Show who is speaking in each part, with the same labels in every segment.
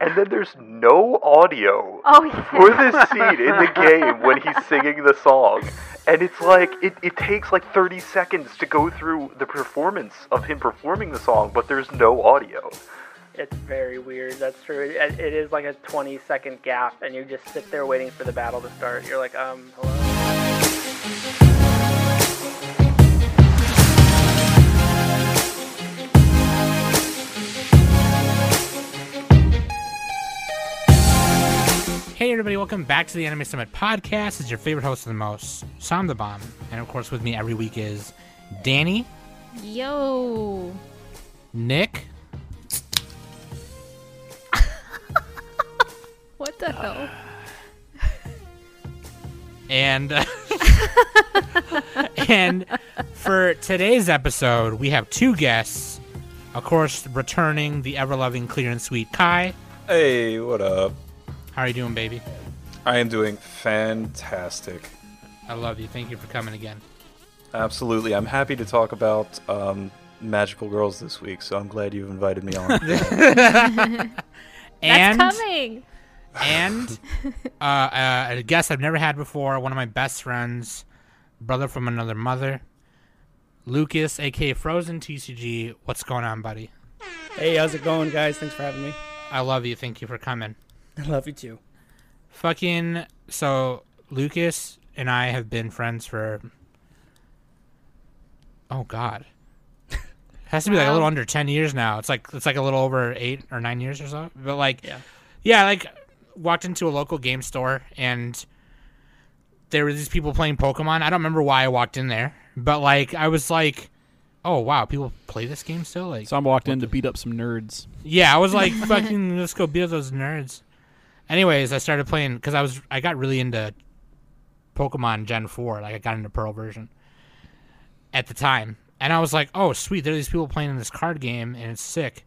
Speaker 1: And then there's no audio
Speaker 2: Oh, yeah.
Speaker 1: for this scene in the game when he's singing the song. And it's like, it, it takes like 30 seconds to go through the performance of him performing the song, but there's no audio.
Speaker 3: It's very weird. That's true. It, it is like a 20 second gap, and you just sit there waiting for the battle to start. You're like, um, hello.
Speaker 4: Hey, everybody, welcome back to the Anime Summit podcast. It's your favorite host of the most, Sam the Bomb. And of course, with me every week is Danny,
Speaker 2: Yo.
Speaker 4: Nick,
Speaker 2: What the
Speaker 4: Uh,
Speaker 2: hell?
Speaker 4: and. and for today's episode, we have two guests. Of course, returning the ever loving, clear and sweet Kai.
Speaker 5: Hey, what up?
Speaker 4: How are you doing, baby?
Speaker 5: I am doing fantastic.
Speaker 4: I love you. Thank you for coming again.
Speaker 5: Absolutely. I'm happy to talk about um, Magical Girls this week, so I'm glad you've invited me on.
Speaker 2: That's
Speaker 4: And
Speaker 2: coming.
Speaker 4: and uh, uh, a guest I've never had before, one of my best friends, brother from another mother, Lucas, aka Frozen TCG. What's going on, buddy?
Speaker 6: Hey, how's it going, guys? Thanks for having me.
Speaker 4: I love you. Thank you for coming.
Speaker 6: I love you too.
Speaker 4: Fucking so, Lucas and I have been friends for. Oh God, has to be like a
Speaker 2: Wow.
Speaker 4: little under ten years now. It's like it's like a little over eight or nine years or so. But like,
Speaker 6: Yeah.
Speaker 4: yeah, like walked into a local game store and there were these people playing Pokemon. I don't remember why I walked in there, but like I was like, oh wow, people play this game still. Like,
Speaker 7: Sam walked in to beat up some nerds.
Speaker 4: yeah, I was like, fucking, let's go beat up those nerds. Anyways, I started playing because I was I got really into Pokemon Gen Four. Like I got into Pearl version at the time, and I was like, oh sweet, there are these people playing this card game, and it's sick.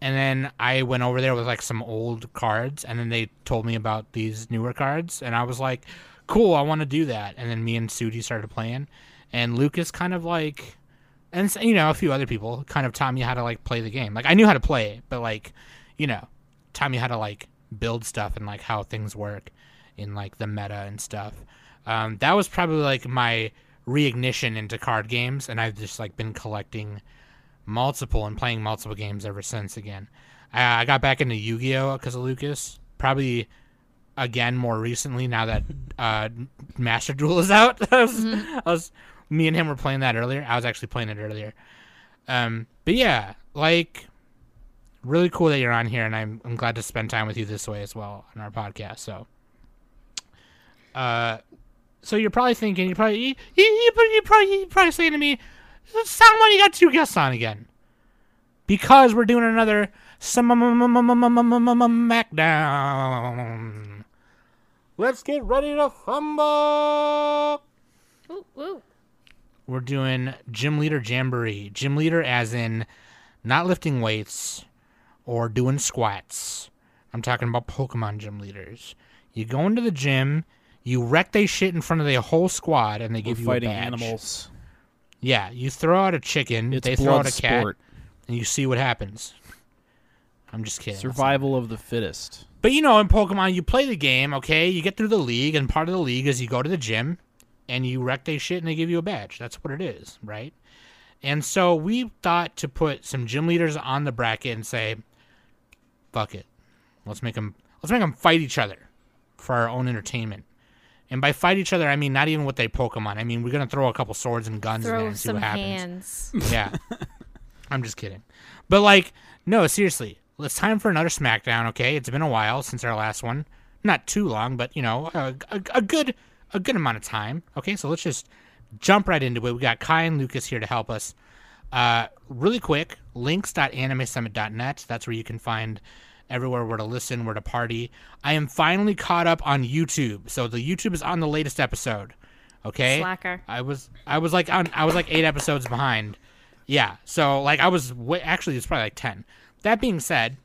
Speaker 4: And then I went over there with like some old cards, and then they told me about these newer cards, and I was like, cool, I want to do that. And then me and Sudi started playing, and Lucas kind of like and s- you know a few other people kind of taught me how to like play the game like i knew how to play it but like you know taught me how to like build stuff and like how things work in like the meta and stuff um, that was probably like my reignition into card games and i've just like been collecting multiple and playing multiple games ever since again i, I got back into yu-gi-oh because of lucas probably again more recently now that uh, Master Duel is out. I, was, I was, me and him were playing that earlier. I was actually playing it earlier. Um, but yeah, like, really cool that you're on here, and I'm I'm glad to spend time with you this way as well on our podcast. So, uh, so you're probably thinking you probably you you, you, you probably you probably saying to me, somebody got two guests on again, because we're doing another. Smackdown. Let's get ready to fumble.
Speaker 2: Ooh, ooh.
Speaker 4: We're doing gym leader jamboree. Gym leader as in not lifting weights or doing squats. I'm talking about Pokemon gym leaders. You go into the gym, you wreck they shit in front of the whole squad, and they
Speaker 7: We're
Speaker 4: give you
Speaker 7: fighting
Speaker 4: a badge.
Speaker 7: animals.
Speaker 4: Yeah, you throw out a chicken,
Speaker 7: It's
Speaker 4: they throw
Speaker 7: blood
Speaker 4: out a cat,
Speaker 7: sport.
Speaker 4: and you see what happens. I'm just kidding. That's not-
Speaker 7: Survival of the fittest.
Speaker 4: But you know, in Pokemon, you play the game, okay? You get through the league, and part of the league is you go to the gym and you wreck they shit and they give you a badge. That's what it is, right? And so we thought to put some gym leaders on the bracket and say, fuck it. Let's make them let's make them fight each other for our own entertainment. And by fight each other, I mean not even with their Pokemon. I mean we're gonna throw a couple swords and guns in there
Speaker 2: Throw
Speaker 4: and see
Speaker 2: some
Speaker 4: what happens.
Speaker 2: hands.
Speaker 4: Yeah. I'm just kidding. But like, no, seriously. It's time for another SmackDown, okay? It's been a while since our last one. Not too long, but you know, a, a, a good a good amount of time. Okay, so let's just jump right into it. We got Kai and Lucas here to help us. Uh, really quick, links.animesummit.net. That's where you can find everywhere where to listen, where to party. I am finally caught up on YouTube. So the YouTube is on the latest episode. Okay.
Speaker 2: Slacker.
Speaker 4: I was I was like on I was like eight episodes behind. Yeah, so like I was wa actually it's probably like ten. That being said,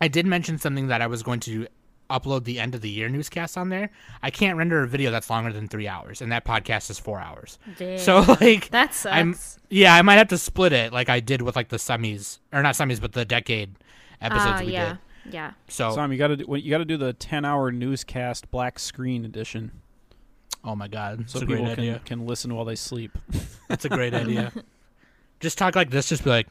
Speaker 4: I did mention something that I was going to upload the end of the year newscast on there. I can't render a video that's longer than three hours, and that podcast is four hours.
Speaker 2: Damn.
Speaker 4: So like
Speaker 2: That
Speaker 4: I'm
Speaker 2: sucks.
Speaker 4: yeah, I might have to split it like I did with like the semis or not semis, but the decade episodes
Speaker 2: Ah,
Speaker 4: we
Speaker 2: yeah.
Speaker 4: did.
Speaker 2: Yeah.
Speaker 4: So,
Speaker 7: Sam, you got to do, you got to do the ten hour newscast black screen edition,
Speaker 4: oh my god, it's
Speaker 7: so
Speaker 4: a
Speaker 7: people
Speaker 4: great
Speaker 7: can
Speaker 4: idea.
Speaker 7: can listen while they sleep.
Speaker 4: That's a great idea. Just talk like this. Just be like,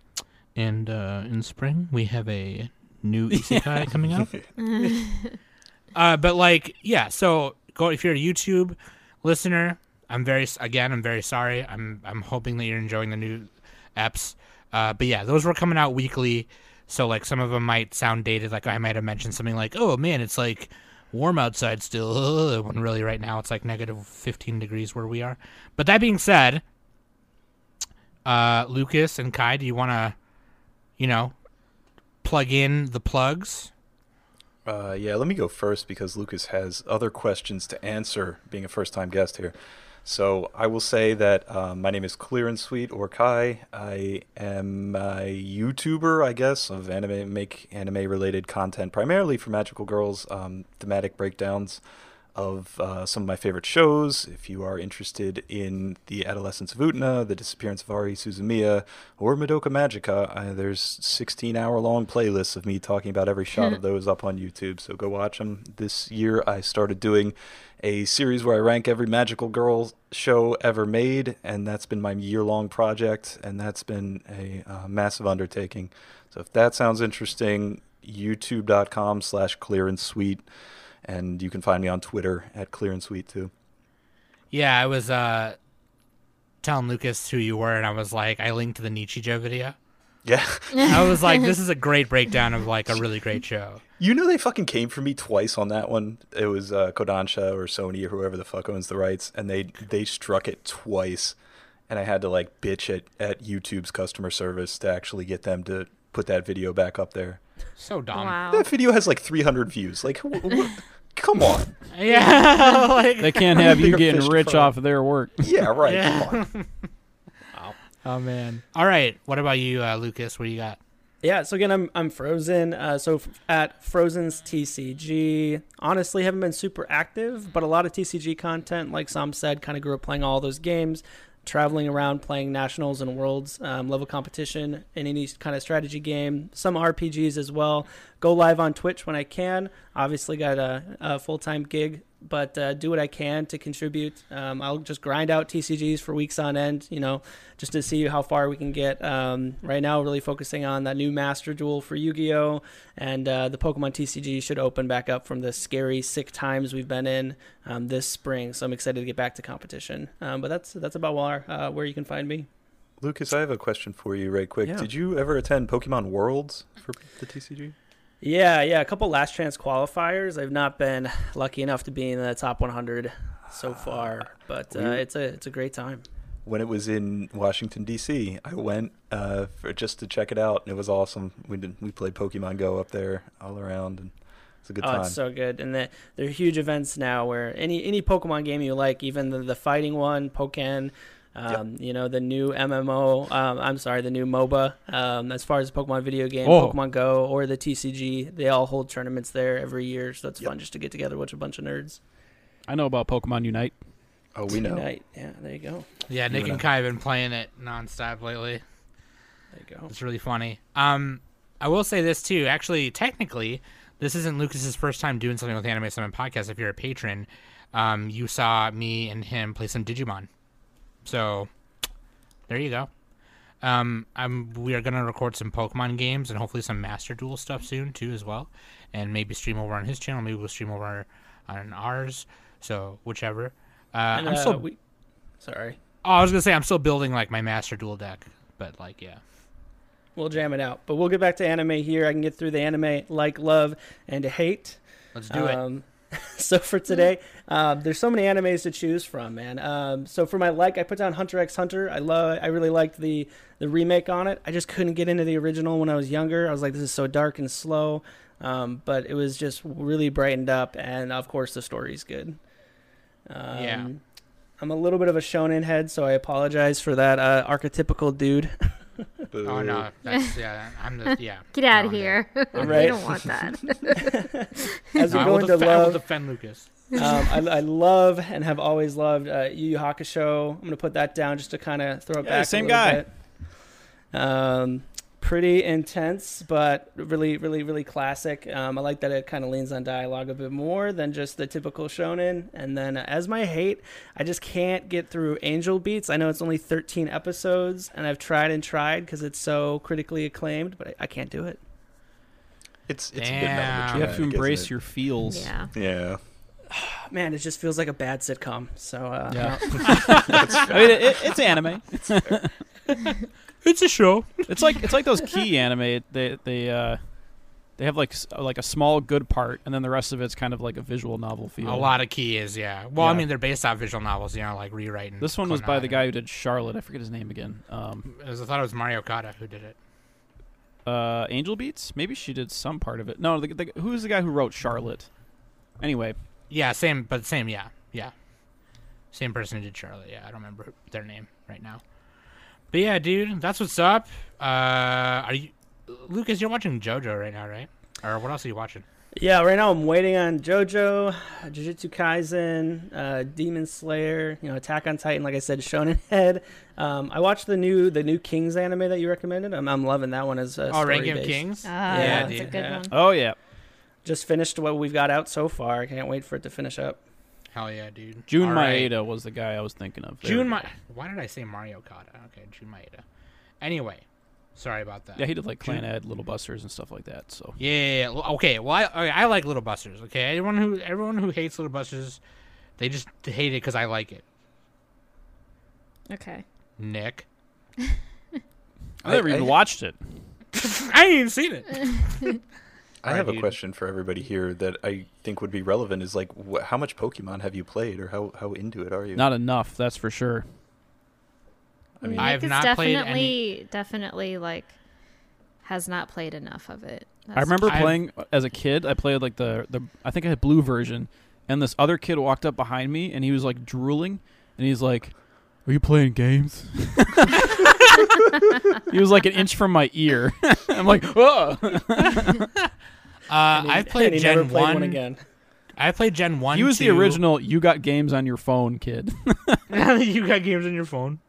Speaker 4: and uh, in spring we have a new isekai coming out. uh, but like, yeah. So go if you're a YouTube listener. I'm very s- again. I'm very sorry. I'm I'm hoping that you're enjoying the new apps. Uh, but yeah, those were coming out weekly. So like some of them might sound dated. Like I might have mentioned something like, "Oh man, it's like warm outside still," when really right now it's like negative 15 degrees where we are. But that being said, uh, Lucas and Kai, do you want to, you know, plug in the plugs?
Speaker 5: Uh, yeah, let me go first because Lucas has other questions to answer, being a first time guest here. So I will say that uh, my name is Clear and Sweet, or Kai. I am a YouTuber, I guess, of anime, make anime related content, primarily for Magical Girls, um, thematic breakdowns of uh, some of my favorite shows. If you are interested in The Adolescence of Utna, The Disappearance of Ari Suzumiya, or Madoka Magica, uh, there's 16 hour long playlists of me talking about every shot of those up on YouTube, so go watch them. This year I started doing a series where I rank every magical girl show ever made, and that's been my year long project, and that's been a uh, massive undertaking. So if that sounds interesting, youtube.com slash clear and sweet and you can find me on Twitter at Clear and Sweet too.
Speaker 4: Yeah, I was uh, telling Lucas who you were, and I was like, I linked to the Nichijou video.
Speaker 5: Yeah,
Speaker 4: I was like, this is a great breakdown of like a really great show.
Speaker 5: you know they fucking came for me twice on that one. It was uh, Kodansha or Sony or whoever the fuck owns the rights, and they they struck it twice, and I had to like bitch at at YouTube's customer service to actually get them to put that video back up there.
Speaker 4: So dumb.
Speaker 2: wow.
Speaker 5: That video has like 300 views. Like, wh- wh- come on.
Speaker 4: Yeah, like,
Speaker 7: They can't have you
Speaker 5: Bigger
Speaker 7: getting
Speaker 5: fish to
Speaker 7: rich
Speaker 5: fry.
Speaker 7: off of their work.
Speaker 5: Yeah, right.
Speaker 4: Yeah.
Speaker 5: Come on.
Speaker 7: Oh man,
Speaker 4: all right. What about you, uh, Lucas? What do you got?
Speaker 6: Yeah, so again, I'm I'm Frozen. Uh, so f- at Frozen's TCG, honestly, haven't been super active, but a lot of TCG content. Like Sam said, kind of grew up playing all those games, traveling around playing nationals and worlds um, level competition in any kind of strategy game, some RPGs as well. Go live on Twitch when I can. Obviously, got a, a full time gig, but uh, do what I can to contribute. Um, I'll just grind out TCGs for weeks on end. You know, just to see how far we can get. Um, right now, really focusing on that new Master Duel for Yu-Gi-Oh, and uh, the Pokemon TCG should open back up from the scary sick times we've been in um, this spring. So I'm excited to get back to competition. Um, but that's that's about where uh, where you can find me.
Speaker 5: Lucas, I have a question for you, right quick.
Speaker 6: Yeah.
Speaker 5: Did you ever attend Pokemon Worlds for the TCG?
Speaker 6: Yeah, yeah, a couple last chance qualifiers. I've not been lucky enough to be in the top 100 so far, but uh,
Speaker 5: We-
Speaker 6: it's a it's a great time.
Speaker 5: when it was in Washington D.C. I went uh, for, just to check it out, and it was awesome. We did, we played Pokemon Go up there all around, and it's a good
Speaker 6: oh,
Speaker 5: time.
Speaker 6: it's so good, and the, there are huge events now where any any Pokemon game you like, even the, the fighting one, Pokken, um, you know the new MMO. Um, I'm sorry, the new MOBA. Um, as far as Pokemon video game,
Speaker 7: Oh.
Speaker 6: Pokemon Go, or the TCG, they all hold tournaments there every year, so that's
Speaker 5: Yep.
Speaker 6: fun just to get together with a bunch of nerds.
Speaker 7: I know about Pokemon Unite.
Speaker 5: oh, we know.
Speaker 6: Unite. Yeah, there you go.
Speaker 4: Yeah, Nick
Speaker 5: and
Speaker 4: and
Speaker 5: I.
Speaker 4: Kai have been playing it nonstop lately.
Speaker 6: There you go.
Speaker 4: It's really funny. Um, I will say this too. Actually, technically, this isn't Lucas's first time doing something with Anime Summon Podcast. If you're a patron, um, you saw me and him play some Digimon. So, there you go. Um, I'm we are gonna record some Pokemon games and hopefully some Master Duel stuff soon too as well, and maybe stream over on his channel. Maybe we'll stream over on ours. So whichever. Uh,
Speaker 6: And,
Speaker 4: I'm
Speaker 6: uh,
Speaker 4: still.
Speaker 6: we- sorry.
Speaker 4: oh, I was gonna say I'm still building like my Master Duel deck, but like yeah.
Speaker 6: We'll jam it out, but we'll get back to anime here. I can get through the anime like love and hate.
Speaker 4: Let's do it.
Speaker 6: Um, so for today, um, there's so many animes to choose from, man. Um, so for my like, I put down Hunter x Hunter. I love. I really liked the the remake on it. I just couldn't get into the original when I was younger. I was like, this is so dark and slow. Um, but it was just really brightened up, and of course the story's good. Um,
Speaker 4: Yeah.
Speaker 6: I'm a little bit of a shonen head, so I apologize for that uh, archetypical dude.
Speaker 5: Boo.
Speaker 4: Oh no, that's yeah. I'm the yeah.
Speaker 2: Get out of
Speaker 4: No, I'm
Speaker 2: here.
Speaker 6: Right.
Speaker 2: You don't want that.
Speaker 6: As
Speaker 4: good. No,
Speaker 6: we
Speaker 4: I
Speaker 6: go
Speaker 4: will
Speaker 6: into
Speaker 4: def- I will
Speaker 6: love,
Speaker 4: defend Lucas.
Speaker 6: um, I, I love and have always loved uh, Yu Yu Hakusho. I'm gonna put that down just to kind of throw it
Speaker 7: Yeah,
Speaker 6: back.
Speaker 7: same
Speaker 6: a little
Speaker 7: guy.
Speaker 6: Bit. Um, pretty intense, but really, really, really classic. Um, I like that it kind of leans on dialogue a bit more than just the typical shonen. And then, uh, as my hate, I just can't get through Angel Beats. I know it's only 13 episodes, and I've tried and tried because it's so critically acclaimed, but I, I can't do it.
Speaker 5: It's it's
Speaker 4: Damn.
Speaker 5: a bit
Speaker 4: You
Speaker 7: You have to embrace your feels.
Speaker 2: Yeah.
Speaker 5: Yeah,
Speaker 6: Man, it just feels like a bad sitcom. So, uh,
Speaker 4: Yeah.
Speaker 6: no.
Speaker 7: I mean, it, it, it's anime.
Speaker 4: It's a show.
Speaker 7: It's like it's like those key anime. They they uh, they have like s- like a small good part, and then the rest of it's kind of like a visual novel feel.
Speaker 4: A lot of key is, yeah. Well, I
Speaker 7: Yeah.
Speaker 4: mean, they're based off visual novels, you know, like rewriting.
Speaker 7: This one was by the
Speaker 4: Conan.
Speaker 7: guy who did Charlotte. I forget his name again. Um,
Speaker 4: It was- I thought it was Mario Kata who did it.
Speaker 7: uh, Angel Beats. Maybe she did some part of it. No, the, the, who's the guy who wrote Charlotte? Anyway,
Speaker 4: Yeah, same, but same, yeah, yeah. Same person who did Charlotte. Yeah, I don't remember their name right now. But yeah, dude, that's what's up. Uh, are you, Lucas? You're watching JoJo right now, right? Or what else are you watching?
Speaker 6: yeah, right now I'm waiting on JoJo, uh, Jujutsu Kaisen, uh, Demon Slayer, you know, Attack on Titan. Like I said, Shonen Head. Um, I watched the new the new Kings anime that you recommended. I'm, I'm loving that one as a
Speaker 4: Oh, Ranking of
Speaker 6: story-based.
Speaker 4: Kings.
Speaker 2: Ah,
Speaker 6: Yeah,
Speaker 2: that's a
Speaker 4: dude.
Speaker 2: good
Speaker 6: Yeah.
Speaker 2: one.
Speaker 7: oh yeah,
Speaker 6: Just finished what we've got out so far. I can't wait for it to finish up.
Speaker 4: Hell yeah, dude.
Speaker 7: June
Speaker 4: All right.
Speaker 7: Maeda was the guy I was thinking of. There
Speaker 4: June
Speaker 7: we go.
Speaker 4: Ma. Why did I say Mario Kata? Okay, June Maeda. Anyway, sorry about that.
Speaker 7: Yeah, he did like Clan Ed, Little Busters, and stuff like that. So
Speaker 4: Yeah, yeah, yeah. Well, Okay. Well, I, okay, I like Little Busters. Okay, everyone who everyone who hates Little Busters, they just hate it because I like it.
Speaker 2: Okay.
Speaker 4: Nick,
Speaker 7: I never
Speaker 5: I-
Speaker 7: even
Speaker 5: I-
Speaker 7: watched it.
Speaker 4: I ain't even seen it. Uh,
Speaker 5: I have
Speaker 4: Right,
Speaker 5: a
Speaker 4: dude.
Speaker 5: question for everybody here that I think would be relevant. Is like, wh- how much Pokemon have you played, or how how into it are you?
Speaker 7: Not enough, that's for sure.
Speaker 5: I mean,
Speaker 2: Nick
Speaker 4: I've
Speaker 2: is
Speaker 4: not played
Speaker 2: definitely,
Speaker 4: any-
Speaker 2: definitely like has not played enough of it. That's
Speaker 7: I remember
Speaker 4: I've-
Speaker 7: playing uh, as a kid. I played like the the I think I had blue version, and this other kid walked up behind me and he was like drooling, and he's like, "Are you playing games?" he was like an inch from my ear. I'm like, "Whoa!"
Speaker 4: Uh,
Speaker 6: And he-
Speaker 4: I've played
Speaker 6: and he
Speaker 4: Gen
Speaker 6: never played
Speaker 4: one.
Speaker 6: one. again.
Speaker 4: I played Gen one.
Speaker 7: He was the
Speaker 4: two.
Speaker 7: original. You got games on your phone, kid.
Speaker 4: you got games on your phone.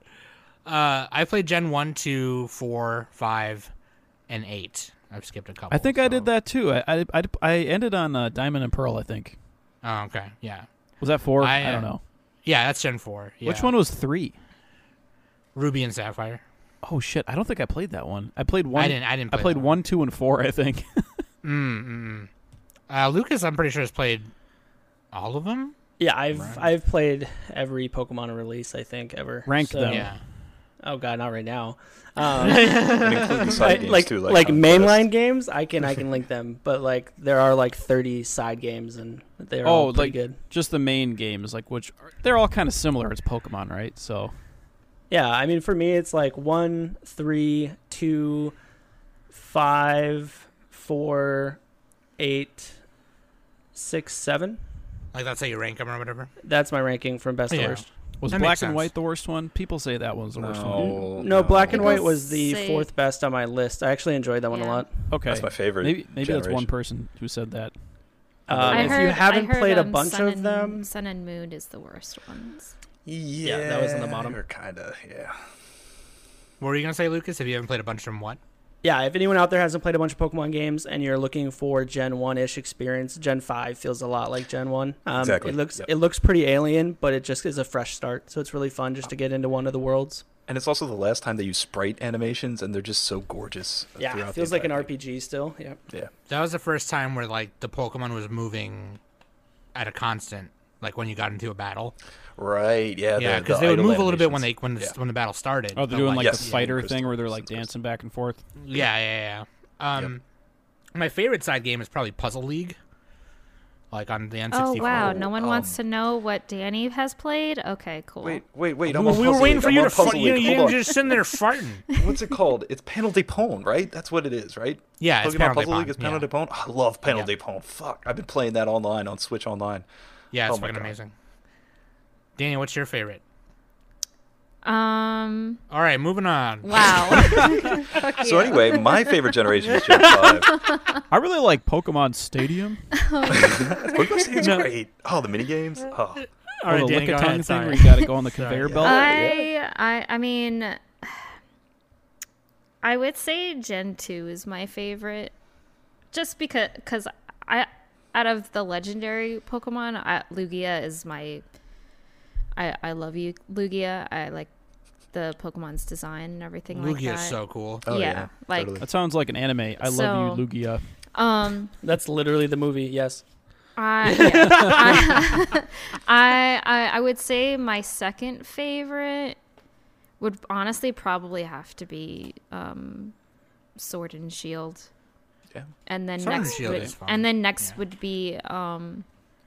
Speaker 4: Uh, I played Gen one, two, four, five, and eight. I've skipped a couple.
Speaker 7: I think I did
Speaker 4: so-
Speaker 7: that too. I I, I, I ended on uh, Diamond and Pearl. I think
Speaker 4: Oh, okay. Yeah.
Speaker 7: was that four?
Speaker 4: I,
Speaker 7: I, don't
Speaker 4: uh,
Speaker 7: know.
Speaker 4: Yeah, that's Gen four. Yeah.
Speaker 7: Which one was three?
Speaker 4: Ruby and Sapphire.
Speaker 7: Oh shit! I don't think I played that one. I played one.
Speaker 4: I didn't. I didn't.
Speaker 7: I
Speaker 4: Play
Speaker 7: played
Speaker 4: that
Speaker 7: one, two, and four. I think.
Speaker 4: Mm, mm, mm. Uh, Lucas, I'm pretty sure has played all of them.
Speaker 6: Yeah, I've
Speaker 4: Right.
Speaker 6: I've played every Pokemon release I think ever.
Speaker 7: Rank them.
Speaker 4: Yeah.
Speaker 6: Oh god, not right now. Um,
Speaker 5: and including side
Speaker 6: like
Speaker 5: games
Speaker 6: like,
Speaker 5: too,
Speaker 6: like
Speaker 5: Conquest.
Speaker 6: mainline games, I can I can link them, but like there are like 30 side games and they're
Speaker 7: Oh,
Speaker 6: all pretty
Speaker 7: like-
Speaker 6: good.
Speaker 7: Just the main games, like which are, they're all kind of similar. It's Pokemon, right? So
Speaker 6: Yeah, I mean for me it's like one, three, two, five, four, eight, six, seven.
Speaker 4: Like that's how you rank them or whatever.
Speaker 6: That's my ranking from best
Speaker 4: Yeah.
Speaker 6: to worst.
Speaker 7: was
Speaker 4: That
Speaker 7: Black
Speaker 4: makes
Speaker 7: and
Speaker 4: sense.
Speaker 7: White the worst one? People say that one's the worst one.
Speaker 5: No,
Speaker 6: no, black and
Speaker 2: People
Speaker 6: white was the
Speaker 2: say-
Speaker 6: fourth best on my list. I actually enjoyed that one a
Speaker 2: Yeah.
Speaker 6: lot.
Speaker 7: Okay,
Speaker 5: That's my favorite.
Speaker 7: maybe maybe that's one
Speaker 5: generation.
Speaker 7: person who said that.
Speaker 6: Um,
Speaker 2: I
Speaker 6: if
Speaker 2: heard,
Speaker 6: you
Speaker 2: I
Speaker 6: haven't
Speaker 2: heard,
Speaker 6: played a
Speaker 2: um,
Speaker 6: bunch
Speaker 2: Sun
Speaker 6: of
Speaker 2: and-
Speaker 6: them,
Speaker 2: Sun and Moon is the worst ones.
Speaker 5: Yeah,
Speaker 6: that was in the bottom.
Speaker 5: Kind of, yeah.
Speaker 4: What were you gonna say, Lucas? If you haven't played a bunch of them, what?
Speaker 6: yeah, if anyone out there hasn't played a bunch of Pokemon games and you're looking for Gen One ish experience, Gen Five feels a lot like Gen One. Um,
Speaker 5: Exactly,
Speaker 6: It looks
Speaker 5: yep.
Speaker 6: it looks pretty alien, but it just is a fresh start, so it's really fun just to get into one of the worlds.
Speaker 5: And it's also the last time they use sprite animations, and they're just so gorgeous.
Speaker 6: Yeah,
Speaker 5: throughout
Speaker 6: it feels
Speaker 5: the
Speaker 6: like an
Speaker 5: entire
Speaker 6: RPG still. Yep.
Speaker 5: thing.
Speaker 4: That was the first time where like the Pokemon was moving at a constant, like when you got into a battle.
Speaker 5: Yeah, right. Yeah,
Speaker 4: yeah,
Speaker 5: the-
Speaker 4: because
Speaker 5: the
Speaker 4: they would
Speaker 5: idle
Speaker 4: move a little bit when they
Speaker 5: animations.
Speaker 4: when the,
Speaker 5: Yeah.
Speaker 4: when the battle started.
Speaker 7: Oh,
Speaker 4: but,
Speaker 7: they're doing like
Speaker 4: like,
Speaker 5: yes.
Speaker 7: the
Speaker 5: Yeah,
Speaker 7: fighter
Speaker 5: Crystal,
Speaker 7: thing where they're like
Speaker 5: Crystal,
Speaker 7: dancing back and forth.
Speaker 4: yeah, yeah, yeah. Um, my favorite side game is probably Puzzle League. Like on the N64.
Speaker 2: Oh wow, no one
Speaker 5: um,
Speaker 2: wants to know what Danny has played. Okay, cool.
Speaker 5: Wait, wait, wait! I'm
Speaker 4: Well,
Speaker 5: on
Speaker 4: we were
Speaker 5: Puzzle
Speaker 4: waiting
Speaker 5: League,
Speaker 4: for
Speaker 5: I'm
Speaker 4: you
Speaker 5: on
Speaker 4: to
Speaker 5: Puzzle
Speaker 4: fart. You,
Speaker 5: League.
Speaker 4: you
Speaker 5: Hold
Speaker 4: didn't just sitting there farting.
Speaker 5: on. What's it called? It's Panel de Pon, right? That's what it is, right?
Speaker 4: Yeah,
Speaker 5: Pokemon
Speaker 4: it's Panel de
Speaker 5: Puzzle League
Speaker 4: Pon,
Speaker 5: is Panel
Speaker 4: yeah.
Speaker 5: de Pon. I love Panel
Speaker 4: Yeah.
Speaker 5: de Pon. Fuck, I've been playing that online on Switch Online.
Speaker 4: Yeah, it's
Speaker 5: Oh my
Speaker 4: fucking
Speaker 5: God.
Speaker 4: amazing. Daniel, what's your favorite?
Speaker 2: Um.
Speaker 4: All right, moving on.
Speaker 2: Wow. Fuck
Speaker 5: So
Speaker 2: you.
Speaker 5: anyway, my favorite generation is Gen Five.
Speaker 7: I really like Pokemon Stadium.
Speaker 5: Pokemon Stadium's great. Oh, the mini games. Oh,
Speaker 4: All right,
Speaker 7: or the
Speaker 4: Danny, go
Speaker 7: lick-a-tongue
Speaker 4: ahead,
Speaker 7: thing
Speaker 4: sorry.
Speaker 7: where you got to go on the conveyor
Speaker 4: yeah.
Speaker 7: belt.
Speaker 2: I I I mean, I would say Gen 2 is my favorite. Just because cause I out of the legendary Pokemon, I, Lugia is my I I love you Lugia. I like the Pokemon's design and everything like
Speaker 4: Lugia
Speaker 2: that.
Speaker 4: is so cool.
Speaker 5: Oh,
Speaker 2: yeah,
Speaker 5: yeah,
Speaker 2: like
Speaker 5: totally.
Speaker 7: That sounds like an anime. I love you,
Speaker 2: So-
Speaker 7: Lugia.
Speaker 2: um
Speaker 6: That's literally the movie. Yes.
Speaker 2: I, yeah. I, I I I would say my second favorite would honestly probably have to be um, Sword and Shield.
Speaker 5: Yeah.
Speaker 2: And then
Speaker 4: Sword and
Speaker 2: next
Speaker 4: Shield
Speaker 2: would,
Speaker 4: is fine.
Speaker 2: and then next
Speaker 4: Yeah.
Speaker 2: would be um,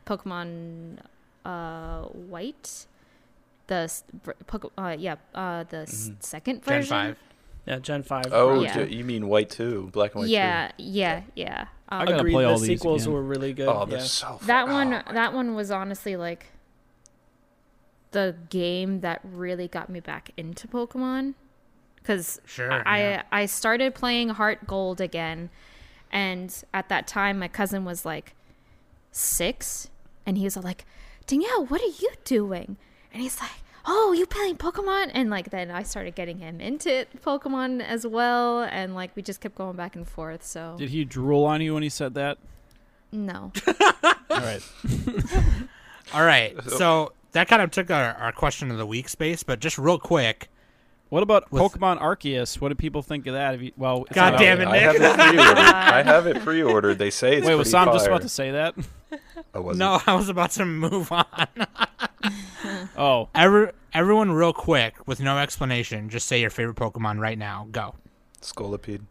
Speaker 2: Pokemon uh, White. The s- br- Poke- uh, yeah uh, the s- second
Speaker 4: Mm-hmm. Gen
Speaker 2: version.
Speaker 4: five.
Speaker 6: Yeah, Gen Five.
Speaker 5: Oh,
Speaker 2: Yeah.
Speaker 5: d- you mean white too? Black and white
Speaker 2: Yeah, yeah, yeah.
Speaker 7: I
Speaker 2: Um,
Speaker 7: gotta
Speaker 6: Agreed.
Speaker 7: play
Speaker 6: the
Speaker 7: all these
Speaker 6: sequels
Speaker 7: again.
Speaker 6: were really
Speaker 5: too.
Speaker 6: good.
Speaker 5: Oh, they're
Speaker 6: yeah.
Speaker 5: so. fu-
Speaker 2: that one
Speaker 5: oh.
Speaker 2: that one was honestly like the game that really got me back into pokemon because
Speaker 4: Sure,
Speaker 2: i
Speaker 4: yeah.
Speaker 2: i started playing heart gold again and at that time my cousin was like six and he was all like danielle what are you doing and he's like oh you playing pokemon and like then i started getting him into pokemon as well and like we just kept going back and forth so
Speaker 7: Did he drool on you when he said that?
Speaker 2: no
Speaker 7: All right.
Speaker 4: All right, so that kind of took our, our question of the week space, but just real quick.
Speaker 7: What about
Speaker 4: With-
Speaker 7: Pokemon Arceus? What do people think of that? Have you, well, it's
Speaker 4: God
Speaker 7: not out
Speaker 4: damn it,
Speaker 7: yet.
Speaker 5: I have it pre-ordered. I have it pre-ordered. They say it's
Speaker 7: Wait, was
Speaker 5: pretty
Speaker 7: Sam just
Speaker 5: fire.
Speaker 7: about to say that?
Speaker 5: Oh, was
Speaker 4: No, I was about to move on.
Speaker 7: Oh,
Speaker 4: Every, everyone, real quick, with no explanation, just say your favorite Pokemon right now. Go.
Speaker 5: it? Scolipede.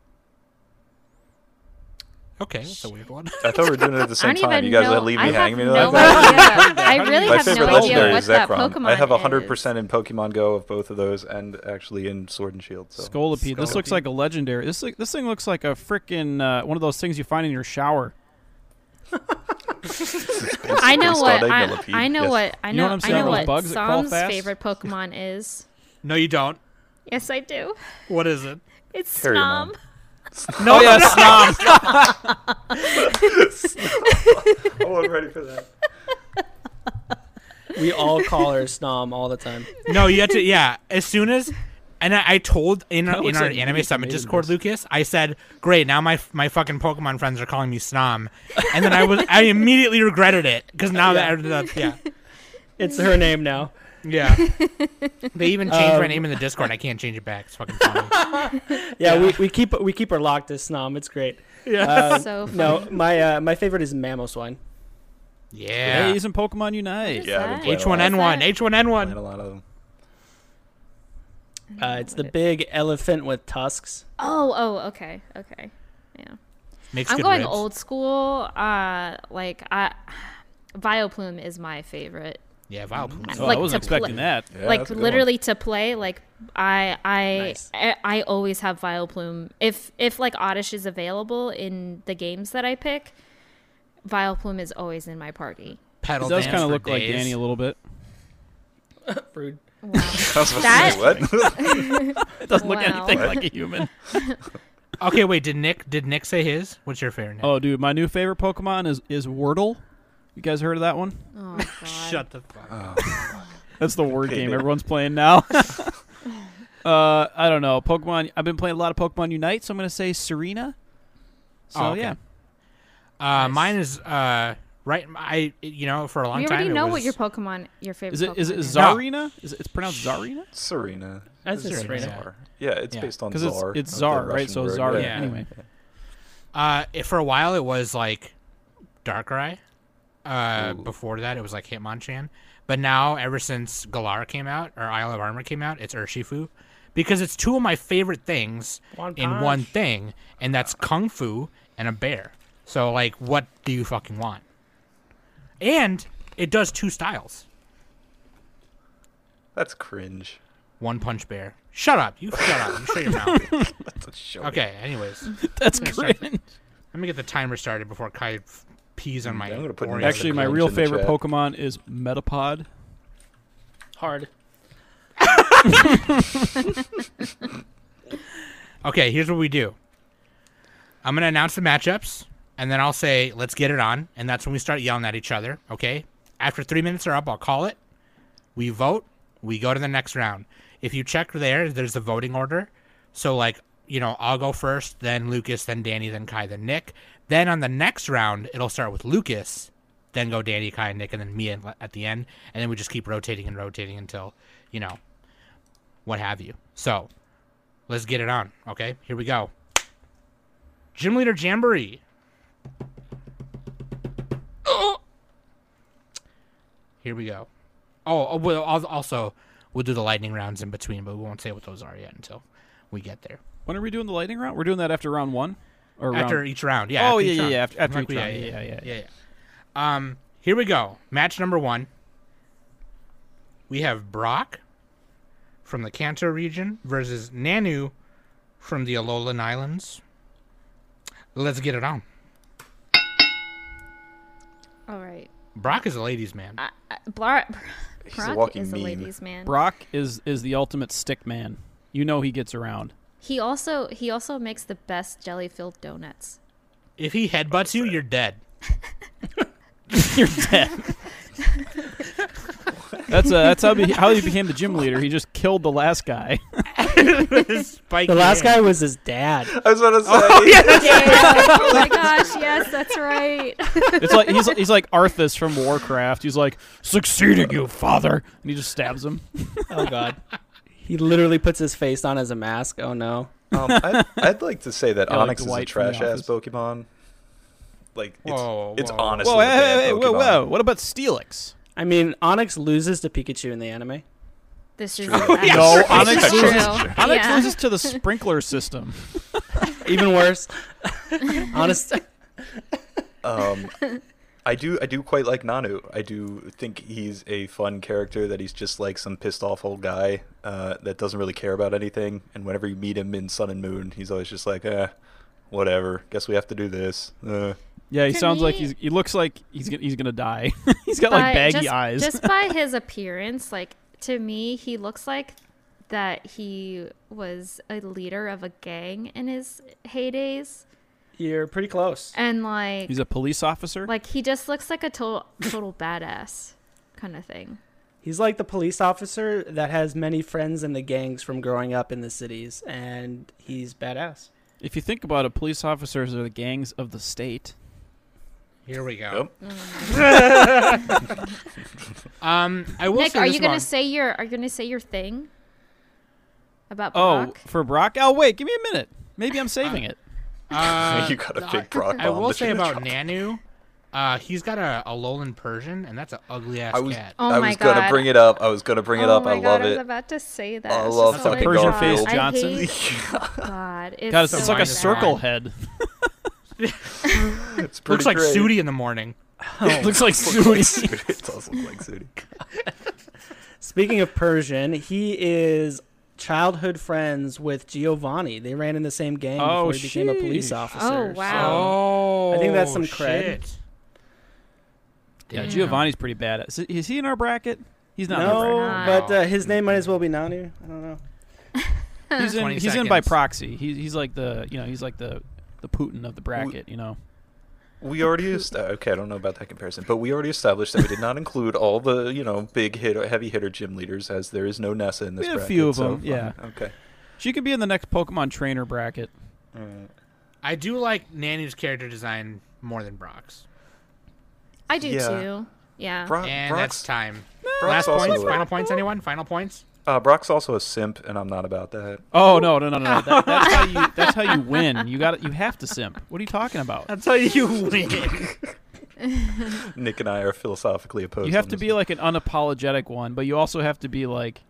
Speaker 4: Okay, that's a weird one.
Speaker 5: I thought we were doing it at the same time. You guys
Speaker 2: know.
Speaker 5: let leave me
Speaker 2: I
Speaker 5: hanging me
Speaker 2: have
Speaker 5: like
Speaker 2: no
Speaker 5: that.
Speaker 2: idea. I really
Speaker 5: My
Speaker 2: have
Speaker 5: favorite
Speaker 2: no idea
Speaker 5: legendary
Speaker 2: what
Speaker 5: is
Speaker 2: that
Speaker 5: Zekrom.
Speaker 2: Pokemon
Speaker 5: I have
Speaker 2: is.
Speaker 5: 100% in Pokemon Go of both of those and actually in Sword and Shield. So.
Speaker 7: Scolipede. This looks
Speaker 4: Scolipede.
Speaker 7: like a legendary. This look- this thing looks like a freaking uh, one of those things you find in your shower.
Speaker 2: I know
Speaker 5: Based
Speaker 2: what
Speaker 5: on a
Speaker 2: I,
Speaker 5: millipede,
Speaker 2: I know
Speaker 5: yes.
Speaker 2: what I
Speaker 7: You know
Speaker 2: know.
Speaker 7: what I'm
Speaker 2: I
Speaker 7: saying
Speaker 2: know
Speaker 7: about
Speaker 2: what
Speaker 7: bugs that crawl
Speaker 2: Sam's
Speaker 7: fast?
Speaker 2: favorite Pokemon is.
Speaker 4: No, you don't.
Speaker 2: Yes, I do.
Speaker 4: What is it?
Speaker 2: It's
Speaker 5: Carry your
Speaker 2: Snom.
Speaker 5: mom.
Speaker 4: No, yes,
Speaker 5: Oh, I'm ready for that.
Speaker 6: We all call her Snom all the time.
Speaker 4: No, you have to. Yeah, as soon as, and I, I told in
Speaker 7: That
Speaker 4: our, in
Speaker 7: looks
Speaker 4: our
Speaker 7: like
Speaker 4: anime
Speaker 7: Lucas
Speaker 4: summit
Speaker 7: made
Speaker 4: Discord,
Speaker 7: this.
Speaker 4: Lucas, I said, "Great, now my my fucking Pokemon friends are calling me Snom," and then I was I immediately regretted it because now that I, that- yeah
Speaker 6: It's her name now.
Speaker 4: yeah they even changed my
Speaker 6: Um,
Speaker 4: name in the Discord. I can't change it back. It's fucking funny.
Speaker 6: Yeah, We, we keep we keep her locked as Snom. It's great.
Speaker 4: Yeah.
Speaker 7: Uh,
Speaker 6: Um,
Speaker 2: So
Speaker 6: no, my uh, my favorite is Mamoswine.
Speaker 7: Yeah,
Speaker 4: yeah.
Speaker 7: he's in Pokemon Unite.
Speaker 5: Yeah, I've been
Speaker 2: that?
Speaker 5: playing a
Speaker 4: H1N1,
Speaker 5: lot. Playing
Speaker 4: H1N1.
Speaker 5: a lot of them.
Speaker 6: Uh, it's the big elephant with tusks.
Speaker 2: Oh, oh, okay, okay. Yeah,
Speaker 4: Makes
Speaker 2: I'm
Speaker 4: good
Speaker 2: going
Speaker 4: ribs.
Speaker 2: old school. Uh, like I, Vioplume is my favorite.
Speaker 4: Yeah, wow.
Speaker 7: Oh,
Speaker 2: Like
Speaker 7: I
Speaker 2: to
Speaker 7: wasn't expecting
Speaker 2: pla-
Speaker 7: that.
Speaker 5: Yeah,
Speaker 2: like
Speaker 5: that's a good
Speaker 2: literally to play like i I,
Speaker 6: Nice.
Speaker 2: I I always have vileplume if if like oddish is available in the games that i pick vileplume is always in my party
Speaker 4: Pedal
Speaker 7: It does
Speaker 4: kind
Speaker 7: kind of look like Danny a little bit.
Speaker 6: Rude.
Speaker 5: one. I was about to
Speaker 2: That-
Speaker 5: say, what?
Speaker 7: It doesn't look
Speaker 2: Wow.
Speaker 7: anything like a human.
Speaker 4: Okay, wait. Did Nick did Nick say his? What's your favorite name?
Speaker 7: Oh, dude, my new favorite Pokemon is is Wordle. You guys heard of that one?
Speaker 2: oh god
Speaker 4: shut the fuck. up.
Speaker 7: That's the word
Speaker 5: Okay,
Speaker 7: game
Speaker 5: dude.
Speaker 7: everyone's playing now. uh, I don't know. Pokemon. I've been playing a lot of Pokemon Unite, so I'm gonna say Serena. So
Speaker 4: Oh, okay.
Speaker 7: yeah,
Speaker 4: Uh, mine is uh right. I you know for a long
Speaker 2: we
Speaker 4: time
Speaker 2: already
Speaker 4: it
Speaker 2: know what
Speaker 4: was-
Speaker 2: your pokemon your favorite
Speaker 7: is it is it
Speaker 2: Pokemon
Speaker 7: Zarina? Is it, it's pronounced Zarina?
Speaker 5: Serena.
Speaker 6: That's
Speaker 5: It's
Speaker 6: just Serena.
Speaker 5: Czar. Yeah, it's
Speaker 4: Yeah.
Speaker 5: based on
Speaker 7: Because it's
Speaker 5: Czar.
Speaker 7: it's
Speaker 5: of the
Speaker 7: Czar, right?
Speaker 5: Russian
Speaker 7: So
Speaker 5: word.
Speaker 7: Zarina.
Speaker 5: Yeah.
Speaker 7: Anyway,
Speaker 4: Uh, it, for a while it was like Darkrai. Uh,
Speaker 5: Ooh.
Speaker 4: before that it was like Hitmonchan, but now ever since Galar came out or Isle of Armor came out, it's Urshifu, because it's two of my favorite things
Speaker 6: One
Speaker 4: in one
Speaker 6: punch.
Speaker 4: thing, and that's kung fu and a bear. So like, what do you fucking want? And it does two styles.
Speaker 5: That's cringe.
Speaker 4: One punch bear. Shut up. You shut up. You shut your mouth.
Speaker 5: That's a show.
Speaker 4: Okay. Anyways.
Speaker 7: that's
Speaker 4: sorry.
Speaker 7: cringe.
Speaker 4: Let me get the timer started before Kai f- pees on my.
Speaker 5: I'm gonna put
Speaker 4: Oreo.
Speaker 5: another
Speaker 7: Actually, my
Speaker 5: cringe
Speaker 7: real
Speaker 5: in the
Speaker 7: favorite
Speaker 5: chat.
Speaker 7: Pokemon is Metapod.
Speaker 6: Hard.
Speaker 4: Okay, here's what we do. I'm gonna announce the matchups, and then I'll say, "Let's get it on," and that's when we start yelling at each other. Okay. After three minutes are up, I'll call it. We vote. We go to the next round. If you check there, there's the voting order. So like, you know, I'll go first, then Lucas, then Danny, then Kai, then Nick. Then on the next round, it'll start with Lucas, then go Danny, Kai, and Nick, and then me at at the end. And then we just keep rotating and rotating until, you know, what have you. So let's get it on. Okay, here we go. Gym Leader Jamboree. Here we go. Oh, oh, well, al- also, we'll do the lightning rounds in between, but we won't say what those are yet until we get there.
Speaker 7: When are we doing the lightning round? We're doing that after round one, or
Speaker 4: After
Speaker 7: round...
Speaker 4: each round, yeah.
Speaker 7: Oh,
Speaker 4: after
Speaker 7: yeah,
Speaker 4: each
Speaker 7: yeah,
Speaker 4: round.
Speaker 7: yeah, after- after
Speaker 4: Like,
Speaker 7: each round, yeah, yeah,
Speaker 4: yeah, yeah. Um, here we go. Match number one. We have Brock from the Kanto region versus Nanu from the Alolan Islands. Let's get it on.
Speaker 2: All right.
Speaker 4: Brock is a ladies' man.
Speaker 2: Uh, uh, Blar-
Speaker 5: He's
Speaker 2: Brock
Speaker 5: a walking
Speaker 2: is a
Speaker 5: meme.
Speaker 2: ladies man.
Speaker 7: Brock is is the ultimate stick man. You know he gets around.
Speaker 2: he also he also makes the best jelly filled donuts.
Speaker 4: If he headbutts you, you're dead.
Speaker 7: You're dead. that's uh, that's how he, how he became the gym leader. He just killed the last guy.
Speaker 4: the
Speaker 6: The last guy was his dad.
Speaker 5: I was gonna say.
Speaker 2: oh my gosh, yes, that's right.
Speaker 7: It's like he's he's like Arthas from Warcraft. He's like succeeding you, father, and he just stabs him.
Speaker 6: Oh god. He literally puts his face on as a mask. Oh no.
Speaker 5: Um, I'd, I'd like to say that
Speaker 7: Yeah, like
Speaker 5: Onyx is a
Speaker 7: Dwight from The
Speaker 5: trash ass
Speaker 7: Office.
Speaker 5: Pokemon. Like it's
Speaker 4: Whoa,
Speaker 5: it's
Speaker 4: whoa.
Speaker 5: honestly a bad Pokemon.
Speaker 7: What about Steelix?
Speaker 6: I mean, Onyx loses to Pikachu in the anime.
Speaker 2: This is
Speaker 5: True.
Speaker 2: actually
Speaker 7: No,
Speaker 2: true.
Speaker 7: Onyx loses. Onyx
Speaker 2: Yeah.
Speaker 7: loses to the sprinkler system.
Speaker 6: Even worse. Honest.
Speaker 5: Um, I do I do quite like Nanu. I do think he's a fun character that he's just like some pissed off old guy uh, that doesn't really care about anything. And whenever you meet him in Sun and Moon, he's always just like, eh, whatever. Guess we have to do this. Uh,
Speaker 7: Yeah, he
Speaker 2: To
Speaker 7: sounds like
Speaker 2: me-
Speaker 7: he's he looks like he's gonna, he's gonna die. he's got like
Speaker 2: But
Speaker 7: baggy
Speaker 2: just,
Speaker 7: eyes.
Speaker 2: just by his appearance, like to me, he looks like that he was a leader of a gang in his heydays,
Speaker 6: You're pretty close.
Speaker 2: and like
Speaker 7: he's a police officer.
Speaker 2: like he just looks like a total total badass kind of thing.
Speaker 6: He's like the police officer that has many friends in the gangs from growing up in the cities, and he's badass.
Speaker 7: if you think about it, police officers are the gangs of the state.
Speaker 4: Here we go.
Speaker 5: Yep.
Speaker 4: Um, I will
Speaker 2: Nick,
Speaker 4: say
Speaker 2: are
Speaker 4: this
Speaker 2: you gonna
Speaker 4: one.
Speaker 2: say your are you gonna say your thing about
Speaker 7: Oh,
Speaker 2: Brock?
Speaker 7: for Brock. Oh, wait, give me a minute. Maybe I'm saving it.
Speaker 4: Uh,
Speaker 5: you got a
Speaker 4: I-
Speaker 5: big Brock
Speaker 4: I
Speaker 5: bomb
Speaker 4: will
Speaker 5: that
Speaker 4: say
Speaker 5: you're gonna
Speaker 4: about
Speaker 5: drop.
Speaker 4: Nanu, uh, he's got a Alolan Persian, and that's an ugly ass
Speaker 5: I was
Speaker 4: cat.
Speaker 2: Oh
Speaker 5: I
Speaker 2: my
Speaker 5: was gonna
Speaker 2: God.
Speaker 5: bring it up. I was gonna bring it
Speaker 2: Oh
Speaker 5: up.
Speaker 2: my
Speaker 5: I
Speaker 2: god,
Speaker 5: love
Speaker 2: I was
Speaker 5: it.
Speaker 2: about to say that.
Speaker 5: I
Speaker 2: It's
Speaker 5: love
Speaker 2: just like,
Speaker 5: fucking
Speaker 2: God,
Speaker 7: Persian-faced
Speaker 2: I
Speaker 7: Johnson.
Speaker 2: hate- God, it's
Speaker 7: God, it's,
Speaker 2: so
Speaker 7: it's like a
Speaker 4: minus
Speaker 2: bad.
Speaker 7: circle
Speaker 4: nine.
Speaker 7: head.
Speaker 5: It's pretty
Speaker 4: Looks like
Speaker 5: great.
Speaker 4: Sudi in the morning.
Speaker 7: it looks like Sudi.
Speaker 5: it does look like Sudi.
Speaker 6: Speaking of Persian, he is childhood friends with Giovanni. They ran in the same gang
Speaker 7: Oh,
Speaker 6: before he became a police
Speaker 7: sheesh.
Speaker 6: officer.
Speaker 2: Oh, wow.
Speaker 4: Oh,
Speaker 6: I think that's some cred.
Speaker 4: shit.
Speaker 7: yeah,
Speaker 4: Damn.
Speaker 7: Giovanni's pretty bad at. Is, is he in our bracket? He's
Speaker 6: So-
Speaker 7: not.
Speaker 6: No,
Speaker 7: In
Speaker 2: Not.
Speaker 6: but uh, his name might as well be Nanu. I don't know.
Speaker 7: our bracket. He's in.
Speaker 4: 20
Speaker 7: He's in by
Speaker 4: seconds.
Speaker 7: proxy. He's he's like the you know he's like the the Putin of the bracket. You know.
Speaker 5: We already est- uh, okay. I don't know about that comparison, but we already established that we did not include all the you know big hit heavy hitter gym leaders, as there is no Nessa in this.
Speaker 7: We had a
Speaker 5: bracket,
Speaker 7: few of
Speaker 5: so,
Speaker 7: them, yeah.
Speaker 5: um, Okay.
Speaker 7: She could be in the next Pokemon trainer bracket.
Speaker 4: I do like Nanu's character design more than Brock's.
Speaker 2: I do
Speaker 5: Yeah.
Speaker 2: too. Yeah.
Speaker 6: Uh,
Speaker 5: Brock,
Speaker 4: And that's
Speaker 5: Brock's,
Speaker 4: time. Last
Speaker 5: Brock's also
Speaker 4: points?
Speaker 5: a-
Speaker 4: Final points, anyone? Final points?
Speaker 5: uh, Brock's also a simp, and I'm not about that.
Speaker 7: Oh no no no no! no. That, that's how you that's how you win. You got You have to simp. What are you talking about?
Speaker 4: That's how you win.
Speaker 5: Nick and I are philosophically opposed.
Speaker 7: You have
Speaker 5: on
Speaker 7: to
Speaker 5: this
Speaker 7: be like an unapologetic one, but you also have to be like,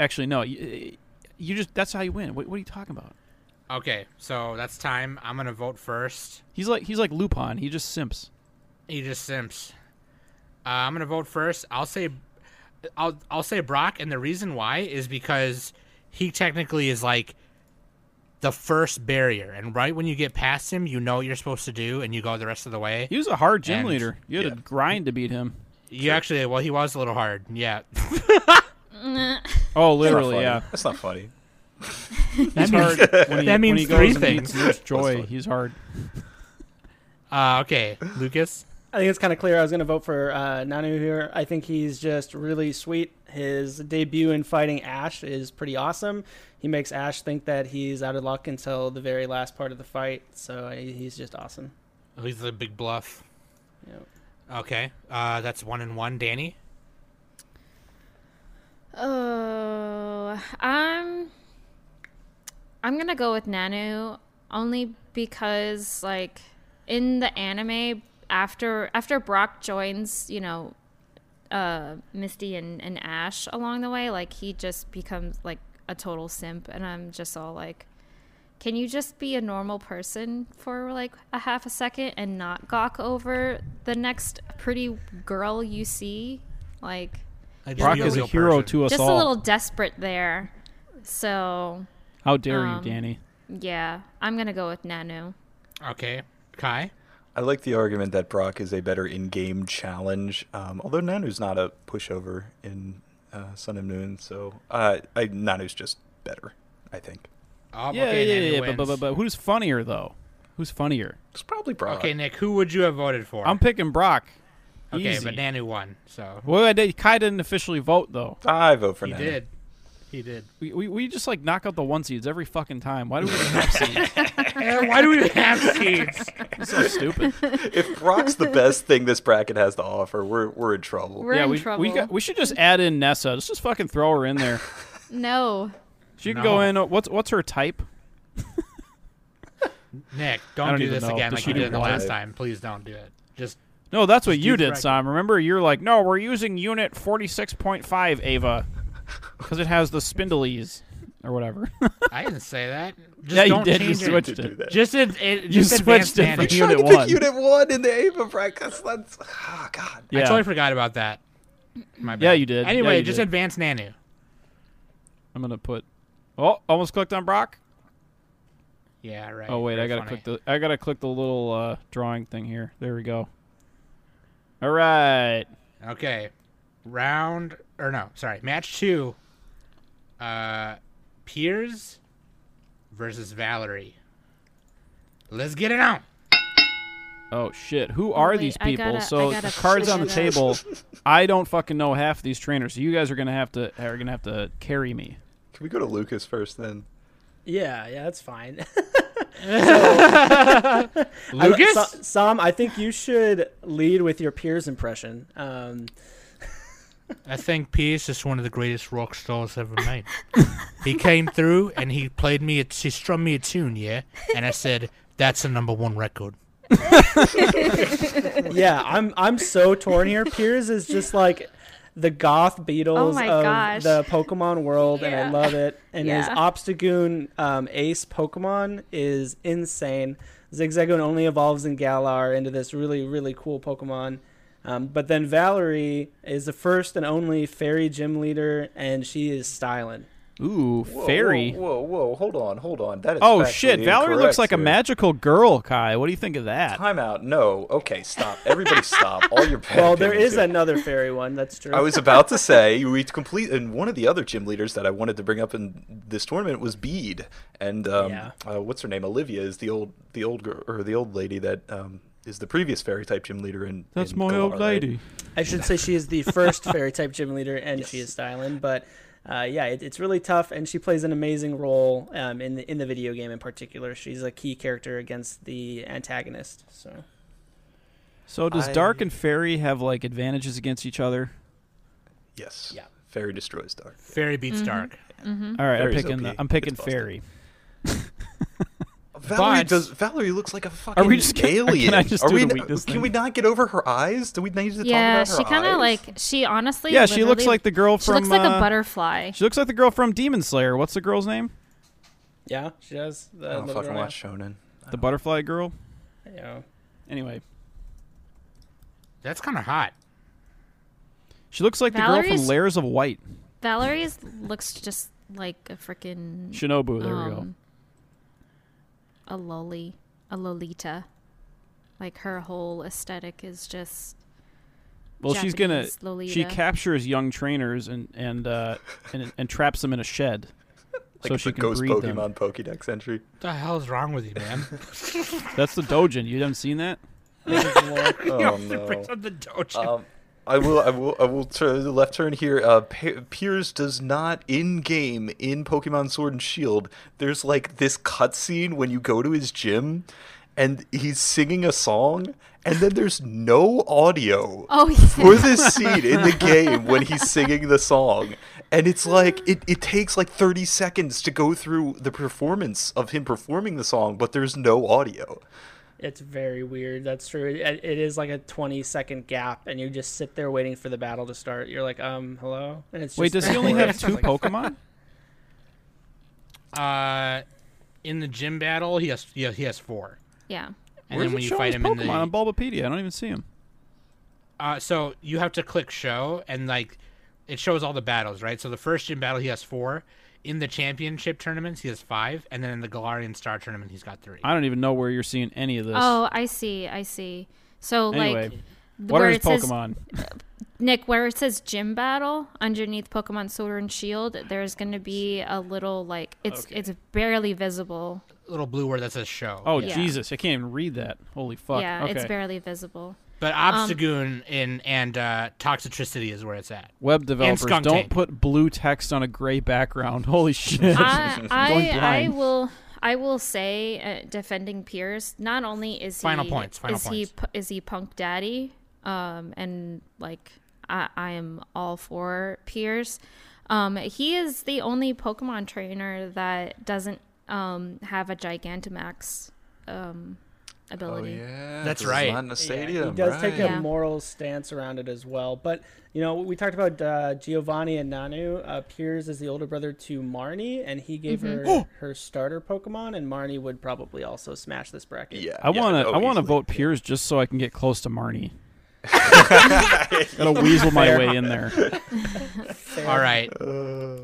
Speaker 7: actually no, you, you just that's how you win. What, what are you talking about?
Speaker 4: okay, so that's time. I'm going to vote first.
Speaker 7: He's like he's like Lupin. He just simps.
Speaker 4: He just simps. Uh, I'm gonna vote first. I'll say, I'll I'll say Brock, and the reason why is because he technically is like the first barrier, and right when you get past him, you know what you're supposed to do, and you go the rest of the way.
Speaker 7: He was a hard gym
Speaker 4: And-
Speaker 7: leader. You had to
Speaker 5: yeah.
Speaker 7: grind to beat him.
Speaker 4: You actually, well, he was a little hard. Yeah,
Speaker 7: Oh,
Speaker 5: That's not
Speaker 7: literally,
Speaker 5: funny.
Speaker 7: yeah.
Speaker 5: That's not funny.
Speaker 7: He's
Speaker 4: That means-
Speaker 7: hard. When
Speaker 4: that
Speaker 7: he, when
Speaker 4: means
Speaker 7: he goes
Speaker 4: three
Speaker 7: and beats
Speaker 4: things.
Speaker 7: Luke's Joy, he's hard.
Speaker 4: Uh, okay, Lucas.
Speaker 6: I think it's kind of clear I was going to vote for uh, Nanu here. I think he's just really sweet. His debut in fighting Ash is pretty awesome. He makes Ash think that he's out of luck until the very last part of the fight. So he- he's just awesome.
Speaker 4: Oh, He's a big bluff.
Speaker 6: Yep.
Speaker 4: Okay, uh, that's one and one. Danny,
Speaker 2: Oh, I'm. I'm gonna go with Nanu only because, like, in the anime, after after Brock joins, you know, uh, Misty and, and Ash along the way, like he just becomes like a total simp, and I'm just all like, can you just be a normal person for like a half a second and not gawk over the next pretty girl you see, like.
Speaker 4: I just
Speaker 7: Brock
Speaker 4: be
Speaker 7: is a
Speaker 4: real
Speaker 7: hero
Speaker 4: person.
Speaker 7: to us
Speaker 2: just
Speaker 7: all.
Speaker 2: a little desperate there. So
Speaker 7: How dare
Speaker 2: um,
Speaker 7: you, Danny?
Speaker 2: yeah, I'm gonna go with Nanu.
Speaker 4: Okay, Kai.
Speaker 5: I like the argument that Brock is a better in-game challenge, um, although Nanu's not a pushover in uh, Sun and Moon, so uh, I, Nanu's just better, I think.
Speaker 4: Oh,
Speaker 7: Yeah,
Speaker 4: okay, Nanu
Speaker 7: yeah, yeah, yeah. But, but,
Speaker 4: wins.
Speaker 7: but, but who's funnier though? Who's funnier?
Speaker 5: It's probably Brock.
Speaker 4: Okay, Nick, who would you have voted for?
Speaker 7: I'm picking Brock.
Speaker 4: okay,
Speaker 7: Easy.
Speaker 4: but Nanu won, so
Speaker 7: Well, I did, Kai didn't officially vote though.
Speaker 5: I vote for
Speaker 4: he
Speaker 5: Nanu.
Speaker 4: did. He did.
Speaker 7: We, we, we just like knock out the one seeds every fucking time. Why do we have seeds?
Speaker 4: Eh, why do we even have seeds?
Speaker 7: It's so stupid.
Speaker 5: If Brock's the best thing this bracket has to offer, we're we're in trouble.
Speaker 2: We're
Speaker 7: yeah,
Speaker 2: in
Speaker 7: we,
Speaker 2: trouble.
Speaker 7: we got, we should just add in Nessa. Let's just fucking throw her in there.
Speaker 2: no,
Speaker 7: She
Speaker 4: No.
Speaker 7: can go in. uh, What's what's her type?
Speaker 4: Nick, don't,
Speaker 7: I don't
Speaker 4: do
Speaker 7: even
Speaker 4: this
Speaker 7: know.
Speaker 4: again
Speaker 7: Does
Speaker 4: like
Speaker 7: she
Speaker 4: you
Speaker 7: do
Speaker 4: did the
Speaker 7: what?
Speaker 4: last time. Please don't do it. Just
Speaker 7: No, that's what you
Speaker 4: do
Speaker 7: did,
Speaker 4: bracket.
Speaker 7: Sam. Remember, you're like, no, we're using unit 46.5, Ava, because it has the spindlies or whatever.
Speaker 4: I didn't say that. Just
Speaker 7: yeah, you
Speaker 4: don't
Speaker 7: did. You
Speaker 4: change it.
Speaker 7: switched
Speaker 5: to do
Speaker 7: it.
Speaker 5: that.
Speaker 4: Just ad- it,
Speaker 7: You
Speaker 4: just
Speaker 7: switched
Speaker 4: advanced
Speaker 7: it from
Speaker 4: Nanu.
Speaker 7: unit
Speaker 5: Trying to
Speaker 7: one.
Speaker 5: pick Unit One in the Ava bracket. That's oh god.
Speaker 7: Yeah.
Speaker 4: I totally forgot about that. My bad.
Speaker 7: Yeah, you did. Yeah,
Speaker 4: Anyway,
Speaker 7: you
Speaker 4: just
Speaker 7: did.
Speaker 4: advance Nanu.
Speaker 7: I'm gonna put. Oh, almost clicked on Brock.
Speaker 4: Yeah, right.
Speaker 7: Oh wait,
Speaker 4: Very
Speaker 7: I gotta
Speaker 4: funny.
Speaker 7: click the. I gotta click the little uh, drawing thing here. There we go. All right.
Speaker 4: Okay. Round or no, sorry, match two. Uh Piers versus Valerie. Let's get it on.
Speaker 7: Oh shit! Who are
Speaker 2: wait,
Speaker 7: these
Speaker 2: I
Speaker 7: people?
Speaker 2: gotta-
Speaker 7: so
Speaker 2: I gotta
Speaker 7: the cards on the
Speaker 2: push it up.
Speaker 7: table. I don't fucking know half these trainers. So you guys are gonna have to are gonna have to carry me.
Speaker 5: Can we go to Lucas first then?
Speaker 6: Yeah, yeah, that's fine. I-
Speaker 4: Lucas?
Speaker 6: Sa- Sam, I think you should lead with your peers impression. Um,
Speaker 4: I think Pierce is one of the greatest rock stars ever made. he came through and he played me, a, he strummed me a tune, yeah? And I said, that's a number one record.
Speaker 6: yeah, I'm I'm so torn here. Piers is just like the goth Beatles
Speaker 2: Oh my
Speaker 6: of
Speaker 2: gosh.
Speaker 6: the Pokemon world, and I
Speaker 2: Yeah.
Speaker 6: love it. And his
Speaker 2: Yeah.
Speaker 6: Obstagoon um, Ace Pokemon is insane. Zigzagoon only evolves in Galar into this really really cool Pokemon. Um, but then Valerie is the first and only fairy gym leader, and she is styling.
Speaker 7: Ooh,
Speaker 5: Whoa,
Speaker 7: fairy.
Speaker 5: Whoa, whoa, whoa, hold on, hold on. That is
Speaker 7: Oh
Speaker 5: factually
Speaker 7: shit! Valerie looks
Speaker 5: incorrect
Speaker 7: like a
Speaker 5: here.
Speaker 7: magical girl, Kai. What do you think of that?
Speaker 5: Time out. No. Okay, stop. Everybody stop. All your bad
Speaker 6: Well, there
Speaker 5: opinions
Speaker 6: is
Speaker 5: here.
Speaker 6: another fairy one. That's true.
Speaker 5: I was about to say we complete, and one of the other gym leaders that I wanted to bring up in this tournament was Bede, and um,
Speaker 6: Yeah.
Speaker 5: uh, what's her name? Olivia is the old, the old girl, or the old lady that um, is the previous fairy type gym leader in.
Speaker 7: That's
Speaker 5: in
Speaker 7: my
Speaker 5: Galar,
Speaker 7: old
Speaker 5: right?
Speaker 7: lady.
Speaker 6: I should say she is the first fairy type gym leader, and she is styling. But uh, yeah, it, it's really tough, and she plays an amazing role um, in the in the video game in particular. She's a key character against the antagonist. So
Speaker 7: So does
Speaker 5: I-
Speaker 7: dark and fairy have like advantages against each other?
Speaker 5: Yes.
Speaker 6: Yeah.
Speaker 5: Fairy destroys dark.
Speaker 4: Fairy beats Dark.
Speaker 2: Mm-hmm.
Speaker 7: All right, I'm
Speaker 5: Fairy's
Speaker 7: picking.
Speaker 5: OP.
Speaker 7: The, I'm picking
Speaker 5: It's busted.
Speaker 7: fairy.
Speaker 5: Valerie
Speaker 4: But-
Speaker 5: does. Valerie looks like a fucking
Speaker 7: just gonna- can I
Speaker 5: alien.
Speaker 7: just
Speaker 5: Are
Speaker 7: do
Speaker 5: we,
Speaker 7: the weakness
Speaker 5: can
Speaker 7: thing?
Speaker 5: we not get over her eyes? Do we need to
Speaker 2: yeah,
Speaker 5: talk about her
Speaker 2: she kind
Speaker 5: eyes?
Speaker 2: of like she honestly.
Speaker 7: Yeah, she looks
Speaker 2: literally-
Speaker 7: like the girl
Speaker 2: She
Speaker 7: from.
Speaker 2: looks like a
Speaker 7: uh,
Speaker 2: butterfly.
Speaker 7: She looks like the girl from Demon Slayer. What's the girl's name?
Speaker 6: yeah, she does. The
Speaker 5: I don't
Speaker 6: little
Speaker 5: fucking
Speaker 6: girl,
Speaker 5: watch shonen.
Speaker 7: The butterfly girl.
Speaker 6: yeah.
Speaker 7: Anyway,
Speaker 4: That's kind of hot.
Speaker 7: she looks like the girl from
Speaker 2: Valerie's-
Speaker 7: Layers of White.
Speaker 2: Valerie's looks just like a freaking
Speaker 7: Shinobu. There we go.
Speaker 2: um, a loli, a lolita. Like her whole aesthetic is just
Speaker 7: Well, she's gonna.
Speaker 2: Japanese Lolita.
Speaker 7: She captures young trainers and and uh, and, and traps them in a shed,
Speaker 5: Like
Speaker 7: so
Speaker 5: the
Speaker 7: she can
Speaker 5: ghost
Speaker 7: breed
Speaker 5: Pokemon
Speaker 7: them.
Speaker 5: Pokédex entry.
Speaker 4: What the hell is wrong with you, man?
Speaker 7: That's the Dojin. You haven't seen that?
Speaker 5: Oh,
Speaker 4: you have to
Speaker 5: no.
Speaker 4: bring up the dojo.
Speaker 5: Um, I will. I will. I will. Turn the left turn here. Uh, Pe- Piers does not in game in Pokemon Sword and Shield. There's like this cutscene when you go to his gym, and he's singing a song, and then there's no audio
Speaker 2: Oh, yeah.
Speaker 5: for this scene in the game when he's singing the song. And it's like it, it takes like 30 seconds to go through the performance of him performing the song, but there's no audio.
Speaker 6: It's very weird. That's true. It, it is like a 20 second gap, and you just sit there waiting for the battle to start. You're like, um, hello? And it's
Speaker 7: Wait,
Speaker 6: just
Speaker 7: does he only have
Speaker 6: It's
Speaker 7: two
Speaker 6: like-
Speaker 7: Pokemon?
Speaker 4: Uh, in the gym battle, he has he has, he has four.
Speaker 2: yeah.
Speaker 4: And
Speaker 7: Where's
Speaker 4: then
Speaker 7: it
Speaker 4: when you
Speaker 7: showing
Speaker 4: fight
Speaker 7: his
Speaker 4: him
Speaker 7: Pokemon
Speaker 4: in the
Speaker 7: on Bulbapedia, I don't even see him.
Speaker 4: Uh, so you have to click show, and like it shows all the battles, right? So the first gym battle he has four. In the championship tournaments, he has five, and then in the Galarian Star tournament, he's got three.
Speaker 7: I don't even know where you're seeing any of this.
Speaker 2: Oh, I see. I see. So
Speaker 7: anyway,
Speaker 2: like
Speaker 7: what
Speaker 2: where
Speaker 7: are his
Speaker 2: it says-
Speaker 7: Pokemon?
Speaker 2: Nick, where it says gym battle underneath Pokemon Sword and Shield, there's going to be a little like it's
Speaker 7: Okay.
Speaker 2: it's barely visible.
Speaker 4: Little blue word that says show.
Speaker 7: Oh
Speaker 2: Yeah.
Speaker 7: Jesus, I can't even read that. Holy fuck.
Speaker 2: yeah,
Speaker 7: okay.
Speaker 2: it's barely visible.
Speaker 4: but Obstagoon in and uh, Toxicity is where it's at.
Speaker 7: Web developers
Speaker 4: Skunk
Speaker 7: don't
Speaker 4: Tank.
Speaker 7: put blue text on a gray background. Holy shit.
Speaker 4: Uh,
Speaker 2: I,
Speaker 7: Going
Speaker 2: I, I
Speaker 7: blind.
Speaker 2: will I will say uh, defending Pierce. Not only is
Speaker 4: Final
Speaker 2: he
Speaker 4: points, final
Speaker 2: is he
Speaker 4: points.
Speaker 2: pu- is he punk daddy, um, and like I, I am all for Pierce. Um, he is the only Pokemon trainer that doesn't um, have a Gigantamax um, ability.
Speaker 5: yeah,
Speaker 4: That's
Speaker 5: 'cause it's
Speaker 4: right.
Speaker 5: Not in a stadium.
Speaker 6: he does take a
Speaker 5: right.
Speaker 2: Yeah.
Speaker 6: moral stance around it as well. But you know, we talked about uh, Giovanni and Nanu. Uh, Piers is the older brother to Marnie, and he gave her
Speaker 5: Oh!
Speaker 6: her starter Pokemon, and Marnie would probably also smash this bracket.
Speaker 5: Yeah,
Speaker 7: I
Speaker 5: yeah,
Speaker 7: wanna
Speaker 5: oh,
Speaker 7: I wanna
Speaker 5: easily.
Speaker 7: vote Piers just so I can get close to Marnie. Gotta weasel my way in there.
Speaker 4: All right.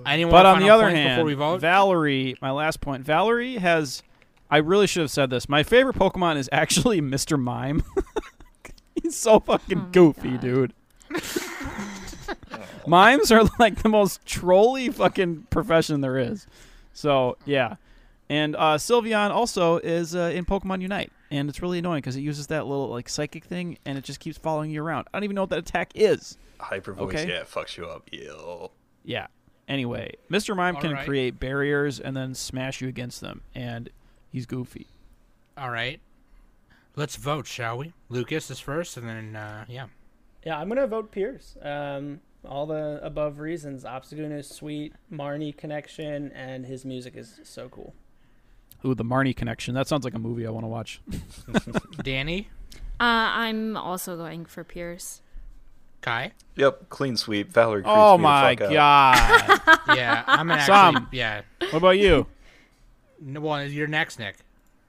Speaker 4: Anyone
Speaker 7: But
Speaker 4: want
Speaker 7: on the
Speaker 4: final
Speaker 7: other
Speaker 4: points
Speaker 7: hand,
Speaker 4: before we vote,
Speaker 7: Valerie, my last point. Valerie has. I really should have said this. My favorite Pokemon is actually Mr. Mime. He's so fucking goofy,
Speaker 2: God.
Speaker 7: dude. Mimes are like the most trolly fucking profession there is. So yeah, and uh, Sylveon also is uh, in Pokemon Unite, and it's really annoying because it uses that little like psychic thing, and it just keeps following you around. I don't even know what that attack is.
Speaker 5: hyper voice.
Speaker 7: Okay.
Speaker 5: Yeah, it fucks you up. Ew.
Speaker 7: Yeah. Anyway, Mr. Mime can
Speaker 4: Alright.
Speaker 7: create barriers and then smash you against them, and he's goofy.
Speaker 4: all right. Let's vote, shall we? Lucas is first, and then uh, yeah.
Speaker 6: Yeah, I'm gonna vote Pierce. Um, all the above reasons: Obstagoon is sweet, Marnie connection, and his music is so cool.
Speaker 7: Ooh, the Marnie connection. That sounds like a movie I want to watch.
Speaker 4: Danny,
Speaker 2: Uh, I'm also going for Pierce.
Speaker 4: Kai.
Speaker 5: Yep, clean sweep. Valerie. creeps
Speaker 7: oh
Speaker 5: me the
Speaker 7: my
Speaker 5: fuck out.
Speaker 7: god!
Speaker 4: Yeah, I'm an
Speaker 7: Sam.
Speaker 4: actually. Yeah.
Speaker 7: what about you?
Speaker 4: N- Well, you're next, Nick.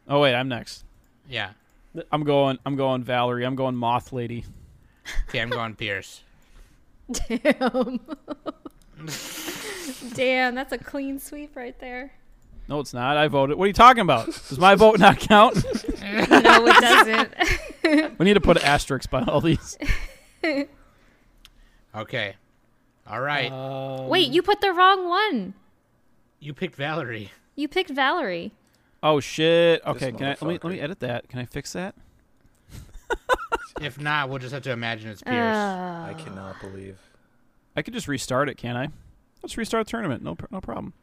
Speaker 7: Oh wait, I'm next.
Speaker 4: Yeah.
Speaker 7: I'm going. I'm going Valerie. I'm going Moth Lady.
Speaker 4: Okay, I'm going Pierce.
Speaker 2: Damn. Damn, that's a clean sweep right there.
Speaker 7: No, it's not. I voted. What are you talking about? Does my vote not count?
Speaker 2: No, it doesn't.
Speaker 7: we need to put an asterisk by all these.
Speaker 4: Okay. All right.
Speaker 6: Um,
Speaker 2: Wait, you put the wrong one.
Speaker 4: you picked Valerie.
Speaker 2: You picked Valerie.
Speaker 7: Oh shit. Okay,
Speaker 5: This
Speaker 7: can I let me let me
Speaker 5: motherfucker.
Speaker 7: edit that? Can I fix that?
Speaker 4: If not, we'll just have to imagine it's Pierce.
Speaker 2: Uh.
Speaker 5: I cannot believe.
Speaker 7: I could just restart it, can I? Let's restart the tournament. No, pr- no problem.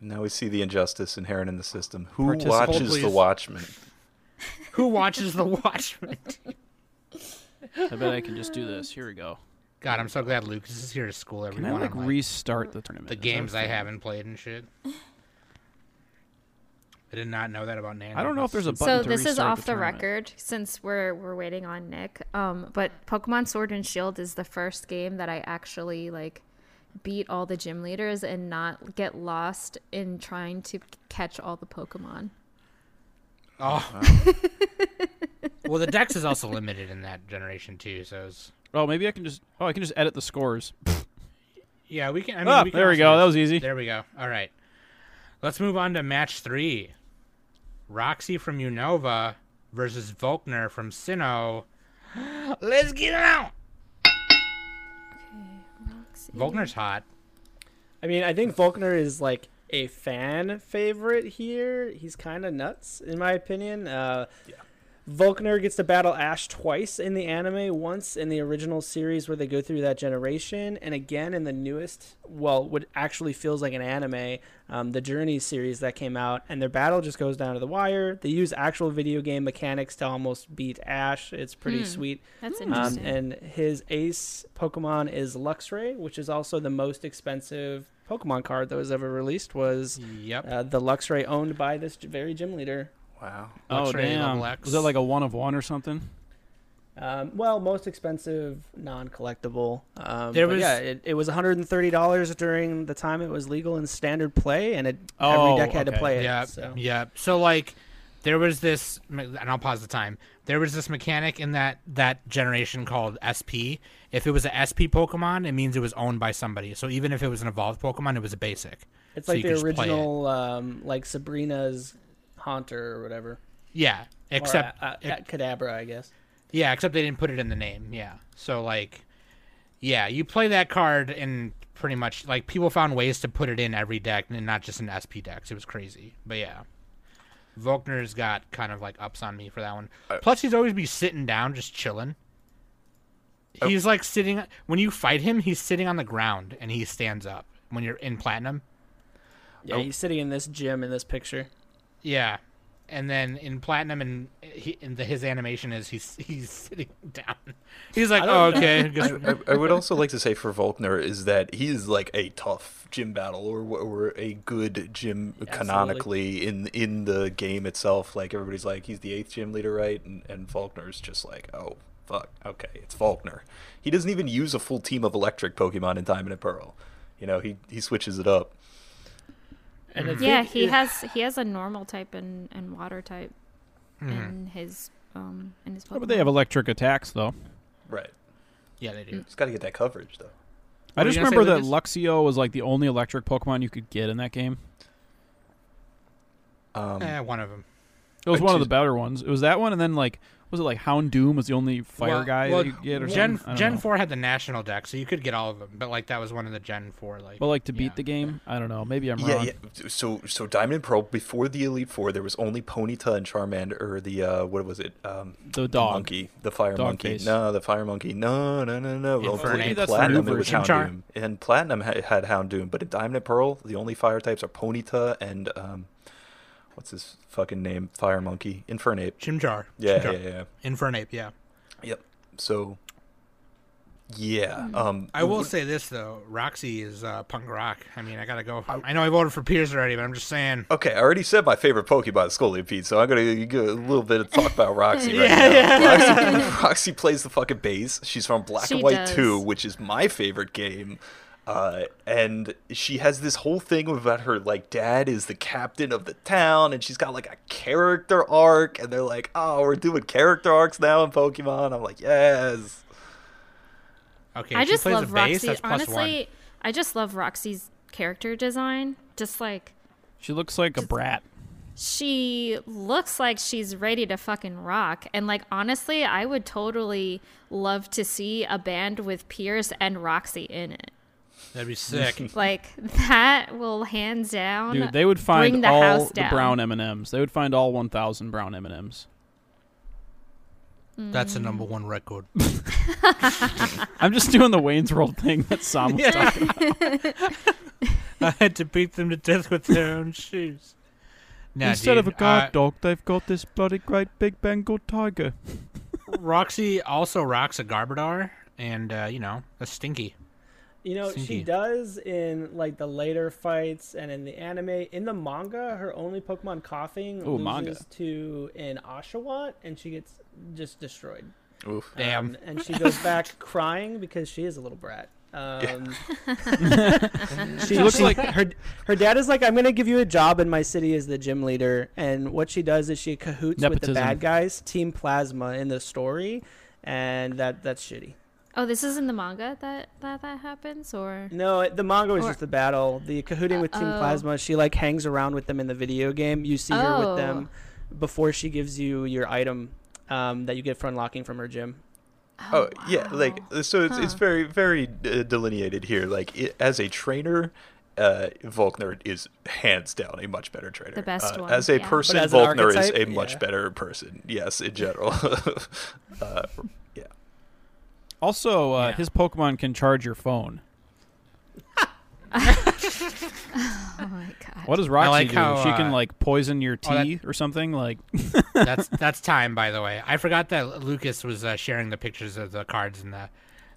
Speaker 5: Now we see the injustice inherent in the system. Who
Speaker 7: Participant,
Speaker 5: watches
Speaker 4: please.
Speaker 5: the Watchmen?
Speaker 4: Who watches The Watchmen?
Speaker 7: I bet I can just do this. Here we go.
Speaker 4: God, I'm so glad Lucas is here to school
Speaker 7: Can I
Speaker 4: everyone.
Speaker 7: like
Speaker 4: on, like,
Speaker 7: restart the tournament?
Speaker 4: the
Speaker 7: Is that
Speaker 4: games
Speaker 7: a
Speaker 4: I
Speaker 7: thing?
Speaker 4: haven't played and shit. I did not know that about Nanny.
Speaker 7: I don't know if there's a button.
Speaker 2: So
Speaker 7: to
Speaker 2: this is
Speaker 7: restart
Speaker 2: off the,
Speaker 7: tournament.
Speaker 2: record since we're we're waiting on Nick. Um, but Pokemon Sword and Shield is the first game that I actually like beat all the gym leaders and not get lost in trying to c- catch all the Pokemon.
Speaker 4: Oh. well, the Dex is also limited in that generation too. So it's,
Speaker 7: Oh, maybe I can just. Oh, I can just edit the scores.
Speaker 4: yeah, we can. I mean,
Speaker 7: Ah,
Speaker 4: we can
Speaker 7: there we
Speaker 4: also
Speaker 7: go. That
Speaker 4: just-
Speaker 7: was easy.
Speaker 4: There we go. All right. Let's move on to match three. Roxy from Unova versus Volkner from Sinnoh. Let's get it out. Volkner's hot.
Speaker 6: I mean, I think Volkner is like a fan favorite here. He's kind of nuts, in my opinion. Uh, Volkner gets to battle Ash twice in the anime, once in the original series where they go through that generation, and again in the newest, well, what actually feels like an anime, um, the Journey series that came out, and their battle just goes down to the wire. They use actual video game mechanics to almost beat Ash. It's pretty
Speaker 2: Hmm.
Speaker 6: sweet.
Speaker 2: That's
Speaker 6: Um,
Speaker 2: interesting.
Speaker 6: and his ace Pokemon is Luxray, which is also the most expensive Pokemon card that was ever released. Was
Speaker 4: Yep.
Speaker 6: uh, the Luxray owned by this j- very gym leader?
Speaker 5: Wow.
Speaker 7: Oh
Speaker 4: X-ray,
Speaker 7: damn!
Speaker 4: level X.
Speaker 7: Was that like a one of one or something?
Speaker 6: Um, well, most expensive non-collectible. Um,
Speaker 4: There
Speaker 6: but
Speaker 4: was-
Speaker 6: yeah, it, it was $130 during the time it was legal in standard play, and it,
Speaker 7: Oh,
Speaker 6: every deck had to
Speaker 7: okay.
Speaker 6: play it.
Speaker 4: Yeah,
Speaker 6: so.
Speaker 4: yeah. So like, there was this, and I'll pause the time. There was this mechanic in that that generation called SP. If it was a SP Pokemon, it means it was owned by somebody. So even if it was an evolved Pokemon, it was a basic.
Speaker 6: It's
Speaker 4: So
Speaker 6: like
Speaker 4: you
Speaker 6: the
Speaker 4: could just play it.
Speaker 6: original, um, like Sabrina's Haunter or whatever,
Speaker 4: Yeah, except
Speaker 6: or, uh, uh, Kadabra, I guess.
Speaker 4: yeah, except they didn't put it in the name. Yeah. So like, yeah, you play that card and pretty much like people found ways to put it in every deck and not just in SP decks. It was crazy, but yeah. Volkner's got kind of like ups on me for that one. Plus, he's always be sitting down, just chilling. He's like sitting when you fight him. He's sitting on the ground and he stands up when you're in platinum. Oh.
Speaker 6: Yeah, he's sitting in this gym in this picture.
Speaker 4: Yeah, and then in platinum and he and the, his animation is he's he's sitting down. He's like, oh, okay. guess-
Speaker 5: I, I would also like to say for Volkner is that he is like a tough gym battle or, or a good gym canonically in in the game itself. Like everybody's like he's the eighth gym leader, right? And and Faulkner's just like oh fuck okay it's Faulkner. He doesn't even use a full team of electric Pokemon in Diamond and Pearl. You know he he switches it up.
Speaker 6: And I
Speaker 2: yeah,
Speaker 6: think
Speaker 2: he
Speaker 6: it-
Speaker 2: has he has a normal type and, and water type in his um in his.
Speaker 7: Oh, but Mm-hmm. they have electric attacks though.
Speaker 5: Right.
Speaker 4: yeah, they do.
Speaker 5: He's got to get that coverage though.
Speaker 7: I
Speaker 4: were you
Speaker 7: just
Speaker 4: gonna say,
Speaker 7: remember that
Speaker 4: Lucas?
Speaker 7: Luxio was like the only electric Pokemon you could get in that game.
Speaker 5: Um,
Speaker 4: Eh, one of them.
Speaker 7: It was
Speaker 5: Uh,
Speaker 7: one of the
Speaker 5: she's-
Speaker 7: better ones. It was that one, and then like was it like Houndoom was the only fire
Speaker 4: Well-
Speaker 7: guy
Speaker 4: well,
Speaker 7: that you could get or
Speaker 4: Gen
Speaker 7: something? I don't
Speaker 4: Gen
Speaker 7: know.
Speaker 4: four had the national deck, so you could get all of them. But like that was one of the Gen four like.
Speaker 7: But like to beat
Speaker 4: yeah.
Speaker 7: the game, I don't know. Maybe I'm
Speaker 5: Yeah,
Speaker 7: wrong.
Speaker 5: yeah. So, so Diamond and Pearl before the Elite Four, there was only Ponyta and Charmander, or the uh, what was it? Um,
Speaker 7: The dog.
Speaker 5: monkey, the fire
Speaker 7: Dog
Speaker 5: monkey.
Speaker 7: face.
Speaker 5: No, the fire monkey. No, no, no, no. Well,
Speaker 4: Infernape.
Speaker 5: in
Speaker 7: That's the
Speaker 5: Platinum,
Speaker 7: new
Speaker 5: it was
Speaker 4: version. Chimchar.
Speaker 5: Houndoom, and Platinum ha- had Houndoom, but in Diamond and Pearl, the only fire types are Ponyta and um, what's his fucking name? Fire monkey, Infernape.
Speaker 4: Chimchar.
Speaker 5: Yeah, yeah,
Speaker 4: Chimchar.
Speaker 5: yeah.
Speaker 4: Infernape. Yeah.
Speaker 5: Yep. So, yeah. Um,
Speaker 4: I will say this though, Roxy is uh, punk rock. I mean, I gotta go. I know I voted for Piers already, but I'm just saying.
Speaker 5: Okay, I already said my favorite Pokemon is Scolipede, so I'm gonna give a little bit of talk about Roxy right now. Roxy, Roxy plays the fucking bass. She's from Black
Speaker 2: She
Speaker 5: and White
Speaker 2: does.
Speaker 5: 2, which is my favorite game. Uh, and she has this whole thing about her like dad is the captain of the town, and she's got like a character arc, and they're like, "Oh, we're doing character arcs now in Pokemon." I'm like, "Yes."
Speaker 4: Okay,
Speaker 2: I
Speaker 4: she
Speaker 2: just
Speaker 4: plays
Speaker 2: love
Speaker 4: the bass.
Speaker 2: Roxy.
Speaker 4: That's plus
Speaker 2: Honestly,
Speaker 4: one.
Speaker 2: I just love Roxy's character design. Just like
Speaker 7: She looks like a brat.
Speaker 2: she looks like she's ready to fucking rock. And like honestly, I would totally love to see a band with Pierce and Roxy in it.
Speaker 4: That'd be sick.
Speaker 2: Like that will hands down.
Speaker 7: Dude, they would
Speaker 2: bring
Speaker 7: find
Speaker 2: the
Speaker 7: all
Speaker 2: house
Speaker 7: the
Speaker 2: down.
Speaker 7: brown M and M's. They would find all 1,000 brown M and M's.
Speaker 4: That's the number one record.
Speaker 7: I'm just doing the Wayne's World thing that Sam was talking.
Speaker 4: I had to beat them to death with their own shoes. Nah,
Speaker 7: Instead of a
Speaker 4: dude,
Speaker 7: guard
Speaker 4: uh,
Speaker 7: dog, they've got this bloody great big Bengal tiger.
Speaker 4: Roxy also rocks a Garbodor, and uh, you know that's stinky.
Speaker 6: You know, she
Speaker 4: Stinky.
Speaker 6: does in like the later fights and in the anime. In the manga, her only Pokemon coughing
Speaker 7: Ooh,
Speaker 6: loses
Speaker 7: manga.
Speaker 6: to an Oshawott, and she gets just destroyed.
Speaker 5: Oof.
Speaker 4: Damn.
Speaker 6: Um, and she goes back crying because she is a little brat. Um, she looks like her. Her dad is like, "I'm gonna give you a job in my city as the gym leader." And what she does is she cahoots with the
Speaker 7: Nepotism.
Speaker 6: bad guys, Team Plasma, in the story, and that that's shitty.
Speaker 2: oh, this is in the manga that that, that happens or
Speaker 6: No, it- the manga was
Speaker 2: Or-
Speaker 6: just the battle. The cahooting with Team
Speaker 2: Uh-oh.
Speaker 6: Plasma, she like hangs around with them in the video game. You see her with them before she gives you your item um, that you get for unlocking from her gym.
Speaker 5: Oh yeah, like
Speaker 2: wow.
Speaker 5: uh, so it's it's very very uh, delineated here. Like i as a trainer, uh, Volkner is hands down a much better trader.
Speaker 2: The best
Speaker 5: Uh,
Speaker 2: one,
Speaker 5: As a
Speaker 2: yeah.
Speaker 5: person,
Speaker 6: But as an
Speaker 5: Volkner is a
Speaker 6: archetype,
Speaker 5: much
Speaker 6: yeah.
Speaker 5: better person. Yes, in general. uh, yeah.
Speaker 7: Also, uh,
Speaker 4: Yeah.
Speaker 7: his Pokemon can charge your phone.
Speaker 2: Oh my god.
Speaker 7: What does Roxy
Speaker 4: like
Speaker 7: do?
Speaker 4: how,
Speaker 7: she
Speaker 4: uh,
Speaker 7: can like poison your
Speaker 4: oh, that-
Speaker 7: tea or something. Like,
Speaker 4: That's that's time, by the way. I forgot that Lucas was uh, sharing the pictures of the cards in the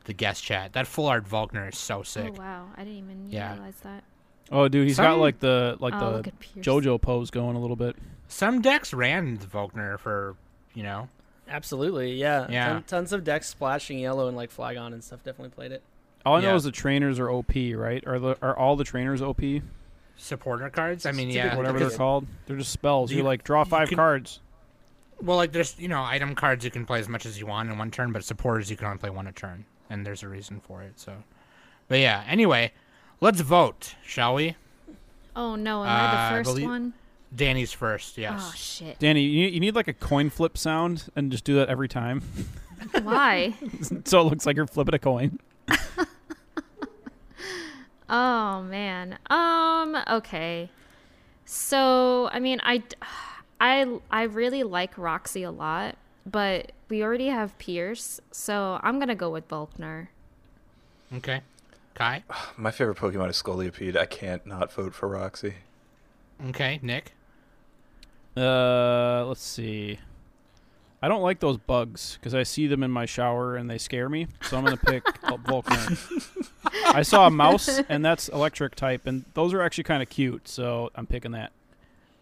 Speaker 4: the guest chat. That full art Volkner is so
Speaker 2: Oh
Speaker 4: sick.
Speaker 2: wow, I didn't even
Speaker 4: Yeah.
Speaker 2: realize that.
Speaker 7: oh, dude, he's
Speaker 4: Some-
Speaker 7: got like the like
Speaker 2: oh, look
Speaker 7: the
Speaker 2: at Pierce.
Speaker 7: JoJo pose going a little bit.
Speaker 4: Some decks ran the Volkner for you know.
Speaker 6: Absolutely, yeah.
Speaker 4: Yeah.
Speaker 6: Ton- tons of decks splashing yellow and like Flygon and stuff. Definitely played it.
Speaker 7: All I know
Speaker 4: Yeah.
Speaker 7: is the trainers are OP, right? Are the are all the trainers OP?
Speaker 4: Supporter cards. I mean,
Speaker 6: Stupid
Speaker 4: yeah,
Speaker 7: Whatever they're
Speaker 4: because-
Speaker 7: called, they're just spells. You,
Speaker 4: You-
Speaker 7: like draw five
Speaker 4: can-
Speaker 7: cards.
Speaker 4: Well, like there's you know item cards you can play as much as you want in one turn, but supporters you can only play one a turn, and there's a reason for it. So, but yeah. Anyway, let's vote, shall we?
Speaker 2: Oh no, am I
Speaker 4: Uh,
Speaker 2: the
Speaker 4: I
Speaker 2: first
Speaker 4: believe-
Speaker 2: one?
Speaker 4: Danny's first. Yes.
Speaker 2: Oh shit.
Speaker 7: Danny, you need, you need like a coin flip sound and just do that every time,
Speaker 2: Why?
Speaker 7: so it looks like you're flipping a coin.
Speaker 2: Oh man. Um. Okay. So I mean, I, I, I really like Roxy a lot, but we already have Pierce, so I'm gonna go with Volkner.
Speaker 4: Okay. Kai.
Speaker 5: My favorite Pokemon is Scolipede. I can't not vote for Roxy.
Speaker 4: Okay. Nick.
Speaker 7: Uh, let's see. I don't like those bugs because I see them in my shower and they scare me. So I'm gonna pick Vol- Volkner. I saw a mouse and that's electric type, and those are actually kind of cute. So I'm picking that.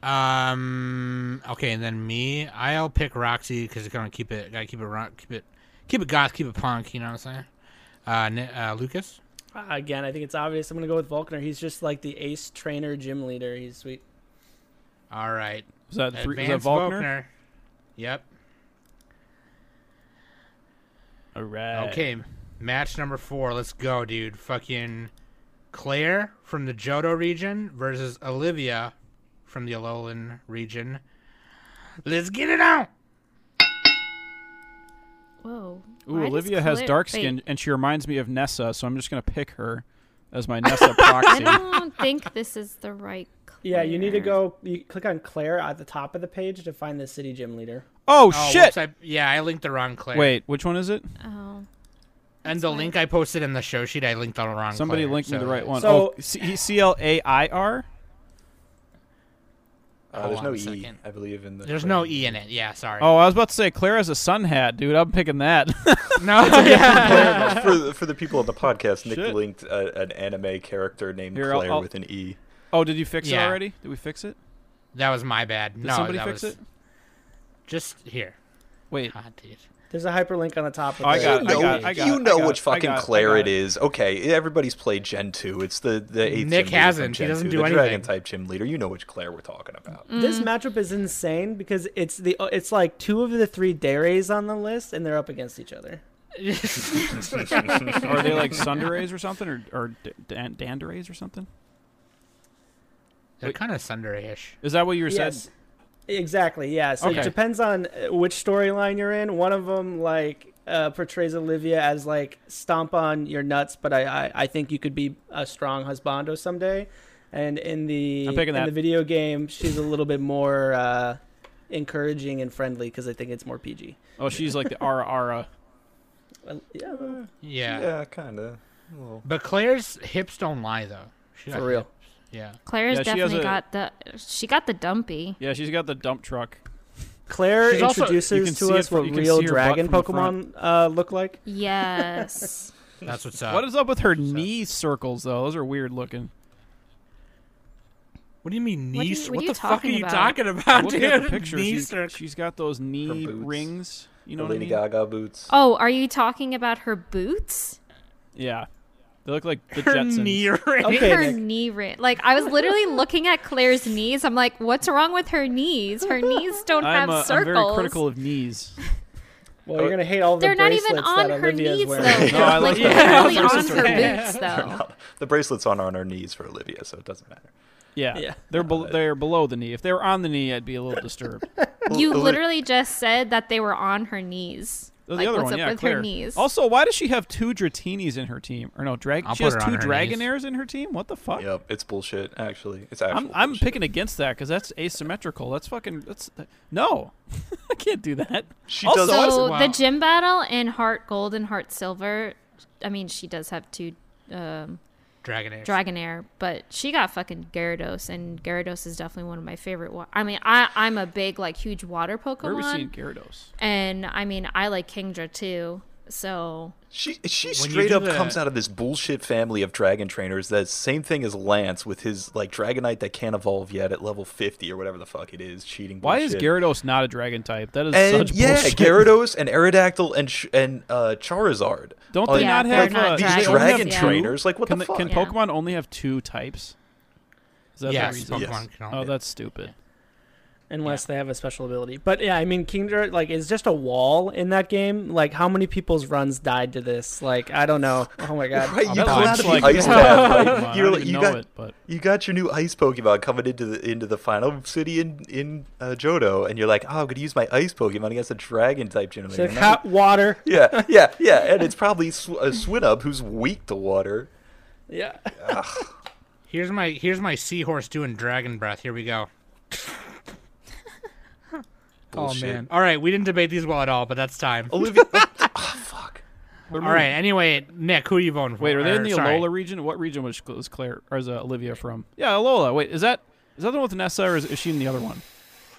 Speaker 4: Um. Okay, and then me. I'll pick Roxy because it's gonna keep it. Gotta keep it rock. Keep it. Keep it goth. Keep it punk. You know what I'm saying? Uh, Ni- uh Lucas.
Speaker 6: Uh, Again, I think it's obvious. I'm gonna go with Volkner. He's just like the ace trainer, gym leader. He's sweet.
Speaker 4: All right.
Speaker 7: Is that three? Is that
Speaker 4: Advance
Speaker 7: Volkner?
Speaker 4: Volkner. Yep.
Speaker 7: All right.
Speaker 4: Okay, match number four. Let's go, dude. Fucking Claire from the Johto region versus Olivia from the Alolan region. Let's get it on.
Speaker 2: Whoa.
Speaker 7: Ooh,
Speaker 2: Why does
Speaker 7: Olivia has
Speaker 2: Claire-
Speaker 7: dark
Speaker 2: wait,
Speaker 7: skin, and she reminds me of Nessa, so I'm just gonna pick her as my Nessa proxy.
Speaker 2: I don't think this is the right.
Speaker 6: Yeah, you need to
Speaker 2: Claire.
Speaker 6: go. You click on Claire at the top of the page to find the city gym leader.
Speaker 7: Oh,
Speaker 4: Oh,
Speaker 7: shit!
Speaker 4: whoops, I, yeah, I linked the wrong Claire.
Speaker 7: Wait, which one is it?
Speaker 2: Oh.
Speaker 4: and the link I posted in the show sheet, I linked the wrong.
Speaker 7: Somebody
Speaker 4: Claire,
Speaker 7: linked me
Speaker 4: so-
Speaker 7: the right one.
Speaker 6: So-
Speaker 7: oh, C- C L A I R.
Speaker 5: Uh,
Speaker 4: Hold
Speaker 5: there's
Speaker 4: on
Speaker 5: no
Speaker 4: a
Speaker 5: E, I
Speaker 4: Oh, second.
Speaker 5: believe, in the.
Speaker 4: There's no e in it. Yeah, sorry.
Speaker 7: Oh, I was about to say Claire has a sun hat, dude. I'm picking that.
Speaker 4: no. yeah.
Speaker 5: Claire- for, the- for the people on the podcast, Nick
Speaker 7: Shit.
Speaker 5: linked uh, an anime character named
Speaker 7: Here, I'll-
Speaker 5: Claire
Speaker 7: I'll-
Speaker 5: with an E.
Speaker 7: Oh, did you fix
Speaker 4: Yeah.
Speaker 7: it already? Did we fix it?
Speaker 4: that was my bad.
Speaker 7: Did
Speaker 4: no,
Speaker 7: somebody
Speaker 4: that
Speaker 7: fix
Speaker 4: was
Speaker 7: it?
Speaker 4: just here.
Speaker 7: Wait.
Speaker 4: God, dude.
Speaker 6: There's a hyperlink on the top. Of
Speaker 7: I
Speaker 6: the
Speaker 7: got-
Speaker 5: you
Speaker 7: I
Speaker 5: know,
Speaker 7: got- I got-
Speaker 5: you
Speaker 7: I
Speaker 5: know
Speaker 7: got-
Speaker 5: which
Speaker 7: I
Speaker 5: fucking
Speaker 7: got- I
Speaker 5: Claire
Speaker 7: got
Speaker 5: it is. Okay, everybody's played Gen two. It's the the eighth.
Speaker 4: Nick
Speaker 5: gym leader from
Speaker 4: hasn't. He
Speaker 5: Gen
Speaker 4: doesn't
Speaker 5: 2,
Speaker 4: do
Speaker 5: the
Speaker 4: anything.
Speaker 5: Dragon type gym leader. You know which Claire we're talking about.
Speaker 6: This matchup is insane because it's the uh, it's like two of the three Dairies on the list, and they're up against each other.
Speaker 7: Are they like Sunderays or something, or or d- dan- Danderays or something?
Speaker 4: They're kind of sundry-ish.
Speaker 7: Is that what you were said?
Speaker 6: Exactly. Yeah. So
Speaker 7: Okay.
Speaker 6: it depends on uh, which storyline you're in. One of them like uh, portrays Olivia as like stomp on your nuts, but I, I I think you could be a strong husbando someday. And in the
Speaker 7: I'm picking
Speaker 6: in
Speaker 7: that.
Speaker 6: the video game, she's a little bit more uh, encouraging and friendly because I think it's more PG.
Speaker 7: Oh, she's like the Ara Ara.
Speaker 6: Well, yeah, well,
Speaker 4: Yeah.
Speaker 5: yeah, kind of.
Speaker 4: But Claire's hips don't lie though. She got
Speaker 6: for real.
Speaker 4: hip- Yeah.
Speaker 2: Claire's
Speaker 7: Yeah, she has
Speaker 2: definitely
Speaker 7: a-
Speaker 2: got the. She got the dumpy.
Speaker 7: Yeah, she's got the dump truck.
Speaker 6: Claire
Speaker 4: She's also-
Speaker 7: you can
Speaker 6: introduces
Speaker 7: see
Speaker 6: to
Speaker 7: it
Speaker 6: us
Speaker 7: from-
Speaker 6: what
Speaker 7: you can
Speaker 6: real
Speaker 7: see her butt
Speaker 6: dragon
Speaker 7: from the front.
Speaker 6: Pokemon uh, look like.
Speaker 2: Yes.
Speaker 4: That's what's up.
Speaker 7: what is up with her knee circles though? Those are weird looking.
Speaker 4: What do you mean
Speaker 2: What do you-
Speaker 4: niece?
Speaker 2: what
Speaker 4: What,
Speaker 2: are you
Speaker 4: the fuck are
Speaker 2: talking
Speaker 4: you
Speaker 2: about?
Speaker 4: talking about,
Speaker 7: Looking at the
Speaker 4: dude?
Speaker 7: picture,
Speaker 4: Knee
Speaker 7: she's,
Speaker 4: circ-
Speaker 7: she's got those knee
Speaker 5: boots.
Speaker 7: rings. You know
Speaker 5: The
Speaker 7: what I
Speaker 5: Lady
Speaker 7: mean?
Speaker 5: Gaga boots.
Speaker 2: oh, are you talking about her boots?
Speaker 7: Yeah, they look like the
Speaker 4: her
Speaker 7: Jetsons.
Speaker 4: knee ring.
Speaker 6: Okay,
Speaker 2: her
Speaker 6: Nick.
Speaker 2: knee ring. Like I was literally looking at Claire's knees. I'm like, what's wrong with her knees? Her knees don't
Speaker 7: I'm,
Speaker 2: have
Speaker 7: uh, I'm
Speaker 2: circles.
Speaker 7: very critical of knees.
Speaker 6: Well, you're gonna hate all the
Speaker 2: They're not
Speaker 6: bracelets
Speaker 2: even on
Speaker 6: that
Speaker 2: her
Speaker 6: Olivia's
Speaker 2: knees
Speaker 6: wearing.
Speaker 2: though.
Speaker 7: No, I like
Speaker 2: They're
Speaker 7: that.
Speaker 2: literally
Speaker 7: Those are
Speaker 2: on her
Speaker 7: circles.
Speaker 2: boots though.
Speaker 5: The bracelets on on our knees for Olivia, so it doesn't matter.
Speaker 7: Yeah,
Speaker 6: Yeah.
Speaker 7: they're bel they're below the knee. If they were on the knee, I'd be a little disturbed.
Speaker 2: You literally just said that they were on her knees.
Speaker 7: Oh, the
Speaker 2: Like,
Speaker 7: other
Speaker 2: what's
Speaker 7: one,
Speaker 2: up
Speaker 7: yeah,
Speaker 2: with her
Speaker 7: Claire.
Speaker 2: knees?
Speaker 7: Also, why does she have two Dratinis in her team? Or no, drag?
Speaker 4: I'll
Speaker 7: she
Speaker 4: put
Speaker 7: has
Speaker 4: her on
Speaker 7: two
Speaker 4: her knees.
Speaker 7: Dragonairs in her team. What the fuck?
Speaker 5: Yep, it's bullshit. Actually, it's actually.
Speaker 7: I'm, I'm picking against that because that's asymmetrical. That's fucking. That's no, I can't do that.
Speaker 5: She
Speaker 7: Also,
Speaker 5: does.
Speaker 7: I-
Speaker 2: So
Speaker 4: Wow.
Speaker 2: the gym battle in Heart Gold and Heart Silver, I mean, she does have two um,
Speaker 4: Dragonair.
Speaker 2: Dragonair, but she got fucking Gyarados, and Gyarados is definitely one of my favorite. Wa- I mean, I I'm a big like huge water
Speaker 7: Where are we seeing
Speaker 2: Pokemon,
Speaker 5: Oh,
Speaker 7: Gyarados?
Speaker 2: and I mean I like Kingdra too. So
Speaker 5: She she
Speaker 4: When you
Speaker 5: straight
Speaker 4: do
Speaker 5: up
Speaker 4: the-
Speaker 5: comes out of this bullshit family of dragon trainers. That's same thing as Lance with his like Dragonite that can't evolve yet at level fifty or whatever the fuck it is. Cheating.
Speaker 7: Why
Speaker 5: bullshit.
Speaker 7: is Gyarados not a dragon type? That is
Speaker 5: and
Speaker 7: such
Speaker 5: yeah,
Speaker 7: bullshit.
Speaker 5: Gyarados and Aerodactyl and sh- and uh, Charizard.
Speaker 7: Don't
Speaker 5: are
Speaker 7: they
Speaker 2: Yeah,
Speaker 7: not
Speaker 2: they're
Speaker 7: have
Speaker 2: not
Speaker 7: uh,
Speaker 5: these
Speaker 7: they
Speaker 5: dragon,
Speaker 7: only have two?
Speaker 5: trainers? Like what
Speaker 7: Can,
Speaker 5: the
Speaker 7: the-
Speaker 5: fuck?
Speaker 7: can
Speaker 2: Yeah.
Speaker 7: Pokemon only have two types? Is that
Speaker 4: Yes,
Speaker 7: the
Speaker 4: Pokemon
Speaker 7: reason?
Speaker 5: Yes.
Speaker 4: can only-
Speaker 7: Oh, that's stupid.
Speaker 6: unless they have a special ability. But yeah, I mean, Kingdra like is just a wall in that game. Like, how many people's runs died to this? Like, I don't know. Oh my god.
Speaker 5: Right, you
Speaker 7: That
Speaker 5: got
Speaker 7: looks
Speaker 5: the
Speaker 7: like
Speaker 5: ice
Speaker 7: a
Speaker 5: tab,
Speaker 7: Pokemon.
Speaker 5: right?
Speaker 7: I
Speaker 5: You're
Speaker 7: don't
Speaker 5: like-
Speaker 7: even
Speaker 5: you
Speaker 7: know
Speaker 5: got
Speaker 7: it, but
Speaker 5: you got your new ice Pokemon coming into the into the final city in in uh, Johto, and you're like, oh, I'm gonna use my ice Pokemon against a dragon type
Speaker 6: So
Speaker 5: generator.
Speaker 6: if hot water.
Speaker 5: yeah, yeah, yeah, and it's probably sw- a Swinub who's weak to water.
Speaker 6: Yeah.
Speaker 4: Here's my here's my seahorse doing dragon breath. Here we go.
Speaker 5: Bullshit.
Speaker 4: Oh man. All right, we didn't debate these well at all, but that's time.
Speaker 5: Olivia. Ah, fuck.
Speaker 4: all right. Anyway, Nick, who are you voting for?
Speaker 7: wait, are they in
Speaker 4: Or,
Speaker 7: the
Speaker 4: sorry.
Speaker 7: Alola region? What region was was Claire or is uh, Olivia from? Yeah, Alola. Wait, is that is that the one with Nessa or is, is she in the other one?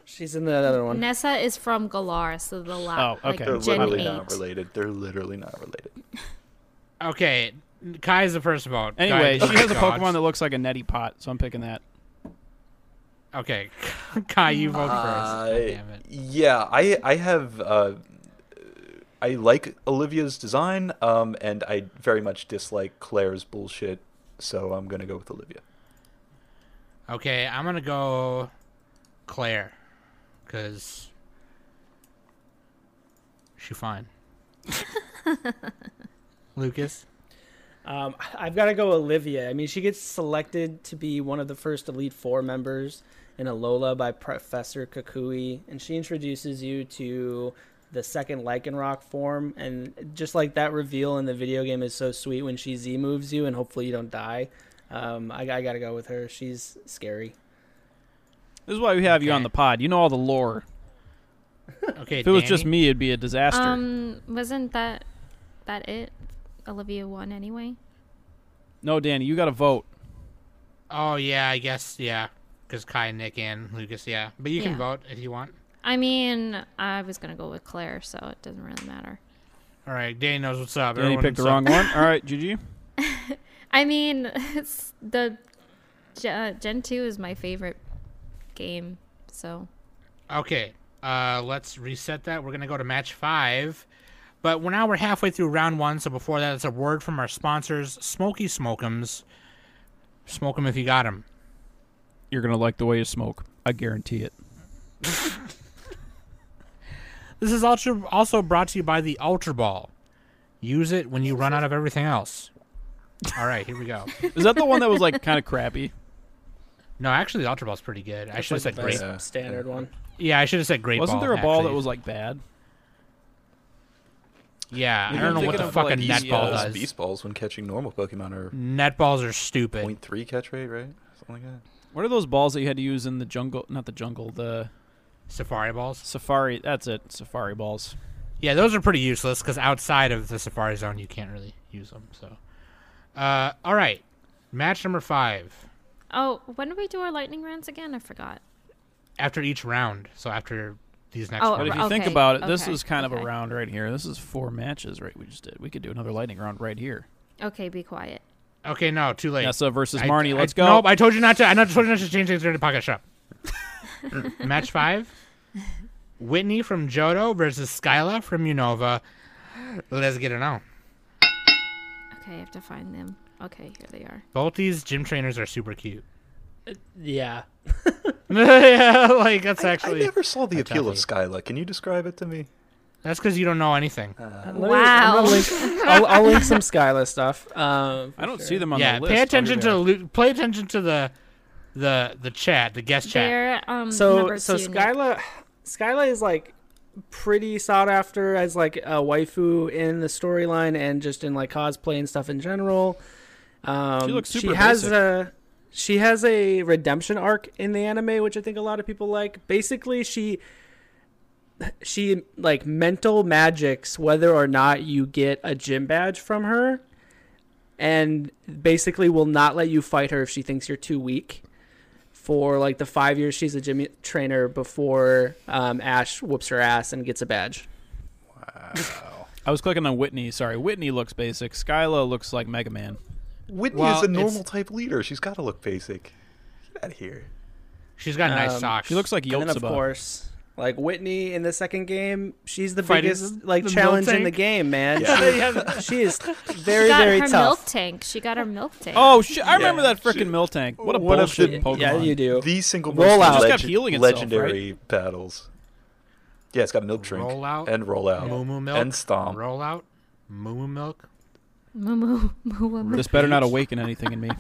Speaker 6: She's in the other one.
Speaker 2: Nessa is from Galar, so the la-
Speaker 7: Oh, okay.
Speaker 5: They're
Speaker 2: like Gen
Speaker 5: literally
Speaker 2: eight.
Speaker 5: not related. They're literally not related.
Speaker 4: Okay, Kai is the first vote. Kai,
Speaker 7: Anyway, she has a
Speaker 4: God.
Speaker 7: Pokemon that looks like a neti pot, so I'm picking that.
Speaker 4: Okay, Kai, you vote first. God
Speaker 5: Uh,
Speaker 4: damn it.
Speaker 5: yeah, I I have uh, I like Olivia's design, um, and I very much dislike Claire's bullshit. So I'm gonna go with Olivia.
Speaker 4: Okay, I'm gonna go Claire, cause she fine. Lucas.
Speaker 6: Um, I've got to go Olivia. I mean, she gets selected to be one of the first Elite Four members in Alola by Professor Kakui, and she introduces you to the second Lycanroc form. And just like that reveal in the video game is so sweet when she Z moves you, and hopefully you don't die. Um, I, I got to go with her. She's scary.
Speaker 7: This is why we have you on
Speaker 4: Okay.
Speaker 7: the pod. You know all the lore.
Speaker 4: Okay,
Speaker 7: If it was just
Speaker 4: Danny?
Speaker 7: me, it'd be a disaster.
Speaker 2: Um, wasn't that that it? Olivia won anyway.
Speaker 7: no, Danny, you got to vote.
Speaker 4: Oh yeah, I guess yeah, cause Kai, Nick, and Lucas. Yeah, but you can
Speaker 2: Yeah.
Speaker 4: vote if you want.
Speaker 2: I mean, I was gonna go with Claire, so it doesn't really matter.
Speaker 4: All right, Danny knows what's up.
Speaker 7: Danny
Speaker 4: Everyone
Speaker 7: picked the
Speaker 4: knows
Speaker 7: wrong
Speaker 4: what's
Speaker 7: one. All right, GG.
Speaker 2: I mean, it's the Gen, Gen 2 is my favorite game, so
Speaker 4: up. Okay, uh, let's reset that. We're gonna go to match five, but we're now we're halfway through round one. So before that, it's a word from our sponsors, Smoky Smokeums. Smoke 'em if you got 'em.
Speaker 7: You're gonna like the way you smoke. I guarantee it.
Speaker 4: This is also also brought to you by the Ultra Ball. Use it when you run out of everything else. All right, here we go.
Speaker 7: Is that the one that was like kind of crappy?
Speaker 4: No, actually, the Ultra Ball's pretty good. I should have
Speaker 6: That's like
Speaker 4: said
Speaker 6: the
Speaker 4: great.
Speaker 6: best
Speaker 5: Yeah.
Speaker 6: standard one.
Speaker 4: Yeah, I should have said great.
Speaker 7: Wasn't
Speaker 4: ball,
Speaker 7: there a ball that
Speaker 4: actually.
Speaker 7: was like bad?
Speaker 4: Yeah, I
Speaker 7: Maybe
Speaker 4: don't
Speaker 7: I'm
Speaker 4: know what
Speaker 7: thinking
Speaker 4: the
Speaker 7: of, like, uh,
Speaker 4: fucking
Speaker 7: Easy
Speaker 4: netball
Speaker 7: O's.
Speaker 5: Those
Speaker 4: does.
Speaker 5: beast balls when catching normal Pokemon are
Speaker 4: Netballs are stupid.
Speaker 5: 0.3 catch rate, right? Something like that.
Speaker 7: What are those balls that you had to use in the jungle? Not the jungle, the
Speaker 4: Safari balls.
Speaker 7: safari. That's it, safari balls.
Speaker 4: Yeah, those are pretty useless because outside of the Safari Zone, you can't really use them. So, uh, all right, match number five.
Speaker 2: Oh, when do we do our lightning rounds again? I forgot.
Speaker 4: After each round, so after these next
Speaker 2: Oh,
Speaker 7: But
Speaker 4: ones.
Speaker 7: if you
Speaker 2: Right,
Speaker 7: think
Speaker 2: okay,
Speaker 7: about it, this
Speaker 2: okay,
Speaker 7: is kind of a
Speaker 2: okay.
Speaker 7: round right here. This is four matches, right? We just did. We could do another lightning round right here.
Speaker 2: Okay, be quiet.
Speaker 5: oh.
Speaker 4: Okay, no, too late.
Speaker 7: Nessa versus
Speaker 4: I-
Speaker 7: Marnie.
Speaker 4: I-
Speaker 7: Let's go.
Speaker 4: Nope, I told you not to. I not told you not to change things during the pocket shop. Match five: Whitney from Johto versus Skyla from Unova. Let's get it on.
Speaker 2: Okay, I have to find them. Okay, here they are.
Speaker 4: Both these gym trainers are super cute.
Speaker 6: Yeah.
Speaker 4: yeah, like that's
Speaker 5: I
Speaker 4: actually
Speaker 5: never saw the appeal of Skyla. Can you describe it to me?
Speaker 4: that's because you don't know anything.
Speaker 6: Uh, Let me- I'm
Speaker 2: Wow.
Speaker 6: gonna link- I'll, I'll link some Skyla stuff. Um,
Speaker 7: I don't see them on
Speaker 4: yeah,
Speaker 7: the list.
Speaker 4: pay
Speaker 7: under
Speaker 4: attention to
Speaker 7: there.
Speaker 4: Lu- pay attention to the the the chat, the guest chat.
Speaker 2: They're um
Speaker 6: So
Speaker 2: number
Speaker 6: so
Speaker 2: two, Nick.
Speaker 6: Skyla, Skyla is like pretty sought after as like a waifu in the storyline and just in like cosplay and stuff in general. Um,
Speaker 7: She looks super
Speaker 6: has
Speaker 7: basic.
Speaker 6: a she has a redemption arc in the anime, which I think a lot of people like. Basically, she she like mental magics whether or not you get a gym badge from her and basically will not let you fight her if she thinks you're too weak for like the five years she's a gym trainer before um, ash whoops her ass and gets a badge
Speaker 7: I was clicking on Whitney. Sorry, Whitney looks basic. Skyla looks like Mega Man.
Speaker 5: Whitney
Speaker 4: Well,
Speaker 5: is a
Speaker 4: it's-
Speaker 5: normal type leader. She's got to look basic. Get out of here.
Speaker 4: She's got nice
Speaker 6: Um,
Speaker 4: socks.
Speaker 7: She looks like
Speaker 6: and then of
Speaker 7: Yotsuba.
Speaker 6: course like whitney in the second game she's the
Speaker 4: Fighting
Speaker 6: biggest like
Speaker 4: the milk
Speaker 6: challenge in
Speaker 4: tank?
Speaker 6: the game man
Speaker 4: Yeah.
Speaker 6: she, she is
Speaker 2: She
Speaker 6: very
Speaker 2: got
Speaker 6: very
Speaker 2: her milk
Speaker 6: tough
Speaker 2: tank. She got her milk tank.
Speaker 7: Oh, shit, I remember that
Speaker 5: She-
Speaker 7: freaking Mill Tank. What a
Speaker 5: One of
Speaker 7: bullshit
Speaker 5: the-
Speaker 7: Pokemon.
Speaker 6: yeah you do
Speaker 5: The single
Speaker 6: Roll out.
Speaker 5: most
Speaker 6: Just
Speaker 5: leg-
Speaker 7: kept healing itself,
Speaker 5: legendary battles. Yeah, it's got milk drink
Speaker 4: Roll out.
Speaker 5: and roll out
Speaker 4: Moo moo milk
Speaker 5: and stomp.
Speaker 4: Roll out. Moo moo milk.
Speaker 2: Moo moo moo moo. moo.
Speaker 7: This better not awaken anything in me.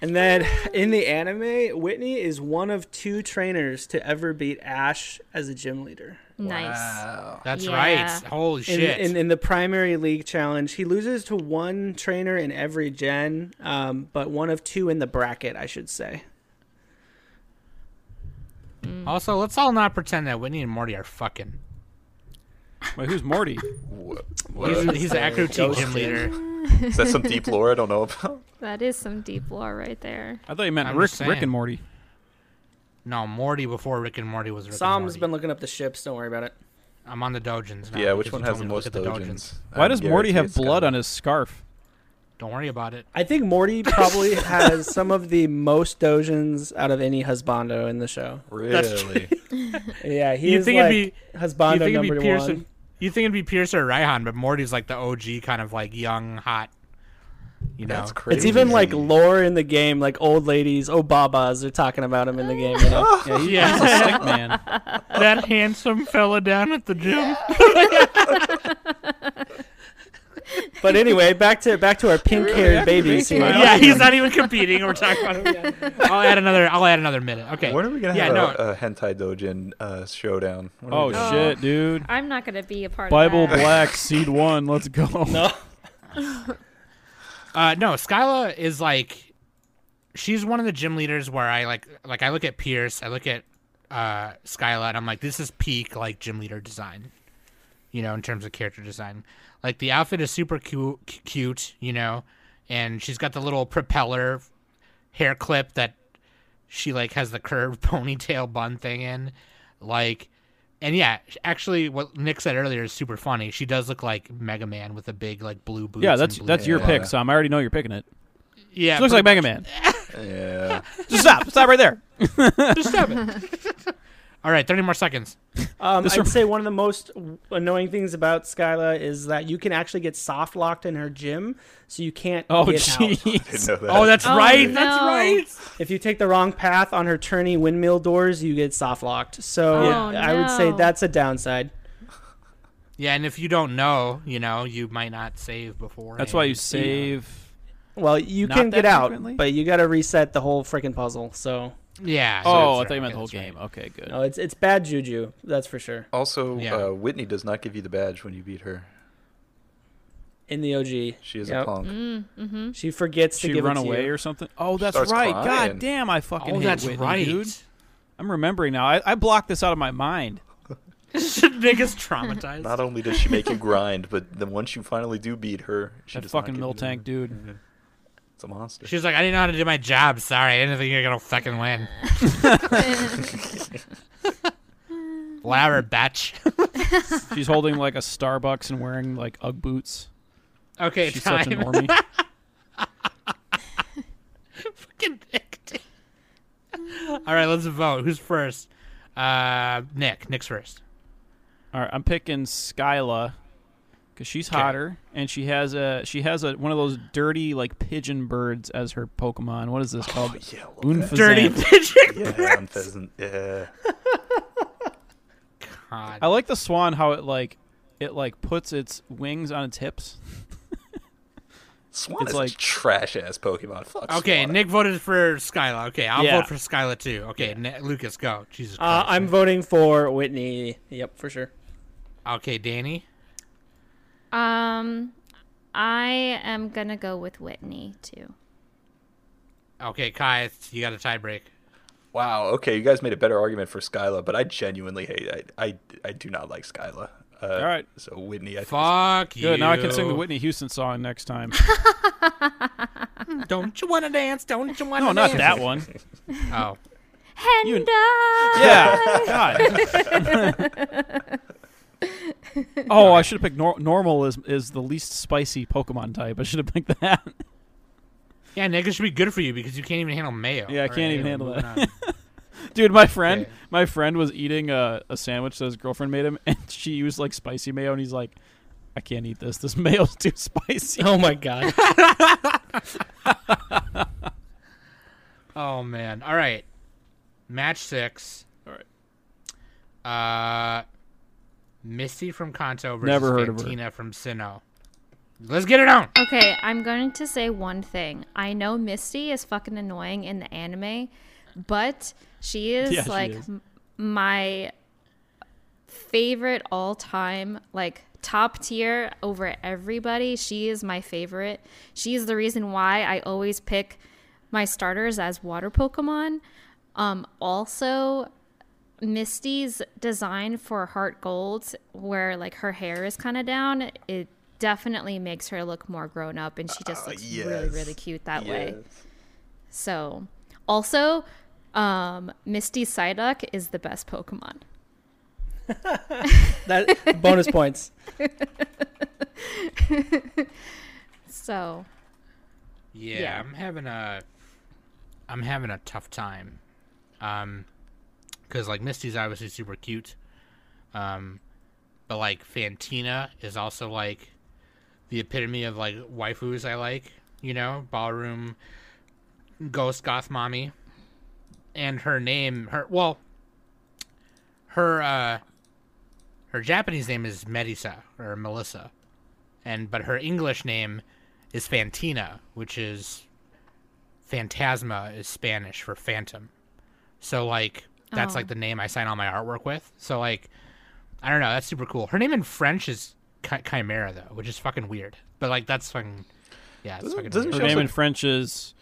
Speaker 6: And then in the anime, Whitney is one of two trainers to ever beat Ash as a gym leader.
Speaker 2: Nice.
Speaker 4: That's
Speaker 2: Yeah.
Speaker 4: right. Holy
Speaker 6: In,
Speaker 4: shit.
Speaker 6: in, in the primary league challenge, he loses to one trainer in every gen, um, but one of two in the bracket, I should say.
Speaker 4: also, let's all not pretend that Whitney and Morty are fucking.
Speaker 7: Wait, who's Morty?
Speaker 4: He's, he's an active gym leader.
Speaker 5: Is that some deep lore I don't know about?
Speaker 2: That is some deep lore right there.
Speaker 7: I thought you meant
Speaker 4: I'm
Speaker 7: Rick,
Speaker 4: just saying.
Speaker 7: Rick and Morty.
Speaker 4: No, Morty before Rick and Morty was Rick
Speaker 6: Psalm's
Speaker 4: and
Speaker 6: been
Speaker 4: Morty.
Speaker 6: looking up the ships. Don't worry about it.
Speaker 4: I'm on the Dojins now.
Speaker 5: yeah, which
Speaker 4: because
Speaker 5: one
Speaker 4: you
Speaker 5: has
Speaker 4: told me to
Speaker 5: the
Speaker 4: look
Speaker 5: most
Speaker 4: at the
Speaker 5: dojins?
Speaker 7: Why does Morty have blood on his scarf?
Speaker 4: Don't worry about it.
Speaker 6: I think Morty probably has some of the most dojins out of any husbando in the show.
Speaker 5: Really?
Speaker 6: Yeah, he
Speaker 4: You
Speaker 6: is
Speaker 4: think
Speaker 6: like
Speaker 4: it'd be- you
Speaker 6: husbando
Speaker 4: think it'd
Speaker 6: number
Speaker 4: be Pierce?
Speaker 6: one.
Speaker 4: You think it'd be Pierce or Raihan, but Morty's like the OG kind of like young, hot. You know,
Speaker 5: That's crazy.
Speaker 6: It's even like lore in the game, like old ladies, oh babas, they're talking about him in the game. You know?
Speaker 7: Yeah, he's
Speaker 4: Yeah.
Speaker 7: a stick man.
Speaker 4: that handsome fella down at the gym.
Speaker 6: but anyway, back to back to our pink-haired babies here.
Speaker 7: Yeah.
Speaker 4: yeah, he's not even competing. We're talking about him. I'll add another. I'll add another minute. Okay.
Speaker 5: When are we gonna
Speaker 4: Yeah,
Speaker 5: have
Speaker 4: no.
Speaker 5: a, a hentai dojin uh, showdown? When are
Speaker 7: Oh
Speaker 5: we doing
Speaker 7: shit, dude.
Speaker 2: I'm not gonna be a part
Speaker 7: Bible
Speaker 2: of that.
Speaker 7: Black Seed One. Let's go. No.
Speaker 4: Uh, no, Skyla is like, she's one of the gym leaders where I like, like I look at Pierce, I look at uh, Skyla, and I'm like, this is peak like gym leader design, you know, in terms of character design. Like the outfit is super cu- cu- cute, you know, and she's got the little propeller hair clip that she like has the curved ponytail bun thing in, like. And yeah, actually, what Nick said earlier is super funny. She does look like Mega Man with the big like blue boots.
Speaker 7: Yeah,
Speaker 4: and
Speaker 7: that's
Speaker 4: blue
Speaker 7: that's your
Speaker 4: hair.
Speaker 7: pick, Sam. I already know you're picking it.
Speaker 4: Yeah,
Speaker 7: She looks
Speaker 4: pretty
Speaker 7: like Mega Man.
Speaker 5: Yeah.
Speaker 7: Just stop. Stop right there.
Speaker 4: Just stop it. All right, 30 more seconds.
Speaker 6: Um,
Speaker 7: This
Speaker 6: I'd
Speaker 7: rem-
Speaker 6: say one of the most annoying things about Skyla is that you can actually get soft locked in her gym, so you can't
Speaker 7: Oh
Speaker 6: get out.
Speaker 5: Didn't
Speaker 7: jeez.
Speaker 5: know that.
Speaker 4: Oh, that's
Speaker 2: Oh,
Speaker 4: right.
Speaker 2: no.
Speaker 4: That's right.
Speaker 6: If you take the wrong path on her turny windmill doors, you get soft locked. So
Speaker 2: Oh,
Speaker 6: I would say
Speaker 2: no.
Speaker 6: that's a downside.
Speaker 4: Yeah, and if you don't know, you know, you might not save before.
Speaker 7: That's why you save.
Speaker 6: Well, you
Speaker 7: Not
Speaker 6: can
Speaker 7: that
Speaker 6: get out,
Speaker 7: frequently?
Speaker 6: but you got to reset the whole freaking puzzle. So
Speaker 4: Yeah. so
Speaker 7: Oh, I
Speaker 4: that's
Speaker 7: thought you
Speaker 4: right,
Speaker 7: meant the whole
Speaker 4: that's right.
Speaker 7: game. Okay, good.
Speaker 6: no, it's it's bad juju, that's for sure.
Speaker 5: Also,
Speaker 4: Yeah.
Speaker 5: uh, Whitney does not give you the badge when you beat her.
Speaker 6: In the OG,
Speaker 5: She is a
Speaker 6: Yep.
Speaker 5: punk.
Speaker 6: she forgets to
Speaker 7: she
Speaker 6: give
Speaker 7: run
Speaker 6: it to
Speaker 7: away
Speaker 6: you.
Speaker 7: or something. Oh, that's
Speaker 5: starts
Speaker 7: right.
Speaker 5: crying.
Speaker 7: God damn, I fucking
Speaker 4: Oh,
Speaker 7: hate
Speaker 4: that's
Speaker 7: Whitney,
Speaker 4: right.
Speaker 7: dude. I'm remembering now. I, I blocked this out of my mind.
Speaker 4: Nick is traumatized.
Speaker 5: Not only does she make you grind, but then once you finally do beat her, she
Speaker 7: That
Speaker 5: does not
Speaker 7: fucking
Speaker 5: give you
Speaker 7: mill
Speaker 5: the-
Speaker 7: tank, dude.
Speaker 5: It's a monster.
Speaker 4: She's like, I didn't know how to do my job. Sorry, I didn't think you're gonna fucking win. Louder, bitch.
Speaker 7: She's holding like a Starbucks and wearing like UGG boots.
Speaker 4: Okay,
Speaker 7: She's
Speaker 4: time.
Speaker 7: such a normie.
Speaker 4: Fucking Nick, dude. All right, let's vote. Who's first? Uh, Nick. Nick's first.
Speaker 7: All right, I'm picking Skyla because she's hotter and she has a she has a one of those dirty like pigeon birds as her Pokemon. What is this called?
Speaker 5: Oh, yeah, well,
Speaker 7: Unfazant.
Speaker 4: Dirty pigeon.
Speaker 5: yeah, and pheasant. Yeah.
Speaker 4: God.
Speaker 7: I like the swan how it like it like puts its wings on its hips.
Speaker 5: Swan
Speaker 7: It's
Speaker 5: is
Speaker 7: like-
Speaker 5: like trash ass Pokemon. Fuck.
Speaker 4: Okay,
Speaker 5: Swan.
Speaker 4: Nick voted for Skyla. Okay, I'll
Speaker 7: Yeah.
Speaker 4: vote for Skyla too. Okay, Ni- Lucas, go. Jesus
Speaker 6: Uh,
Speaker 4: Christ.
Speaker 6: I'm voting for Whitney. Yep, for sure.
Speaker 4: Okay, Danny.
Speaker 2: Um, I am gonna go with Whitney too.
Speaker 4: Okay, Kai, it's- you got a tiebreak.
Speaker 5: Wow. Okay, you guys made a better argument for Skyla, but I genuinely hate. I I, I do not like Skyla. Uh, All
Speaker 7: right.
Speaker 5: So Whitney, I think is-
Speaker 4: Fuck you.
Speaker 7: Good. Now I can sing the Whitney Houston song next time.
Speaker 4: Don't you wanna dance? Don't you wanna
Speaker 7: No, not
Speaker 4: dance?
Speaker 7: that one.
Speaker 4: Oh.
Speaker 2: And
Speaker 7: You-
Speaker 2: I-
Speaker 7: Yeah. God. oh, I should have picked nor- normal is is the least spicy Pokemon type. I should have picked that.
Speaker 4: Yeah, nigga should be good for you because you can't even handle mayo.
Speaker 7: Yeah, I can't even handle
Speaker 4: moving
Speaker 7: that.
Speaker 4: on.
Speaker 7: Dude, my friend,
Speaker 4: Okay.
Speaker 7: my friend was eating a, a sandwich that his girlfriend made him, and she used like spicy mayo, and he's like, "I can't eat this. This mayo's too spicy."
Speaker 6: Oh my god.
Speaker 4: Oh man. All right. Match six.
Speaker 7: All right.
Speaker 4: Uh, Misty from Kanto versus
Speaker 7: Never heard of her.
Speaker 4: Fantina from Sinnoh. Let's get it on.
Speaker 2: Okay, I'm going to say one thing. I know Misty is fucking annoying in the anime, but she is
Speaker 7: Yeah, she
Speaker 2: like
Speaker 7: is.
Speaker 2: m- my favorite all time, like top tier over everybody. She is my favorite. She is the reason why I always pick my starters as water Pokemon. Um, also, Misty's design for Heart Gold, where like her hair is kind of down, it definitely makes her look more grown up, and she just
Speaker 5: Ah,
Speaker 2: looks really,
Speaker 5: yes.
Speaker 2: really cute that way.
Speaker 5: Yes.
Speaker 2: So, also, um, Misty Psyduck is the best Pokemon.
Speaker 6: That bonus points.
Speaker 2: So,
Speaker 4: Yeah,
Speaker 2: Yeah.
Speaker 4: I'm having a, I'm having a tough time, um, because like Misty's obviously super cute, um, but like Fantina is also like, the epitome of like waifus I like, you know, ballroom, ghost goth mommy, and her name, her well, her uh, her Japanese name is Medisa or Melissa, and but her English name is Fantina, which is Phantasma is Spanish for phantom. So like that's
Speaker 2: Oh.
Speaker 4: like the name I sign all my artwork with. So like I don't know, that's super cool. Her name in French is Chi- Chimera though, which is fucking weird. But like that's fucking yeah, it's
Speaker 5: Doesn't-
Speaker 4: fucking
Speaker 5: doesn't
Speaker 4: weird.
Speaker 7: Her
Speaker 5: She
Speaker 7: name
Speaker 5: also-
Speaker 7: in French is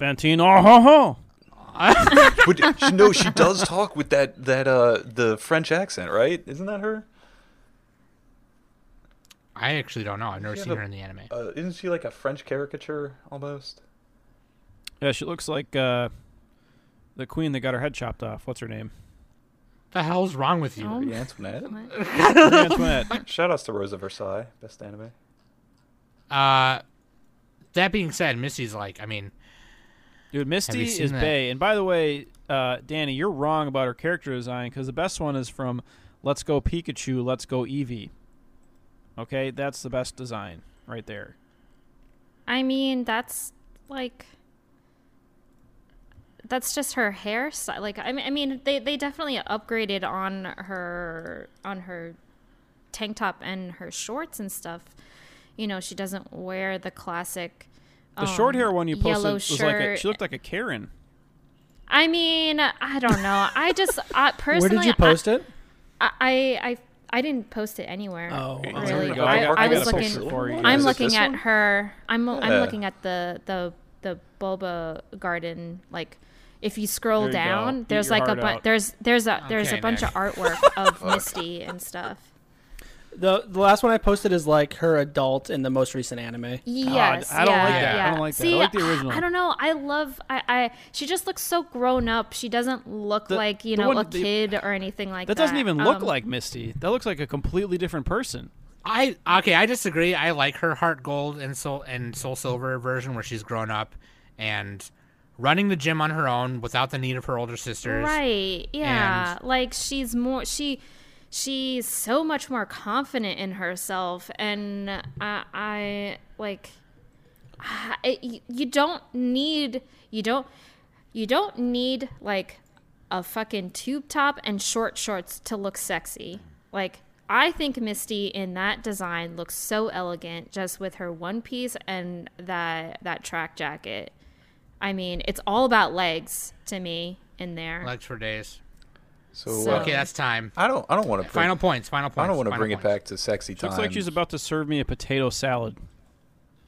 Speaker 7: Fantino. Ho ho.
Speaker 5: But she, no, she does talk with that that uh the French accent, right? Isn't that her?
Speaker 4: I actually don't know. I've never
Speaker 5: Yeah,
Speaker 4: seen
Speaker 5: but-
Speaker 4: her in the anime.
Speaker 5: Uh, isn't she like a French caricature almost?
Speaker 7: Yeah, she looks like uh, the queen that got her head chopped off. What's her name?
Speaker 4: the hell's wrong with you?
Speaker 2: Oh.
Speaker 5: Marie Antoinette.
Speaker 2: what?
Speaker 7: Marie Antoinette.
Speaker 5: eh? Shout outs to Rosa Versailles, best anime.
Speaker 4: Uh that being said, Missy's like, I mean,
Speaker 7: Dude, Misty
Speaker 4: you seen
Speaker 7: is
Speaker 4: that?
Speaker 7: Bay. And by the way, uh, Danny, you're wrong about her character design because the best one is from Let's Go Pikachu, Let's Go Eevee. Okay, that's the best design right there.
Speaker 2: I mean, that's like. That's just her hairstyle. Like, I mean, I mean, they, they definitely upgraded on her on her tank top and her shorts and stuff. You know, she doesn't wear the classic.
Speaker 7: The short hair one you posted
Speaker 2: yellow
Speaker 7: was like a,
Speaker 2: shirt.
Speaker 7: she looked like a Karen.
Speaker 2: I mean, I don't know. I just I,
Speaker 6: Where
Speaker 2: personally,
Speaker 6: did you post it?
Speaker 2: I, I I I didn't post it anywhere.
Speaker 6: Oh,
Speaker 2: really.
Speaker 6: there we
Speaker 7: go.
Speaker 2: I,
Speaker 7: I got-
Speaker 2: I
Speaker 7: I
Speaker 2: was
Speaker 7: got a picture
Speaker 2: looking.
Speaker 7: for you.
Speaker 2: I'm
Speaker 5: Is it
Speaker 2: looking
Speaker 5: this
Speaker 2: at
Speaker 5: one?
Speaker 2: her. I'm
Speaker 5: Yeah.
Speaker 2: I'm looking at the the the Bulba garden. Like, if you scroll
Speaker 7: There you go.
Speaker 2: down,
Speaker 7: Eat
Speaker 2: there's
Speaker 7: your
Speaker 2: like a
Speaker 7: heart
Speaker 2: bunch.
Speaker 7: out.
Speaker 2: There's there's a there's
Speaker 4: Okay,
Speaker 2: a bunch
Speaker 4: Nick.
Speaker 2: of artwork of Misty and stuff.
Speaker 6: The the last one I posted is like her adult in the most recent anime.
Speaker 2: Yes,
Speaker 7: I don't
Speaker 2: yeah,
Speaker 7: like that. I
Speaker 2: yeah.
Speaker 7: don't like that. I
Speaker 2: See,
Speaker 7: like the original.
Speaker 2: I don't know. I love. I, I she just looks so grown up. She doesn't look
Speaker 7: The-
Speaker 2: like you
Speaker 7: the
Speaker 2: know
Speaker 7: one-
Speaker 2: a
Speaker 7: the-
Speaker 2: kid or anything like that.
Speaker 7: That doesn't even look
Speaker 2: Um,
Speaker 7: like Misty. That looks like a completely different person.
Speaker 4: I okay, I disagree. I like her heart gold and soul and soul silver version where she's grown up and running the gym on her own without the need of her older sisters.
Speaker 2: Right. Yeah. like she's more she she's so much more confident in herself and I I like I- it, you- you don't need you don't you don't need like a fucking tube top and short shorts to look sexy. Like I think Misty in that design looks so elegant just with her one piece and that that track jacket. I mean, it's all about legs to me in there.
Speaker 4: Legs for days.
Speaker 5: So,
Speaker 2: So-
Speaker 5: uh,
Speaker 4: Okay, that's time.
Speaker 5: I don't I don't want to bring,
Speaker 4: Final points. Final points.
Speaker 5: I don't want to
Speaker 4: final
Speaker 5: bring it
Speaker 4: points.
Speaker 5: back to sexy time.
Speaker 7: Looks like she's about to serve me a potato salad.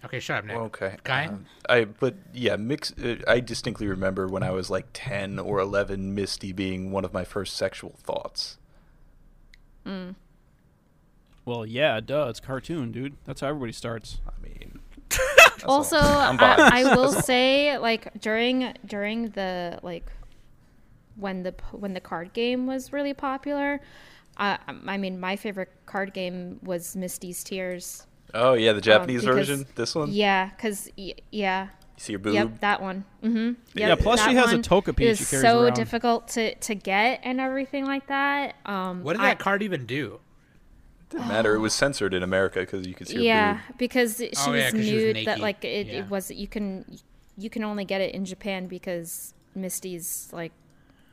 Speaker 4: Okay, shut up, Nick.
Speaker 5: Okay.
Speaker 4: Guy?
Speaker 5: um, I but yeah, mix. Uh, I distinctly remember when I was like ten or eleven, Misty being one of my first sexual thoughts.
Speaker 7: Well, yeah, duh, it's cartoon, dude. That's how everybody starts.
Speaker 5: I mean,
Speaker 2: also I, I will say like during during the like when the p- when the card game was really popular uh, i mean my favorite card game was misty's tears
Speaker 5: oh yeah, the Japanese
Speaker 2: uh, because-
Speaker 5: version. This one.
Speaker 2: yeah because yeah
Speaker 5: You see your boob.
Speaker 2: Yep, that one. Mm-hmm.
Speaker 5: Yeah,
Speaker 2: Yep,
Speaker 7: plus she
Speaker 2: that
Speaker 7: has a
Speaker 2: one
Speaker 7: Togepi
Speaker 2: is
Speaker 7: she carries
Speaker 2: so
Speaker 7: around.
Speaker 2: difficult to, to get and everything like that. Um,
Speaker 4: What did
Speaker 2: I-
Speaker 4: that card even do?
Speaker 5: Didn't matter. It was censored in America because you could see her
Speaker 2: yeah,
Speaker 5: boob.
Speaker 2: because she
Speaker 4: Oh,
Speaker 2: was
Speaker 4: yeah, 'cause she was
Speaker 2: nude. that
Speaker 4: naked.
Speaker 2: like it,
Speaker 4: Yeah.
Speaker 2: it was you can you can only get it in Japan because Misty's like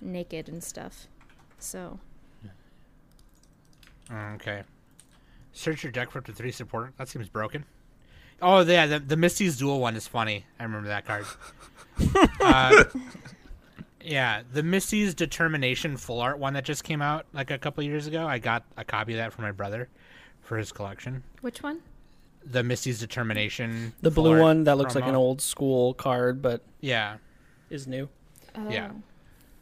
Speaker 2: naked and stuff. So
Speaker 4: Mm, Okay. Search your deck for up to three support. That seems broken. Oh yeah, the, the Misty's Duel one is funny. I remember that card. uh, yeah, the Misty's Determination full art one that just came out like a couple years ago. I got a copy of that for my brother for his collection.
Speaker 2: which one?
Speaker 4: The Misty's Determination.
Speaker 6: The
Speaker 4: full
Speaker 6: blue
Speaker 4: art
Speaker 6: one that looks like
Speaker 4: promo.
Speaker 6: an old school card, but
Speaker 4: Yeah.
Speaker 6: is new.
Speaker 2: Oh.
Speaker 4: Yeah.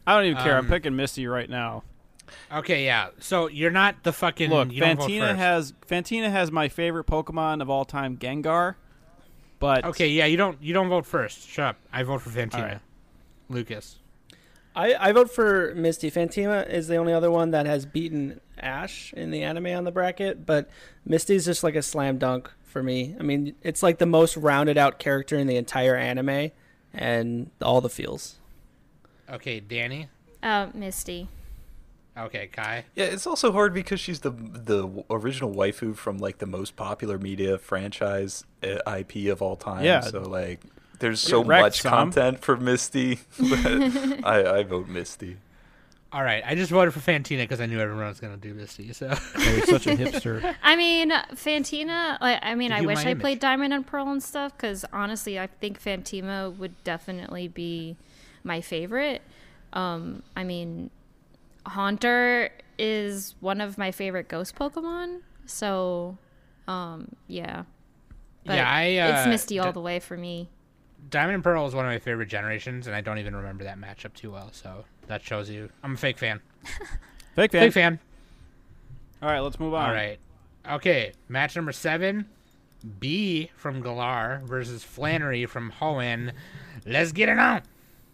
Speaker 7: I don't even care. I'm
Speaker 4: Um,
Speaker 7: picking Misty right now.
Speaker 4: Okay. Yeah. So you're not the fucking.
Speaker 7: Look,
Speaker 4: you don't vote
Speaker 7: Fantina
Speaker 4: first.
Speaker 7: has Fantina has my favorite Pokemon of all time, Gengar. But
Speaker 4: Okay. Yeah. You don't. You don't vote first. Shut up. I vote for Fantina.
Speaker 7: right.
Speaker 4: Lucas.
Speaker 6: I, I vote for Misty. Fantima is the only other one that has beaten Ash in the anime on the bracket, but Misty's just like a slam dunk for me. I mean, it's like the most rounded out character in the entire anime and all the feels.
Speaker 4: Okay, Danny.
Speaker 2: Oh, Misty.
Speaker 4: Okay, Kai.
Speaker 5: Yeah, it's also hard because she's the the original waifu from like the most popular media franchise uh, IP of all time.
Speaker 7: Yeah.
Speaker 5: So like, there's so
Speaker 7: Get wrecked,
Speaker 5: much
Speaker 7: Sam.
Speaker 5: content for Misty. that I I vote Misty.
Speaker 4: All right, I just voted for Fantina because I knew everyone was gonna do this to you. So
Speaker 7: you're such a hipster.
Speaker 2: I mean, Fantina. Like, I mean,
Speaker 4: Give
Speaker 2: I
Speaker 4: you
Speaker 2: wish
Speaker 4: my
Speaker 2: I
Speaker 4: image.
Speaker 2: played Diamond and Pearl and stuff because honestly, I think Fantima would definitely be my favorite. Um, I mean, Haunter is one of my favorite ghost Pokemon. So, um, yeah. But
Speaker 4: yeah, I uh,
Speaker 2: it's Misty all
Speaker 4: Di-
Speaker 2: the way for me.
Speaker 4: Diamond and Pearl is one of my favorite generations, and I don't even remember that matchup too well. So that shows you I'm a fake fan.
Speaker 7: Fake fan.
Speaker 4: Fake fan.
Speaker 7: All right, let's move on.
Speaker 4: All right. Okay, match number seven. B from Galar versus Flannery from Hoenn. Let's get it on.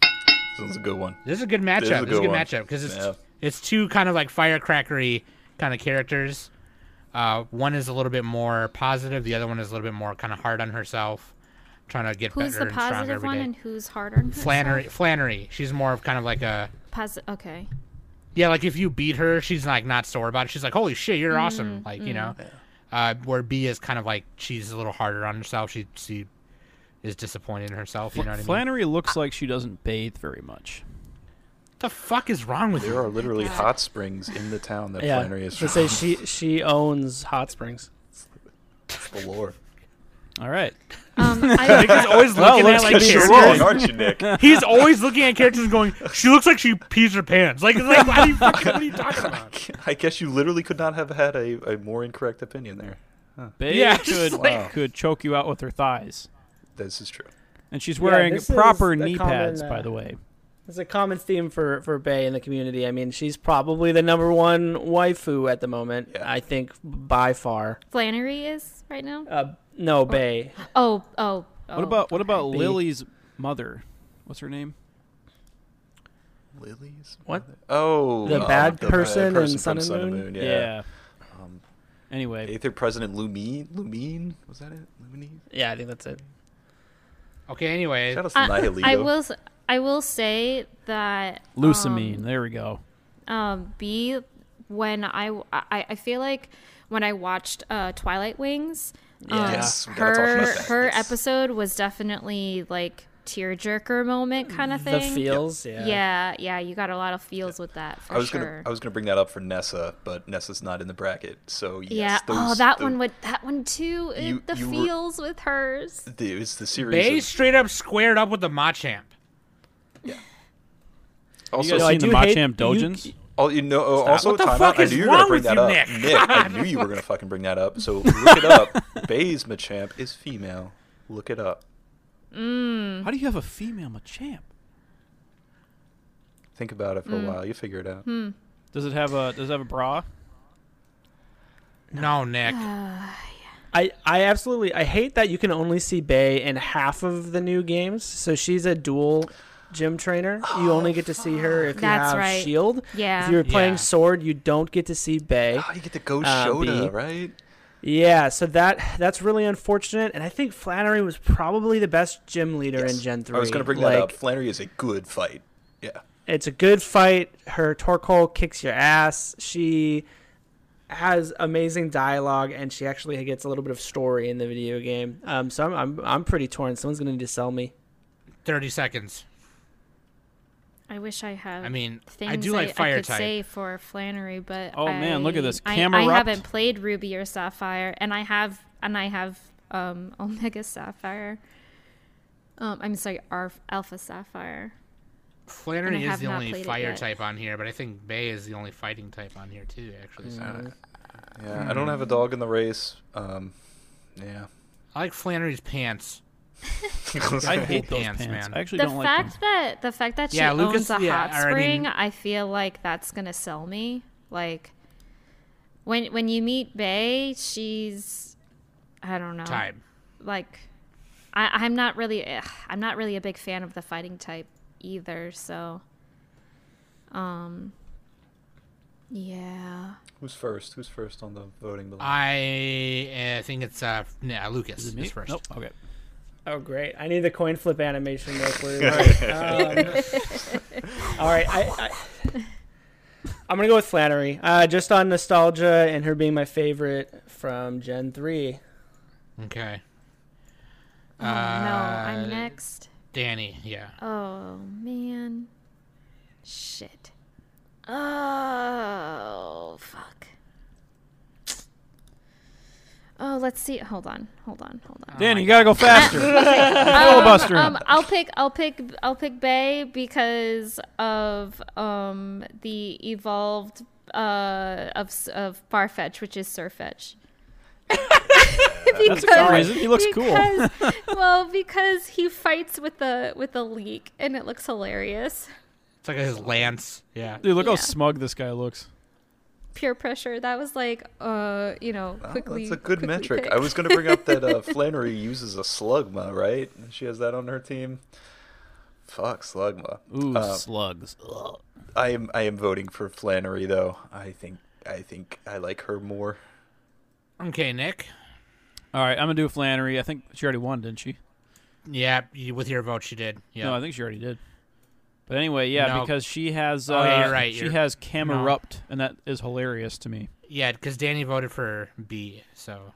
Speaker 5: This one's a good one.
Speaker 4: This is a good matchup. This is a good,
Speaker 5: one.
Speaker 4: matchup because it's
Speaker 5: Yeah.
Speaker 4: it's two kind of like firecrackery kind of characters. Uh, one is a little bit more positive. The other one is a little bit more kind of hard on herself, trying to get
Speaker 2: Who's
Speaker 4: better
Speaker 2: the
Speaker 4: and stronger
Speaker 2: positive
Speaker 4: every
Speaker 2: one
Speaker 4: day.
Speaker 2: and who's harder?
Speaker 4: Flannery, Flannery. She's more of kind of like a
Speaker 2: Posi- okay.
Speaker 4: yeah. Like if you beat her, she's like not sore about it. She's like, holy shit, you're
Speaker 2: Mm,
Speaker 4: awesome. Like you know. Uh, where B is kind of like she's a little harder on herself. She she is disappointed in herself. You know what I mean?
Speaker 7: Flannery looks like she doesn't bathe very much.
Speaker 4: What the fuck is wrong with
Speaker 5: There
Speaker 4: you?
Speaker 5: are literally hot springs in the town that
Speaker 6: Yeah,
Speaker 5: Flannery is
Speaker 6: to
Speaker 5: from.
Speaker 6: say she she owns hot springs.
Speaker 5: the lore.
Speaker 7: All right.
Speaker 2: Um, I,
Speaker 4: He's always
Speaker 7: Well,
Speaker 4: looking
Speaker 7: let's
Speaker 4: at like
Speaker 7: keep it
Speaker 4: characters.
Speaker 7: rolling.
Speaker 5: Oh, aren't you, Nick?
Speaker 4: He's always looking at characters and going, "She looks like she pees her pants." Like, like why do you fucking, what are you talking about?
Speaker 5: I guess you literally could not have had a, a more incorrect opinion there.
Speaker 7: Babe
Speaker 4: Yeah,
Speaker 7: could
Speaker 4: just
Speaker 5: like-
Speaker 7: could choke you out with her thighs.
Speaker 5: This is true.
Speaker 7: And she's
Speaker 6: Yeah,
Speaker 7: wearing
Speaker 6: this is
Speaker 7: proper
Speaker 6: a
Speaker 7: knee
Speaker 6: common,
Speaker 7: pads,
Speaker 6: uh,
Speaker 7: by the way.
Speaker 6: It's a common theme for for Bay in the community. I mean, she's probably the number one waifu at the moment.
Speaker 5: Yeah.
Speaker 6: I think by far.
Speaker 2: Flannery is right now.
Speaker 6: Uh, no, Bay.
Speaker 2: Oh, oh.
Speaker 7: What about what about
Speaker 6: B.
Speaker 7: Lily's mother? What's her name?
Speaker 5: Lilies?
Speaker 6: What?
Speaker 5: Oh,
Speaker 6: The
Speaker 5: uh,
Speaker 6: bad person
Speaker 5: person
Speaker 6: in Sun
Speaker 5: from
Speaker 6: and
Speaker 5: Sun and
Speaker 6: Moon?
Speaker 5: Moon. Yeah.
Speaker 7: Um,
Speaker 5: Um,
Speaker 7: anyway,
Speaker 5: Aether President Lumine. Lumine was that it? Lumine.
Speaker 6: Yeah, I think that's it.
Speaker 4: Okay, anyway,
Speaker 5: Shout out to
Speaker 2: Uh, I,
Speaker 5: Nihilito.
Speaker 2: I will. s- I will say that
Speaker 7: Lusamine. there we go.
Speaker 2: um, B. When I, I I feel like when I watched uh, Twilight Wings, um,
Speaker 5: Yes, we gotta talk about
Speaker 2: her
Speaker 5: that.
Speaker 2: her
Speaker 5: Yes.
Speaker 2: episode was definitely like tearjerker moment kind of
Speaker 6: The
Speaker 2: thing.
Speaker 6: feels. Yeah.
Speaker 2: Yeah, yeah, you got a lot of feels with that for
Speaker 5: I was
Speaker 2: sure.
Speaker 5: gonna I was gonna bring that up for Nessa, but Nessa's not in the bracket. So yes,
Speaker 2: yeah. oh,
Speaker 5: those-
Speaker 2: that
Speaker 5: the-
Speaker 2: one would that one too. eh,
Speaker 5: You-
Speaker 2: the
Speaker 5: you were-
Speaker 2: feels with hers.
Speaker 5: the- it's the series.
Speaker 4: Bay
Speaker 5: of-
Speaker 4: straight up squared up with the Machamp.
Speaker 5: also,
Speaker 6: No,
Speaker 7: guys seen
Speaker 6: I
Speaker 7: the
Speaker 6: do hate-
Speaker 7: Machamp
Speaker 6: you-
Speaker 7: Dojins?
Speaker 6: You,
Speaker 5: All you know. oh, Also,
Speaker 4: What the
Speaker 5: time
Speaker 4: fuck
Speaker 5: out. I
Speaker 4: is
Speaker 5: knew you were gonna
Speaker 4: wrong
Speaker 5: bring
Speaker 4: with
Speaker 5: that
Speaker 4: you,
Speaker 5: up,
Speaker 4: Nick?
Speaker 5: I knew you were gonna fucking bring that up. So look it up. Baze Machamp is female. Look it up.
Speaker 7: How do you have a female Machamp?
Speaker 5: Think about it for
Speaker 6: Hmm.
Speaker 5: a while. You figure it out.
Speaker 7: Does it have a Does it have a bra?
Speaker 4: No, Nick.
Speaker 6: I, I absolutely I hate that you can only see Bay in half of the new games. So she's a dual gym trainer. You only get to see her if
Speaker 2: Oh. That's
Speaker 6: you have
Speaker 2: right.
Speaker 6: Shield.
Speaker 2: Yeah.
Speaker 6: E If you're playing
Speaker 4: Yeah.
Speaker 6: Sword, you don't get to see Bay.
Speaker 5: Oh, you get to go
Speaker 6: Uh,
Speaker 5: Shota,
Speaker 6: B.
Speaker 5: right?
Speaker 6: Yeah, so that that's really unfortunate. And I think Flannery was probably the best gym leader in
Speaker 5: Yes.
Speaker 6: Gen Three.
Speaker 5: I was gonna bring
Speaker 6: like,
Speaker 5: that up. Flannery is a good fight. Yeah.
Speaker 6: It's a good fight. Her Torkoal kicks your ass. She has amazing dialogue, and she actually gets a little bit of story in the video game. Um, so I'm I'm, I'm pretty torn. Someone's gonna need to sell me.
Speaker 4: 30 seconds.
Speaker 2: I wish I had.
Speaker 4: I mean,
Speaker 2: things
Speaker 4: I do like fire
Speaker 2: could
Speaker 4: type.
Speaker 2: say for Flannery, but
Speaker 7: Oh, man, look at
Speaker 2: I-
Speaker 7: this.
Speaker 2: I, I
Speaker 7: Camerupt.
Speaker 2: haven't played Ruby or Sapphire, and I have and I have um, Omega Sapphire. Um, I'm sorry, Arf, Alpha Sapphire.
Speaker 4: Flannery
Speaker 2: and I
Speaker 4: is
Speaker 2: have
Speaker 4: the
Speaker 2: not
Speaker 4: only
Speaker 2: played it
Speaker 4: fire
Speaker 2: yet.
Speaker 4: type on here, but I think Bay is the only fighting type on here too. Actually, so.
Speaker 5: Yeah. I don't have a
Speaker 6: Hmm.
Speaker 5: dog in the race. Um, yeah.
Speaker 4: I like Flannery's pants.
Speaker 7: I hate those
Speaker 4: Pants,
Speaker 7: pants.
Speaker 4: man.
Speaker 7: I actually
Speaker 2: The
Speaker 7: don't
Speaker 2: fact
Speaker 7: like them.
Speaker 2: that the fact that she
Speaker 4: Yeah, Lucas-
Speaker 2: owns a
Speaker 4: yeah,
Speaker 2: hot
Speaker 4: or I
Speaker 2: spring,
Speaker 4: mean-
Speaker 2: I, feel like that's gonna sell me. Like when when you meet Bay, she's I don't know
Speaker 4: Type.
Speaker 2: like I, I'm not really ugh, I'm not really a big fan of the fighting type either. So, um, yeah,
Speaker 5: Who's first? Who's first on the voting? Below?
Speaker 4: I uh, think it's uh, nah, Lucas
Speaker 7: Is
Speaker 4: is,
Speaker 7: it me?
Speaker 4: first.
Speaker 7: Nope. Okay.
Speaker 6: Oh great! I need the coin flip animation. Real quick. All right, um, all right. I, I, I'm gonna go with Flannery, uh, just on nostalgia and her being my favorite from Gen Three.
Speaker 4: Okay.
Speaker 2: oh, no,
Speaker 4: Uh,
Speaker 2: I'm next.
Speaker 4: Danny. Yeah.
Speaker 2: Oh man, shit. Oh fuck. Oh, let's see. Hold on, hold on, hold on.
Speaker 7: Danny, you gotta go faster.
Speaker 2: um,
Speaker 7: Filibuster.
Speaker 2: um, I'll pick I'll pick I'll pick Bay because of um the evolved uh of s- of Farfetch, which is Surfetch.
Speaker 7: That's a good reason. He looks cool.
Speaker 2: because, well, because he fights with the with the leak, and it looks hilarious.
Speaker 4: It's like his lance. Yeah.
Speaker 7: Dude, look how
Speaker 2: Yeah.
Speaker 7: smug this guy looks.
Speaker 2: Peer pressure. That was like, uh, you know,
Speaker 5: Oh,
Speaker 2: quickly.
Speaker 5: that's a good
Speaker 2: quickly
Speaker 5: metric.
Speaker 2: picked.
Speaker 5: I was going to bring up that uh, Flannery uses a slugma, right? She has that on her team. Fuck slugma.
Speaker 7: Ooh,
Speaker 5: Uh,
Speaker 7: slugs. Ugh.
Speaker 5: I am I am voting for Flannery though. I think I think I like her more.
Speaker 4: Okay, Nick.
Speaker 7: All right, I'm gonna do Flannery. I think she already won, didn't she?
Speaker 4: Yeah, you- with your vote, she did. Yeah.
Speaker 7: No, I think she already did. But anyway, yeah,
Speaker 4: No.
Speaker 7: because she has. Uh,
Speaker 4: Oh, yeah, you're right,
Speaker 7: She
Speaker 4: you're-
Speaker 7: has Camerupt, and that is hilarious to me.
Speaker 4: Yeah, because Danny voted for B, so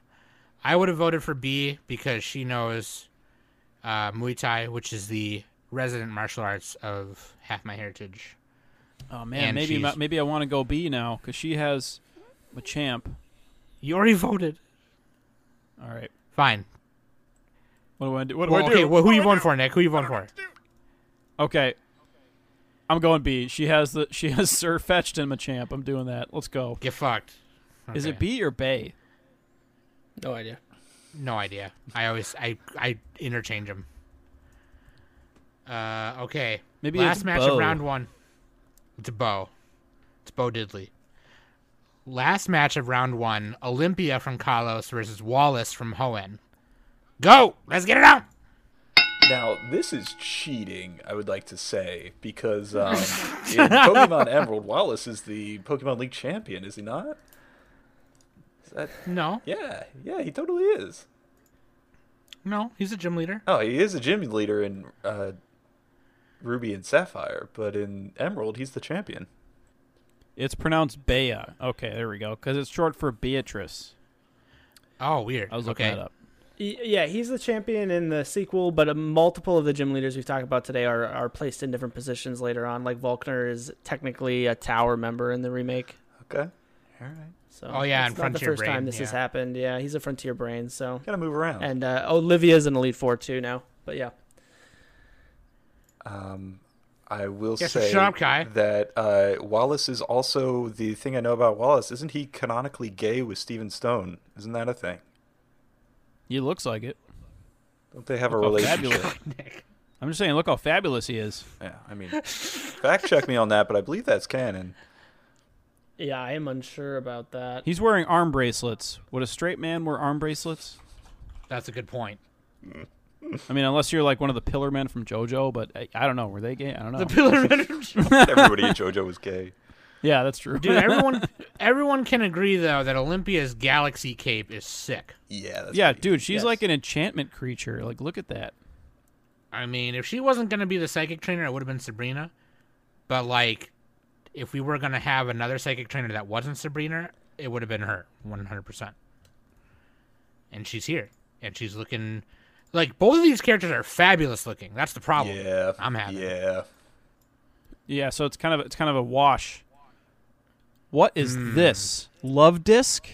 Speaker 4: I would have voted for B because she knows uh, Muay Thai, which is the resident martial arts of half my heritage.
Speaker 7: Oh man,
Speaker 4: And
Speaker 7: maybe
Speaker 4: she's-
Speaker 7: ma- maybe I want to go B now because she has Machamp.
Speaker 4: You already voted.
Speaker 7: All right,
Speaker 4: Fine.
Speaker 7: what do I do? What do
Speaker 4: Well,
Speaker 7: I do?
Speaker 4: okay, well, who you voting for, Nick? Who you voting for?
Speaker 7: okay, I'm going B. She has the she has Sir Fetched and Machamp. I'm doing that. Let's go.
Speaker 4: Get fucked.
Speaker 7: Is
Speaker 4: Okay.
Speaker 7: it B or Bay?
Speaker 6: No idea.
Speaker 4: No idea. I always I I interchange them. Uh, okay.
Speaker 7: Maybe
Speaker 4: last
Speaker 7: it's
Speaker 4: match
Speaker 7: Bo.
Speaker 4: of round one. It's Bo. It's Bo Diddley. Last match of round one: Olympia from Kalos versus Wallace from Hoenn. Go! Let's get it out.
Speaker 5: Now this is cheating. I would like to say because um, in Pokemon Emerald Wallace is the Pokemon League champion, is he not? Is that
Speaker 4: No,
Speaker 5: yeah yeah he totally is.
Speaker 4: no, he's a gym leader.
Speaker 5: Oh, he is a gym leader in uh, Ruby and Sapphire, but in Emerald he's the champion.
Speaker 7: It's pronounced Bea. Okay, there we go. Because it's short for Beatrice.
Speaker 4: Oh, weird.
Speaker 7: I was looking
Speaker 4: okay.
Speaker 7: that up.
Speaker 6: Y- Yeah, he's the champion in the sequel, but uh, multiple of the gym leaders we've talked about today are, are placed in different positions later on. Like Volkner is technically a tower member in the remake.
Speaker 5: Okay, all right.
Speaker 6: So
Speaker 4: Oh, yeah,
Speaker 6: it's
Speaker 4: and
Speaker 6: not the
Speaker 4: Frontier
Speaker 6: first time
Speaker 4: Brain,
Speaker 6: this has
Speaker 4: yeah.
Speaker 6: happened. Yeah, he's a frontier brain. So
Speaker 5: Gotta move around.
Speaker 6: and uh, Olivia's in Elite Four too now. But yeah,
Speaker 5: um, I will
Speaker 4: Guess you're
Speaker 5: say
Speaker 4: sharp, Kai.
Speaker 5: that uh, Wallace is also the thing I know about Wallace. Isn't he canonically gay with Steven Stone? Isn't that a thing?
Speaker 7: He looks like it.
Speaker 5: Don't they have a
Speaker 7: Oh,
Speaker 5: relationship?
Speaker 7: fabulous. I'm just saying, look how fabulous he is.
Speaker 5: Yeah, I mean, fact check me on that, but I believe that's canon.
Speaker 6: Yeah, I am unsure about that.
Speaker 7: He's wearing arm bracelets. Would a straight man wear arm bracelets?
Speaker 4: That's a good point.
Speaker 7: I mean, unless you're like one of the pillar men from JoJo, but I, I don't know. Were they gay? I don't know.
Speaker 4: The pillar man.
Speaker 5: Everybody in JoJo was gay.
Speaker 7: yeah, that's true.
Speaker 4: Dude, everyone everyone can agree though that Olympia's galaxy cape is sick.
Speaker 5: Yeah. That's
Speaker 7: yeah,
Speaker 5: pretty-
Speaker 7: dude, she's
Speaker 5: yes.
Speaker 7: like an enchantment creature. Like, look at that.
Speaker 4: I mean, if she wasn't gonna be the psychic trainer, it would have been Sabrina. But like, if we were gonna have another psychic trainer that wasn't Sabrina, it would have been her, one hundred percent. And she's here, and she's looking like both of these characters are fabulous looking. That's the problem.
Speaker 5: Yeah.
Speaker 4: I'm having.
Speaker 5: Yeah.
Speaker 7: Yeah, so it's kind of it's kind of a wash. What is this? Love disc?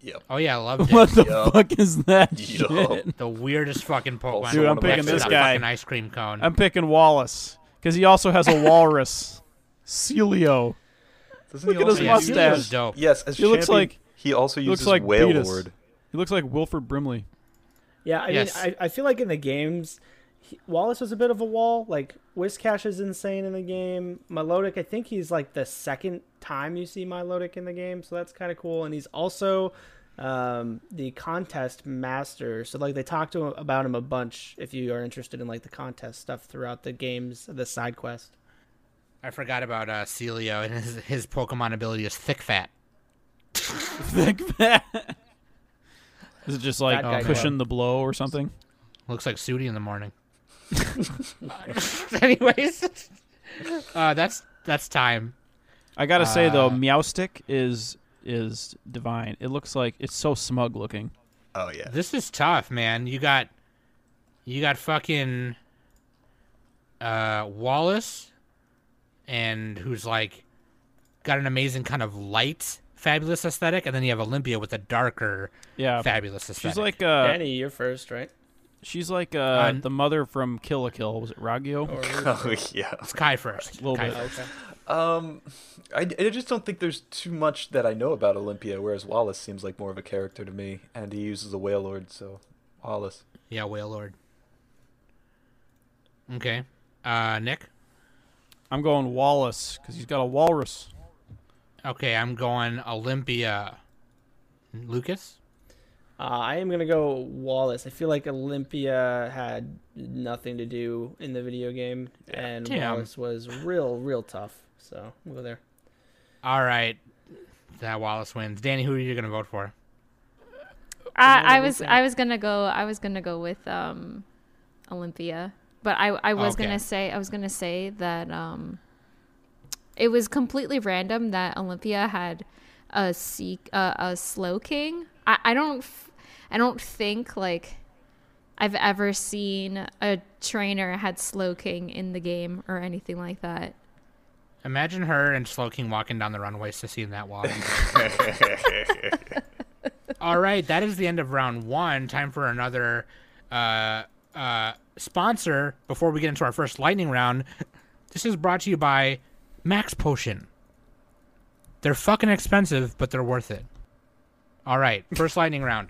Speaker 5: Yep.
Speaker 4: Oh yeah, I loved it.
Speaker 7: What the
Speaker 5: Yup.
Speaker 7: fuck is that?
Speaker 5: Yup.
Speaker 7: shit?
Speaker 4: the weirdest fucking Pokemon.
Speaker 7: Dude, I'm
Speaker 4: Next
Speaker 7: picking
Speaker 4: to
Speaker 7: this
Speaker 4: that
Speaker 7: guy.
Speaker 4: Fucking ice cream cone.
Speaker 7: I'm picking Wallace because he also has a walrus. Celio.
Speaker 5: Doesn't he
Speaker 7: Look at his
Speaker 5: also
Speaker 4: Yeah,
Speaker 5: use-
Speaker 4: Celia
Speaker 7: mustache.
Speaker 4: was dope.
Speaker 5: Yes, as
Speaker 7: He looks
Speaker 5: champion,
Speaker 7: like-
Speaker 5: he also
Speaker 7: looks
Speaker 5: uses
Speaker 7: like
Speaker 5: Whale
Speaker 7: Beatus.
Speaker 5: Lord.
Speaker 7: He looks like Wilford Brimley.
Speaker 6: Yeah, I
Speaker 4: Yes.
Speaker 6: mean, I, I feel like in the games, he, Wallace was a bit of a wall. Like Whiskash is insane in the game. Melodic, I think he's like the second time you see Melodic in the game, so that's kind of cool. And he's also um, the contest master. So like they talk to him about him a bunch if you are interested in like the contest stuff throughout the games, the side quest.
Speaker 4: I forgot about uh, Celio and his his Pokemon ability is Thick Fat.
Speaker 7: Thick fat. Is it just like
Speaker 6: Fat guy
Speaker 7: cushion the blow or something?
Speaker 4: Looks like Sudi in the morning. Anyways, uh, that's that's time.
Speaker 7: I gotta say though,
Speaker 4: Uh,
Speaker 7: Meowstic is is divine. It looks like it's so smug looking.
Speaker 5: Oh yeah.
Speaker 4: This is tough, man. You got you got fucking uh, Wallace, and who's like got an amazing kind of light, fabulous aesthetic, and then you have Olympia with a darker,
Speaker 7: Yeah,
Speaker 4: fabulous aesthetic.
Speaker 7: she's like uh,
Speaker 6: Danny, you're first, right?
Speaker 7: she's like uh,
Speaker 4: Uh,
Speaker 7: the mother from Kill a Kill. Was it Raggio?
Speaker 6: Or
Speaker 5: Oh yeah.
Speaker 4: Kai first.
Speaker 7: Little
Speaker 4: Kai
Speaker 7: bit.
Speaker 4: first.
Speaker 6: okay.
Speaker 5: Um, I, I just don't think there's too much that I know about Olympia, whereas Wallace seems like more of a character to me, and he uses a whale lord, so Wallace.
Speaker 4: Yeah, Whale Lord. Okay, uh, Nick.
Speaker 7: I'm going Wallace because he's got a walrus.
Speaker 4: Okay, I'm going Olympia. Lucas?
Speaker 6: Uh, I am gonna go Wallace. I feel like Olympia had nothing to do in the video game, and
Speaker 4: Damn.
Speaker 6: Wallace was real, real tough. So we'll go there.
Speaker 4: All right. That Wallace wins. Danny, who are you going to vote for?
Speaker 2: I, I was I was gonna go I was gonna go with um, Olympia, but I I was
Speaker 4: Okay.
Speaker 2: gonna say I was gonna say that um, it was completely random that Olympia had a seek uh, a slow king. I I don't f- I don't think like I've ever seen a trainer had slow king in the game or anything like that.
Speaker 4: Imagine her and Slow King walking down the runway, Sissy and that wall. All right, that is the end of round one. Time for another uh, uh, sponsor. Before we get into our first lightning round, this is brought to you by Max Potion. They're fucking expensive, but they're worth it. All right, first lightning round.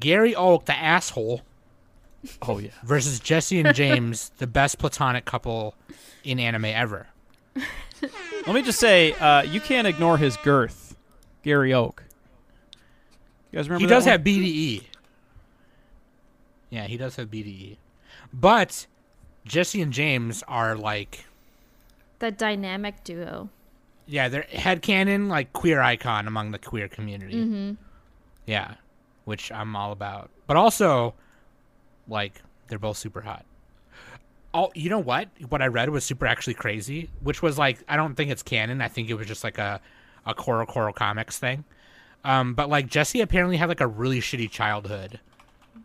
Speaker 4: Gary Oak, the asshole,
Speaker 7: Oh yeah.
Speaker 4: versus Jesse and James, the best platonic couple in anime ever.
Speaker 7: Let me just say, uh, you can't ignore his girth, Gary Oak. You guys remember?
Speaker 4: He
Speaker 7: that
Speaker 4: does
Speaker 7: one?
Speaker 4: have BDE. Yeah, he does have BDE. But Jesse and James are like
Speaker 2: The dynamic duo.
Speaker 4: yeah, they're headcanon like queer icon among the queer community.
Speaker 2: Mm-hmm.
Speaker 4: Yeah, which I'm all about. But also like they're both super hot. Oh, you know what? What I read was super actually crazy, which was like I don't think it's canon. I think it was just like a a Coral Coral Comics thing. Um, but like Jesse apparently had like a really shitty childhood,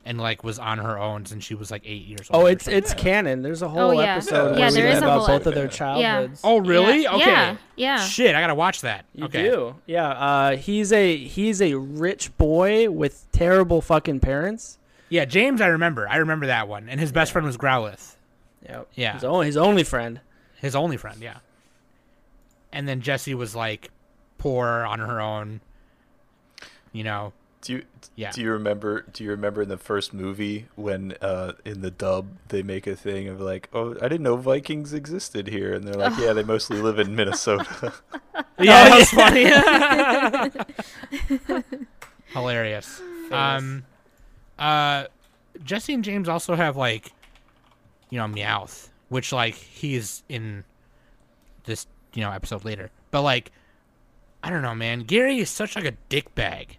Speaker 4: and like was on her own since she was like eight years old.
Speaker 6: Oh,
Speaker 4: or
Speaker 6: it's
Speaker 4: something.
Speaker 6: it's canon. There's a whole
Speaker 2: Oh, yeah.
Speaker 6: episode
Speaker 2: Yeah,
Speaker 6: where
Speaker 2: there
Speaker 6: we
Speaker 2: is
Speaker 6: read
Speaker 2: a
Speaker 6: about
Speaker 2: whole-
Speaker 6: both of their childhoods.
Speaker 4: Oh really?
Speaker 2: Yeah,
Speaker 4: okay.
Speaker 2: Yeah. yeah.
Speaker 4: Shit, I gotta watch that.
Speaker 6: You
Speaker 4: okay.
Speaker 6: do, yeah. Uh, he's a he's a rich boy with terrible fucking parents.
Speaker 4: Yeah, James, I remember. I remember that one. And his best friend was Growlithe.
Speaker 6: Yep.
Speaker 4: Yeah.
Speaker 6: His only, his only friend.
Speaker 4: his only friend, yeah. And then Jessie was like poor on her own, you know.
Speaker 5: Do you
Speaker 4: Yeah.
Speaker 5: do you remember do you remember in the first movie when uh in the dub they make a thing of like, "Oh, I didn't know Vikings existed here." And they're like, "Yeah, they mostly live in Minnesota."
Speaker 4: Yeah, that was funny. Hilarious. Um, uh, Jesse and James also have like, you know, Meowth, which like he's in this you know episode later, but like, I don't know, man. Gary is such like a dick bag.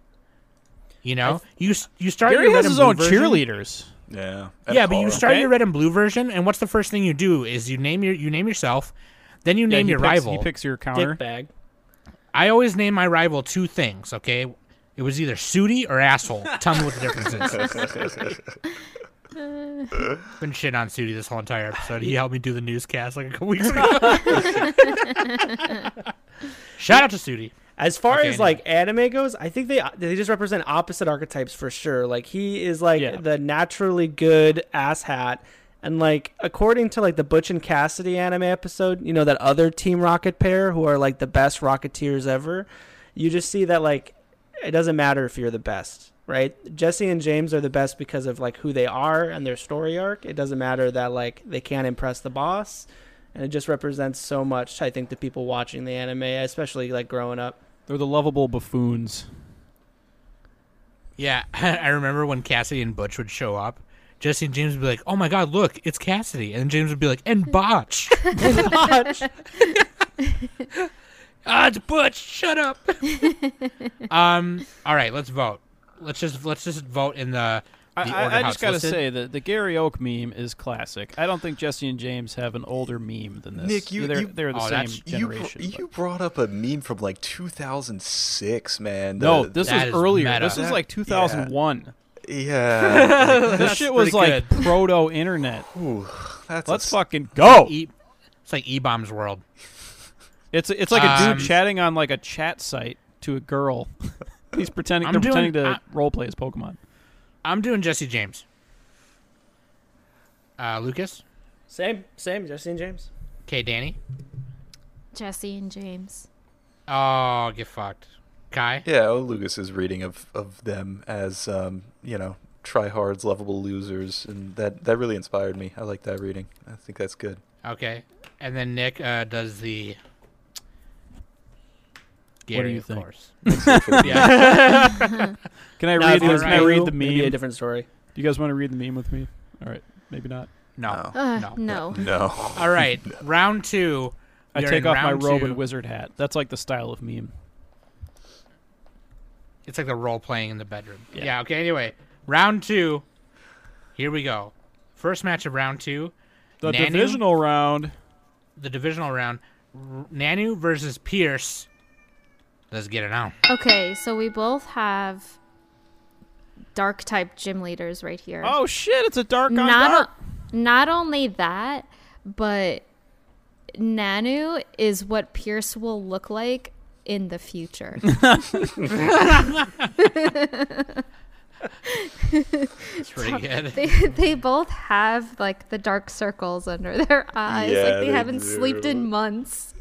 Speaker 4: You know, you s- you start
Speaker 7: Gary
Speaker 4: your Red
Speaker 7: has
Speaker 4: and
Speaker 7: his
Speaker 4: Blue
Speaker 7: own
Speaker 4: version-
Speaker 7: cheerleaders.
Speaker 5: yeah.
Speaker 4: Yeah, but you
Speaker 5: Paula.
Speaker 4: start
Speaker 7: Okay.
Speaker 4: your red and blue version, and what's the first thing you do is you name your you name yourself, then you
Speaker 7: Yeah,
Speaker 4: name
Speaker 7: he
Speaker 4: your
Speaker 7: picks-
Speaker 4: rival.
Speaker 7: He picks your counter.
Speaker 6: Dick bag.
Speaker 4: I always name my rival two things, okay? It was either sooty or asshole. Tell me what the difference is. Been shit on Sooty this whole entire episode. He helped me do the newscast like a couple weeks ago. Shout out to Sooty.
Speaker 6: As far
Speaker 4: Okay,
Speaker 6: as like anime goes, I think they they just represent opposite archetypes for sure. Like he is like
Speaker 7: Yeah.
Speaker 6: the naturally good asshat, and like according to like the Butch and Cassidy anime episode, you know that other Team Rocket pair who are like the best Rocketeers ever. You just see that like it doesn't matter if you're the best, right? Jesse and James are the best because of like who they are and their story arc. It doesn't matter that like they can't impress the boss. And it just represents so much, I think, to people watching the anime, especially like growing up.
Speaker 7: They're the lovable buffoons.
Speaker 4: Yeah, I remember when Cassidy and Butch would show up. Jesse and James would be like, "Oh my God, look, it's Cassidy," and James would be like, "And Botch, ah, it's Butch. Shut up." um. All right, let's vote. Let's just let's just vote in the. the
Speaker 7: I,
Speaker 4: order
Speaker 7: I, I
Speaker 4: how
Speaker 7: just
Speaker 4: it's
Speaker 7: gotta
Speaker 4: listed.
Speaker 7: say that the Gary Oak meme is classic. I don't think Jesse and James have an older meme than this.
Speaker 5: Nick, you-
Speaker 7: they're,
Speaker 5: you-
Speaker 7: they're the
Speaker 4: Oh,
Speaker 7: same
Speaker 4: that's-
Speaker 5: You, br-
Speaker 7: generation. but-
Speaker 5: you brought up a meme from like 2006, man.
Speaker 7: no,
Speaker 5: The-
Speaker 7: this was
Speaker 4: That is
Speaker 7: earlier.
Speaker 4: meta.
Speaker 7: This was
Speaker 5: That-
Speaker 7: like 2001.
Speaker 5: yeah.
Speaker 7: This shit was
Speaker 4: pretty
Speaker 7: like proto internet.
Speaker 5: Ooh, that's a
Speaker 7: Let's
Speaker 5: s-
Speaker 7: fucking go.
Speaker 4: E- it's like E Bombs World.
Speaker 7: It's it's like a
Speaker 4: Um,
Speaker 7: dude chatting on like a chat site to a girl. He's pretending.
Speaker 4: I'm
Speaker 7: they're
Speaker 4: doing-
Speaker 7: pretending to
Speaker 4: I-
Speaker 7: roleplay as Pokemon.
Speaker 4: I'm doing Jesse James. Uh, Lucas,
Speaker 6: Same, same. Jesse and James.
Speaker 4: okay, Danny.
Speaker 2: Jesse and James.
Speaker 4: Oh, get fucked, Kai.
Speaker 5: Yeah, oh, Lucas's reading of, of them as um, you know tryhards, lovable losers, and that that really inspired me. I like that reading. I think that's good.
Speaker 4: Okay, and then Nick uh, does the. Gary,
Speaker 7: you
Speaker 4: of
Speaker 7: think?
Speaker 4: course.
Speaker 5: yeah.
Speaker 7: Can
Speaker 6: No,
Speaker 7: I read?
Speaker 6: if it was
Speaker 7: Can I
Speaker 6: you,
Speaker 7: read the meme?
Speaker 6: Maybe a different story.
Speaker 7: Do you guys want to read the meme with me? All right, maybe not.
Speaker 4: No.
Speaker 7: Oh.
Speaker 2: Uh,
Speaker 4: No.
Speaker 2: no.
Speaker 5: No.
Speaker 4: All right, round two.
Speaker 7: I
Speaker 4: We are
Speaker 7: take
Speaker 4: in
Speaker 7: off my
Speaker 4: round
Speaker 7: robe
Speaker 4: two.
Speaker 7: and wizard hat. That's like the style of meme.
Speaker 4: It's like the role playing in the bedroom. Yeah.
Speaker 7: Yeah.
Speaker 4: okay, anyway. Round two. Here we go. First match of round two.
Speaker 7: The
Speaker 4: Nanu?
Speaker 7: divisional round.
Speaker 4: The divisional round. R- Nanu versus Pierce. Let's get it on.
Speaker 2: Okay, so we both have dark type gym leaders right here.
Speaker 7: Oh shit! It's a dark on dark.
Speaker 2: not o- not only that, but Nanu is what Pierce will look like in the future.
Speaker 4: It's pretty good.
Speaker 2: they they both have like the dark circles under their eyes,
Speaker 5: Yeah,
Speaker 2: like they,
Speaker 5: they
Speaker 2: haven't slept
Speaker 5: do.
Speaker 2: in months.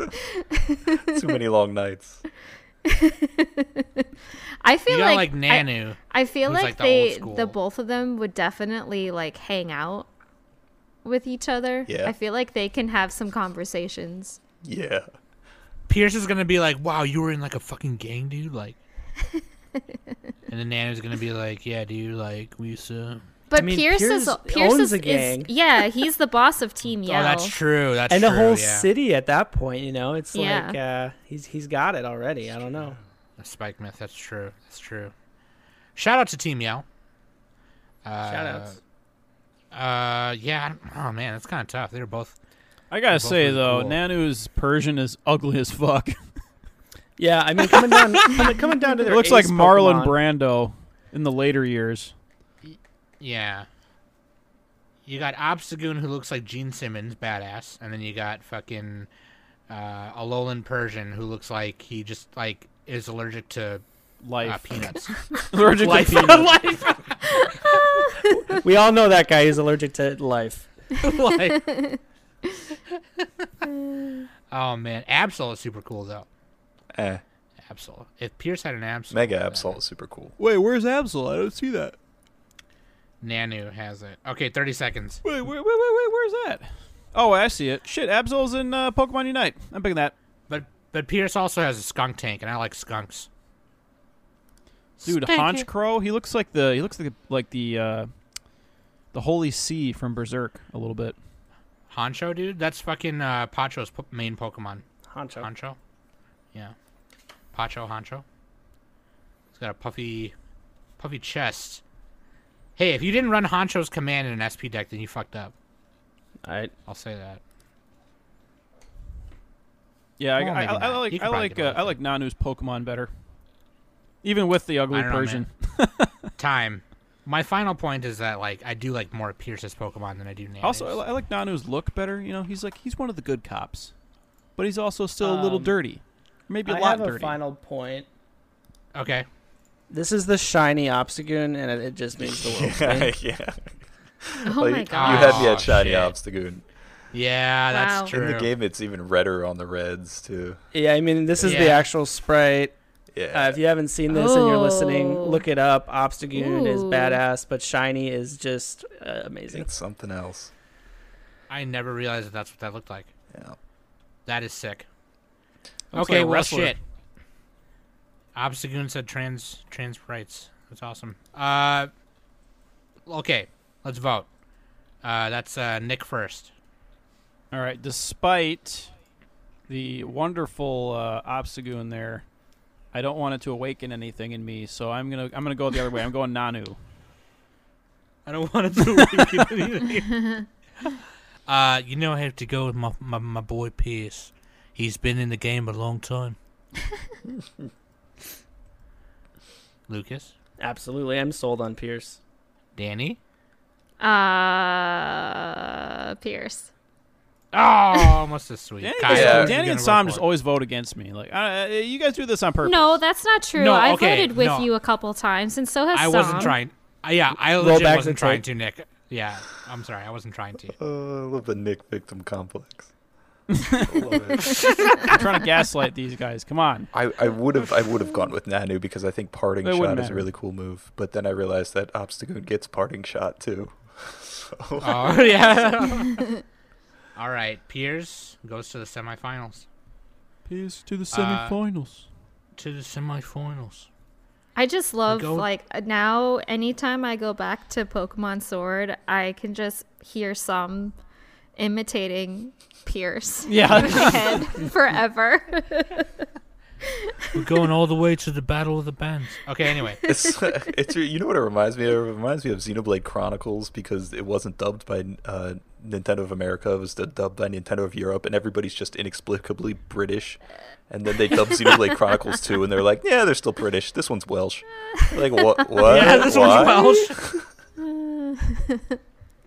Speaker 5: Too many long nights.
Speaker 2: I feel
Speaker 4: You got
Speaker 2: like,
Speaker 4: like,
Speaker 2: I-
Speaker 4: Nanu.
Speaker 2: I feel
Speaker 4: Who's,
Speaker 2: like,
Speaker 4: like, the old
Speaker 2: they
Speaker 4: school.
Speaker 2: the both of them would definitely like hang out with each other.
Speaker 5: Yeah.
Speaker 2: I feel like they can have some conversations.
Speaker 5: Yeah.
Speaker 4: Pierce is gonna be like, "Wow, you were in like a fucking gang, dude." Like, and then Nanu's gonna be like, "Yeah, dude. Like, we used to."
Speaker 2: But
Speaker 6: I mean,
Speaker 2: Pierce, is
Speaker 6: Pierce
Speaker 2: Pierce
Speaker 6: owns
Speaker 2: is,
Speaker 6: a
Speaker 2: is-
Speaker 6: gang.
Speaker 2: yeah, he's the boss of Team Yell.
Speaker 4: Oh, that's true. That's
Speaker 6: And
Speaker 4: true.
Speaker 6: the whole
Speaker 4: yeah.
Speaker 6: city at that point, you know, it's
Speaker 2: Yeah.
Speaker 6: like uh, he's he's got it already. I don't know.
Speaker 4: Spike myth. That's true. That's true. Shout out to Team Yell. Uh,
Speaker 6: Shoutouts.
Speaker 4: Uh, yeah. I don't- Oh man, that's kind of tough. They were both.
Speaker 7: I gotta
Speaker 4: Both
Speaker 7: say
Speaker 4: really
Speaker 7: though,
Speaker 4: cool.
Speaker 7: Nanu's Persian is ugly as fuck.
Speaker 6: Yeah, I mean, coming down, coming, coming down to
Speaker 7: it
Speaker 6: their
Speaker 7: looks like
Speaker 6: ace
Speaker 7: Marlon
Speaker 6: Pokemon.
Speaker 7: Brando in the later years.
Speaker 4: Yeah. You got Obstagoon, who looks like Gene Simmons, badass, and then you got fucking uh, Alolan Persian, who looks like he just like is allergic to uh,
Speaker 7: Life.
Speaker 4: peanuts.
Speaker 7: Allergic to
Speaker 4: Life.
Speaker 7: peanuts.
Speaker 6: We all know that guy is allergic to life.
Speaker 4: like, oh man, Absol is super cool though.
Speaker 5: Eh,
Speaker 4: Absol. If Pierce had an Absol,
Speaker 5: Mega
Speaker 4: then
Speaker 5: Absol is super cool.
Speaker 7: Wait, where's Absol? I don't see that.
Speaker 4: Nanu has it. Okay, thirty seconds.
Speaker 7: Wait, wait, wait, wait, wait. Where's that? Oh, I see it. Shit, Absol's in uh, Pokemon Unite. I'm picking that.
Speaker 4: But but Pierce also has a skunk tank, and I like skunks.
Speaker 7: Dude,
Speaker 4: Skanky.
Speaker 7: Honch Crow. He looks like the he looks like the, like the uh, the Holy See from Berserk a little bit.
Speaker 4: Honcho, dude, that's fucking uh, Pacho's po- main Pokemon.
Speaker 6: Honcho.
Speaker 4: Honcho. Yeah. Pacho Honcho. He's got a puffy puffy chest. Hey, if you didn't run Honcho's command in an SP deck, then you fucked up.
Speaker 6: All right.
Speaker 4: I'll say that.
Speaker 7: Yeah, I,
Speaker 4: Well,
Speaker 7: I,
Speaker 4: maybe
Speaker 7: I, I
Speaker 4: not. You
Speaker 7: like
Speaker 4: could
Speaker 7: I
Speaker 4: probably
Speaker 7: like
Speaker 4: get
Speaker 7: uh,
Speaker 4: away
Speaker 7: I
Speaker 4: with
Speaker 7: like Nanu's Pokemon better, even with the ugly
Speaker 4: I don't know,
Speaker 7: Persian.
Speaker 4: Time. My final point is that like I do like more Pierce's Pokemon than I do Nanu's.
Speaker 7: also, I, li- I like Nanu's look better. You know, he's like he's one of the good cops, but he's also still a little
Speaker 6: Um,
Speaker 7: dirty, maybe a
Speaker 6: I
Speaker 7: lot
Speaker 6: have a
Speaker 7: dirty.
Speaker 6: final point.
Speaker 4: okay.
Speaker 6: This is the shiny Obstagoon, and it, it just means the world.
Speaker 5: yeah, yeah.
Speaker 2: Oh
Speaker 5: Like,
Speaker 2: my
Speaker 5: You
Speaker 2: god.
Speaker 5: had me
Speaker 4: Oh,
Speaker 5: at shiny
Speaker 4: shit.
Speaker 5: Obstagoon.
Speaker 4: Yeah, that's
Speaker 2: Wow.
Speaker 4: true.
Speaker 5: In the game, it's even redder on the reds too.
Speaker 6: yeah, I mean, this is the
Speaker 4: Yeah.
Speaker 6: actual sprite.
Speaker 5: Yeah.
Speaker 6: Uh, if you haven't seen this and you're listening,
Speaker 2: Oh.
Speaker 6: look it up. Obstagoon is
Speaker 2: Ooh.
Speaker 6: badass, but shiny is just uh, amazing.
Speaker 5: it's something else.
Speaker 4: I never realized that that's what that looked like.
Speaker 5: Yeah.
Speaker 4: That is sick.
Speaker 7: Looks
Speaker 4: okay,
Speaker 7: like a
Speaker 4: well,
Speaker 7: wrestler.
Speaker 4: shit. Obstagoon said trans trans rights. That's awesome. Uh, okay, let's vote. Uh, that's uh, Nick first.
Speaker 7: All right, despite the wonderful uh, Obstagoon there, I don't want it to awaken anything in me, so I'm gonna I'm gonna go the other way. I'm going Nanu.
Speaker 4: I don't want it to Uh, you know I have to go with my, my, my boy Pierce. He's been in the game a long time. Lucas,
Speaker 6: Absolutely, I'm sold on Pierce.
Speaker 4: Danny.
Speaker 2: Uh, Pierce.
Speaker 4: Oh, almost as sweet.
Speaker 7: Danny,
Speaker 4: Kyle,
Speaker 7: just-
Speaker 5: Yeah.
Speaker 4: what are you
Speaker 7: Danny and
Speaker 4: gonna
Speaker 7: Sam
Speaker 4: vote
Speaker 7: just
Speaker 4: for?
Speaker 7: always vote against me. Like uh, you guys do this on purpose.
Speaker 2: No, that's not true.
Speaker 4: No,
Speaker 2: I
Speaker 4: okay,
Speaker 2: voted with
Speaker 4: no.
Speaker 2: you a couple times, and so has
Speaker 4: I wasn't
Speaker 2: Sam.
Speaker 4: trying. Uh, yeah, I
Speaker 6: Roll
Speaker 4: legit
Speaker 6: back
Speaker 4: wasn't
Speaker 6: the
Speaker 4: trying
Speaker 6: tape.
Speaker 4: to, Nick. Yeah, I'm sorry, I wasn't trying to.
Speaker 5: Uh, I love the Nick victim complex. I love it.
Speaker 7: I'm trying to gaslight these guys. Come on.
Speaker 5: I, I would have I would have gone with Nanu because I think parting
Speaker 7: It wouldn't
Speaker 5: shot is a
Speaker 7: matter.
Speaker 5: really cool move. But then I realized that Obstagoon gets parting shot too. So
Speaker 4: Oh yeah. All right, Piers goes to the semifinals.
Speaker 7: Peace to the
Speaker 4: semifinals. To the semifinals.
Speaker 2: I just love
Speaker 4: go-
Speaker 2: like now. Anytime I go back to Pokemon Sword, I can just hear some imitating Pierce in
Speaker 7: Yeah.
Speaker 2: my head forever.
Speaker 4: We're going all the way to the Battle of the Bands. Okay, anyway.
Speaker 5: it's, it's you know what it reminds me of? It reminds me of Xenoblade Chronicles because it wasn't dubbed by uh, Nintendo of America. It was dubbed by Nintendo of Europe, and everybody's just inexplicably British. And then they dubbed Xenoblade Chronicles 2, and they're like, yeah, they're still British. This one's Welsh. Like what? What?
Speaker 4: yeah, this
Speaker 5: Why?
Speaker 4: one's Welsh.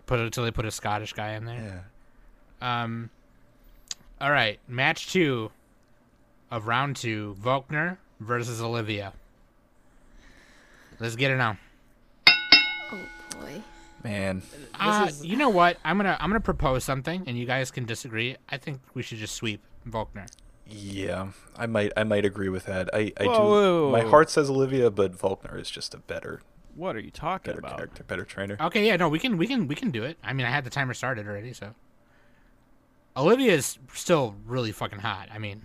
Speaker 4: put until they put a Scottish guy in there.
Speaker 5: Yeah.
Speaker 4: Um. All right, match two of round two: Volkner versus Olivia. Let's get it on.
Speaker 2: Boy.
Speaker 5: Man,
Speaker 4: Uh, you know what? I'm gonna I'm gonna propose something, and you guys can disagree. I think we should just sweep Volkner.
Speaker 5: yeah, I might I might agree with that. I I
Speaker 7: Whoa,
Speaker 5: do.
Speaker 7: whoa, whoa,
Speaker 5: My
Speaker 7: whoa.
Speaker 5: heart says Olivia, but Faulkner is just a better
Speaker 7: what are you talking
Speaker 5: better
Speaker 7: about?
Speaker 5: character, better trainer.
Speaker 4: Okay, yeah, no, we can we can we can do it. I mean, I had the timer started already, so Olivia's still really fucking hot. I mean,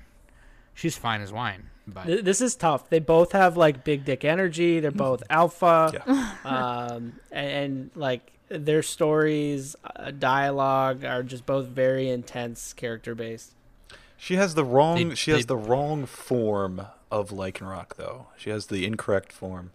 Speaker 4: she's fine as wine, but
Speaker 6: Th- This is tough. They both have like big dick energy. They're both alpha. um, and, and like their stories, uh, dialogue are just both very intense, character based.
Speaker 5: She has the wrong
Speaker 4: They-
Speaker 5: she has
Speaker 4: they-
Speaker 5: the wrong form of Lycanroc though. She has the incorrect form.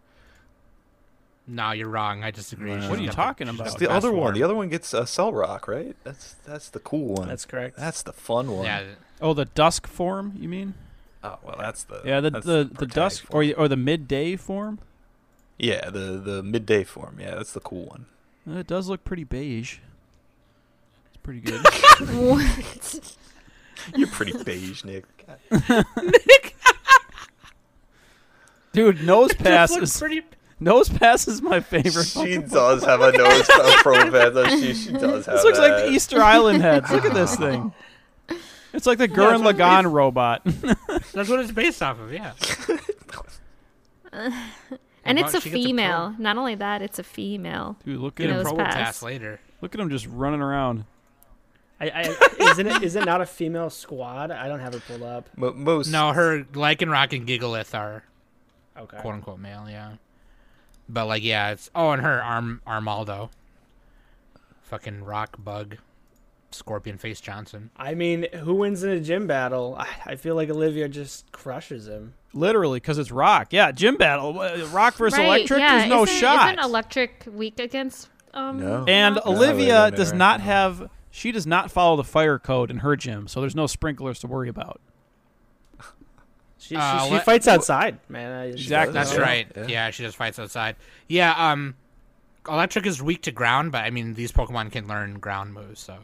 Speaker 4: no, you're wrong. I disagree. She's
Speaker 7: What are you
Speaker 4: got the-
Speaker 7: talking
Speaker 4: she's got
Speaker 7: about?
Speaker 5: The
Speaker 4: best
Speaker 5: other one,
Speaker 4: form.
Speaker 5: the other one gets uh, Cell Rock, right? That's that's the cool one.
Speaker 6: That's correct.
Speaker 5: That's the fun one.
Speaker 4: yeah,
Speaker 7: Oh, the dusk form, you mean?
Speaker 5: Oh well, that's the
Speaker 7: Yeah, the
Speaker 5: that's
Speaker 7: the, the
Speaker 5: protag
Speaker 7: dusk
Speaker 5: form.
Speaker 7: or or the midday form.
Speaker 5: yeah the the midday form. Yeah, that's the cool one.
Speaker 7: Uh, It does look pretty beige. It's pretty good.
Speaker 2: What?
Speaker 5: You're pretty beige, Nick.
Speaker 7: Dude, nose pass
Speaker 4: Looks
Speaker 7: is
Speaker 4: pretty.
Speaker 7: Nosepass is my favorite.
Speaker 5: She does have a nose profile. She, she does have
Speaker 7: This looks like
Speaker 5: that.
Speaker 7: the Easter Island heads. Look at this thing. It's like the Gurren Lagann robot.
Speaker 4: That's what it's based off of, yeah.
Speaker 2: And
Speaker 4: Wow,
Speaker 2: it's a
Speaker 4: she gets a pro.
Speaker 2: female. Not only that, it's a female.
Speaker 7: Dude, look at
Speaker 4: Get a
Speaker 2: Nose
Speaker 7: him.
Speaker 4: pro
Speaker 2: pass.
Speaker 4: pass later.
Speaker 7: Look at him just running around.
Speaker 6: I, I, isn't it? Is it not a female squad? I don't have it pulled up.
Speaker 5: Mo- most
Speaker 4: No, her Lycanroc and Gigalith are
Speaker 6: Okay.
Speaker 4: quote unquote male, yeah. But like, yeah, it's oh, and her arm Armaldo, fucking rock bug, scorpion face Johnson.
Speaker 6: I mean, who wins in a gym battle? I, I feel like Olivia just crushes him.
Speaker 7: Literally, because it's rock. Yeah, gym battle. Uh, Rock versus
Speaker 2: Right,
Speaker 7: electric. There's no
Speaker 2: isn't,
Speaker 7: shot.
Speaker 2: Isn't electric weak against? Um,
Speaker 5: No.
Speaker 7: and
Speaker 2: rock?
Speaker 5: wait a
Speaker 7: Olivia
Speaker 5: minute,
Speaker 7: does
Speaker 5: right?
Speaker 7: not have. She does not follow the fire code in her gym, so there's no sprinklers to worry about.
Speaker 6: She,
Speaker 4: Uh,
Speaker 6: she, she
Speaker 4: let-
Speaker 6: fights outside, man. I-
Speaker 7: Exactly.
Speaker 4: That's
Speaker 5: Yeah.
Speaker 4: right.
Speaker 5: Yeah.
Speaker 4: Yeah. she just fights outside. Yeah, um, Electric is weak to ground, but I mean these Pokemon can learn ground moves, so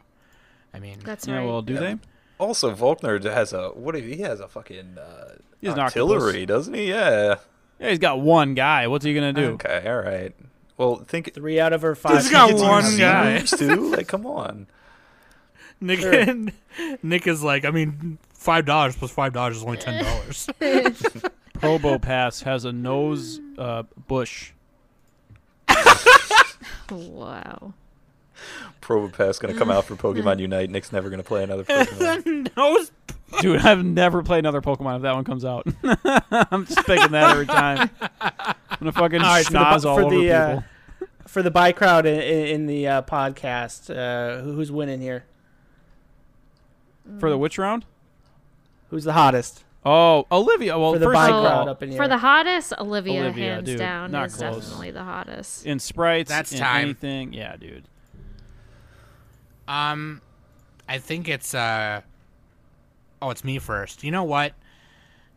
Speaker 4: I mean
Speaker 2: That's
Speaker 7: Yeah,
Speaker 2: right.
Speaker 7: well, do they?
Speaker 5: Also, Volkner has a what? If he has a fucking uh,
Speaker 7: He's an
Speaker 5: artillery, doesn't he? Yeah.
Speaker 7: Yeah, he's got one guy. What's he gonna do?
Speaker 5: Okay. All right. Well, think.
Speaker 6: Three out of her five.
Speaker 4: He's got
Speaker 5: think it's
Speaker 4: one
Speaker 5: easy
Speaker 4: guy.
Speaker 5: moves, Too. Like, come on.
Speaker 4: Nick Nick is like, I mean, five dollars plus five dollars is only ten dollars.
Speaker 7: Probo Pass has a nose uh, bush.
Speaker 2: Wow.
Speaker 5: Probopass gonna come out for Pokemon Unite. Nick's never gonna play another Pokemon.
Speaker 4: Nose
Speaker 7: Dude, I've never played another Pokemon if that one comes out. I'm just picking that every time. I'm gonna fucking
Speaker 6: All right, for the
Speaker 7: schnoz
Speaker 6: bu-
Speaker 7: all
Speaker 6: for
Speaker 7: over
Speaker 6: the, uh,
Speaker 7: people.
Speaker 6: for the buy crowd in, in, in the uh, podcast. Uh, who- who's winning here?
Speaker 7: For the which round?
Speaker 6: Who's the hottest?
Speaker 7: Oh, Olivia. Well,
Speaker 6: For the
Speaker 7: first
Speaker 6: Big
Speaker 7: of
Speaker 6: bi- crowd
Speaker 7: all,
Speaker 6: up in
Speaker 2: for
Speaker 6: here.
Speaker 2: the hottest, Olivia,
Speaker 7: Olivia,
Speaker 2: hands
Speaker 7: dude,
Speaker 2: down
Speaker 7: not
Speaker 2: is
Speaker 7: close.
Speaker 2: definitely the hottest.
Speaker 7: in sprites,
Speaker 4: That's
Speaker 7: in
Speaker 4: time.
Speaker 7: anything. Yeah, dude.
Speaker 4: Um, I think it's uh. Oh, it's me first. You know what?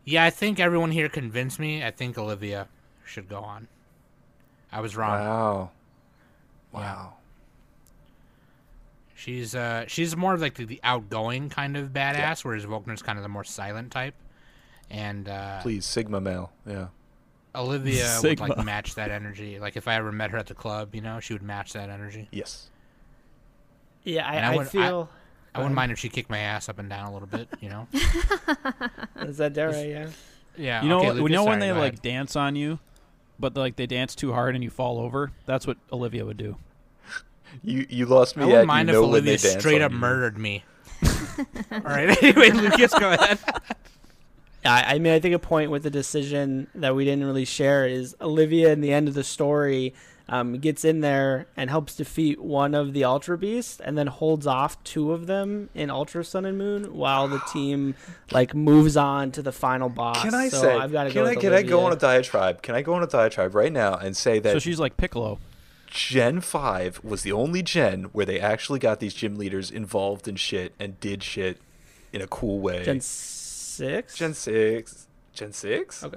Speaker 4: Yeah, I think everyone here convinced me. I think Olivia should go on. I was wrong.
Speaker 5: wow. Wow.
Speaker 4: She's uh, she's more of like the, the outgoing kind of badass, whereas Volkner's kind of the more silent type. And uh,
Speaker 5: Please, Sigma male. Yeah.
Speaker 4: Olivia would
Speaker 7: Sigma.
Speaker 4: like match that energy. Like if I ever met her at the club, you know, she would match that energy.
Speaker 5: Yes.
Speaker 6: Yeah,
Speaker 4: And I
Speaker 6: I, I,
Speaker 4: would- I-
Speaker 6: feel.
Speaker 4: I wouldn't mind if she kicked my ass up and down a little bit, you know.
Speaker 6: is that Dara? Yeah.
Speaker 4: yeah,
Speaker 7: You know,
Speaker 4: okay,
Speaker 7: you
Speaker 4: Lucas,
Speaker 7: know
Speaker 4: sorry,
Speaker 7: when they
Speaker 4: go
Speaker 7: like
Speaker 4: ahead.
Speaker 7: dance on you, but like they dance too hard and you fall over. That's what Olivia would do.
Speaker 5: You you lost
Speaker 4: I
Speaker 5: me at you
Speaker 4: wouldn't mind if
Speaker 5: know when they
Speaker 4: Olivia
Speaker 5: dance
Speaker 4: straight
Speaker 5: on
Speaker 4: up
Speaker 5: you.
Speaker 4: murdered me. All right. Anyway, Lucas, go ahead.
Speaker 6: I, I mean, I think a point with the decision that we didn't really share is Olivia, in the end of the story, um, gets in there and helps defeat one of the Ultra Beasts and then holds off two of them in Ultra Sun and Moon while the team, like, moves on to the final boss.
Speaker 5: Can I
Speaker 6: so
Speaker 5: say?
Speaker 6: I've got to
Speaker 5: can
Speaker 6: go
Speaker 5: I
Speaker 6: with
Speaker 5: can I go
Speaker 6: Olivia.
Speaker 5: on a diatribe? Can I go on a diatribe right now and say that
Speaker 7: So she's like Piccolo.
Speaker 5: Gen 5 was the only gen where they actually got these gym leaders involved in shit and did shit in a cool way.
Speaker 6: Gen 6?
Speaker 5: Gen 6. Gen 6?
Speaker 6: Okay.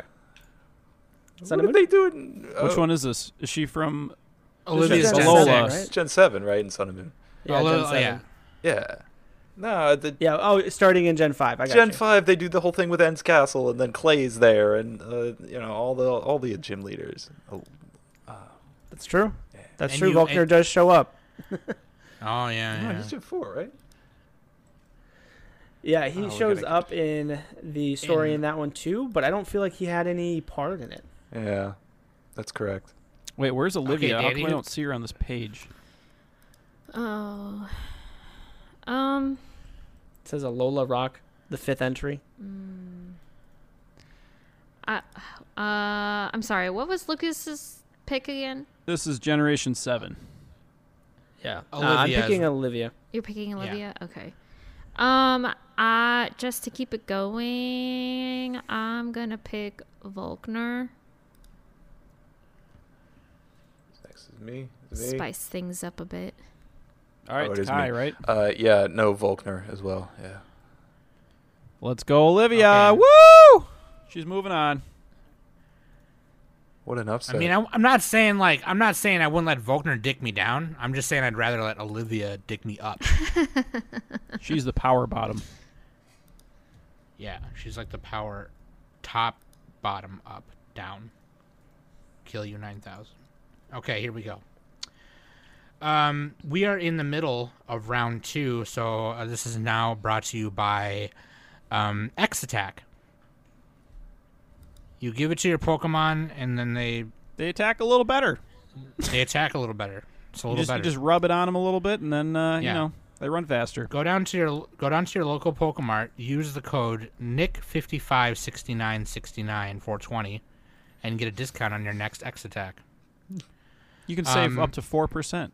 Speaker 5: What did they do in.
Speaker 7: Which
Speaker 5: oh,
Speaker 7: one is this? Is she from?
Speaker 4: Olivia's
Speaker 7: Gen
Speaker 4: Gen
Speaker 7: Lola.
Speaker 4: six.
Speaker 5: It's Gen 7, right? In Sun and Moon.
Speaker 6: Yeah,
Speaker 4: Lola-
Speaker 6: Gen 7.
Speaker 4: oh, yeah.
Speaker 6: Yeah.
Speaker 5: Yeah. No, the
Speaker 6: oh, starting in Gen 5. I got
Speaker 5: Gen
Speaker 6: you.
Speaker 5: 5, they do the whole thing with Ends Castle and then Clay's there and, uh, you know, all the all the gym leaders. Oh,
Speaker 6: That's true. That's
Speaker 4: And
Speaker 6: true.
Speaker 4: you-
Speaker 6: Volkner
Speaker 4: and-
Speaker 6: does show up.
Speaker 4: Oh yeah.
Speaker 5: no,
Speaker 4: yeah.
Speaker 5: he's Gen 4, right?
Speaker 6: Yeah,
Speaker 5: Oh,
Speaker 6: he
Speaker 5: we
Speaker 6: shows
Speaker 5: gotta-
Speaker 6: up in the story in, that one too, but I don't feel like he had any part in it.
Speaker 5: Yeah. That's correct.
Speaker 7: Wait, where's Olivia? How
Speaker 4: Danny,
Speaker 7: come I
Speaker 4: who-
Speaker 7: don't see her on this page?
Speaker 2: Oh. Um.
Speaker 6: It says Alola Rock, the fifth entry.
Speaker 2: I, uh. I'm sorry. What was Lucas's pick again?
Speaker 7: This is Generation Seven.
Speaker 6: Yeah, Uh, I'm
Speaker 4: Olivia is-
Speaker 6: picking Olivia.
Speaker 2: You're picking Olivia. Okay. Um. Uh. Just to keep it going, I'm gonna pick Volkner.
Speaker 5: Next is me. is me.
Speaker 2: Spice things up a bit.
Speaker 7: All right,
Speaker 5: Oh, it
Speaker 7: it's
Speaker 5: is me.
Speaker 7: Kai, right?
Speaker 5: Uh, yeah, no, Volkner as well. Yeah.
Speaker 7: Let's go, Olivia.
Speaker 4: Okay.
Speaker 7: Woo! She's moving on.
Speaker 5: What an
Speaker 4: I
Speaker 5: upset.
Speaker 4: mean, I, I'm not saying like I'm not saying I wouldn't let Volkner dick me down. I'm just saying I'd rather let Olivia dick me up.
Speaker 7: She's the power bottom.
Speaker 4: yeah, she's like the power, top, bottom, up, down. kill you 9,000. Okay, here we go. Um, we are in the middle of round two, so uh, this is now brought to you by um, X Attack. You give it to your Pokemon, and then they
Speaker 7: They attack a little better.
Speaker 4: they attack a little better. It's a
Speaker 7: You
Speaker 4: little
Speaker 7: just, you
Speaker 4: better.
Speaker 7: just rub it on them a little bit, and then uh, you
Speaker 4: Yeah.
Speaker 7: know they run faster.
Speaker 4: Go down to your go down to your local Pokemart. Use the code Nick fifty five sixty nine sixty nine four twenty, and get a discount on your next X Attack.
Speaker 7: You can save
Speaker 4: Um,
Speaker 7: up to four percent.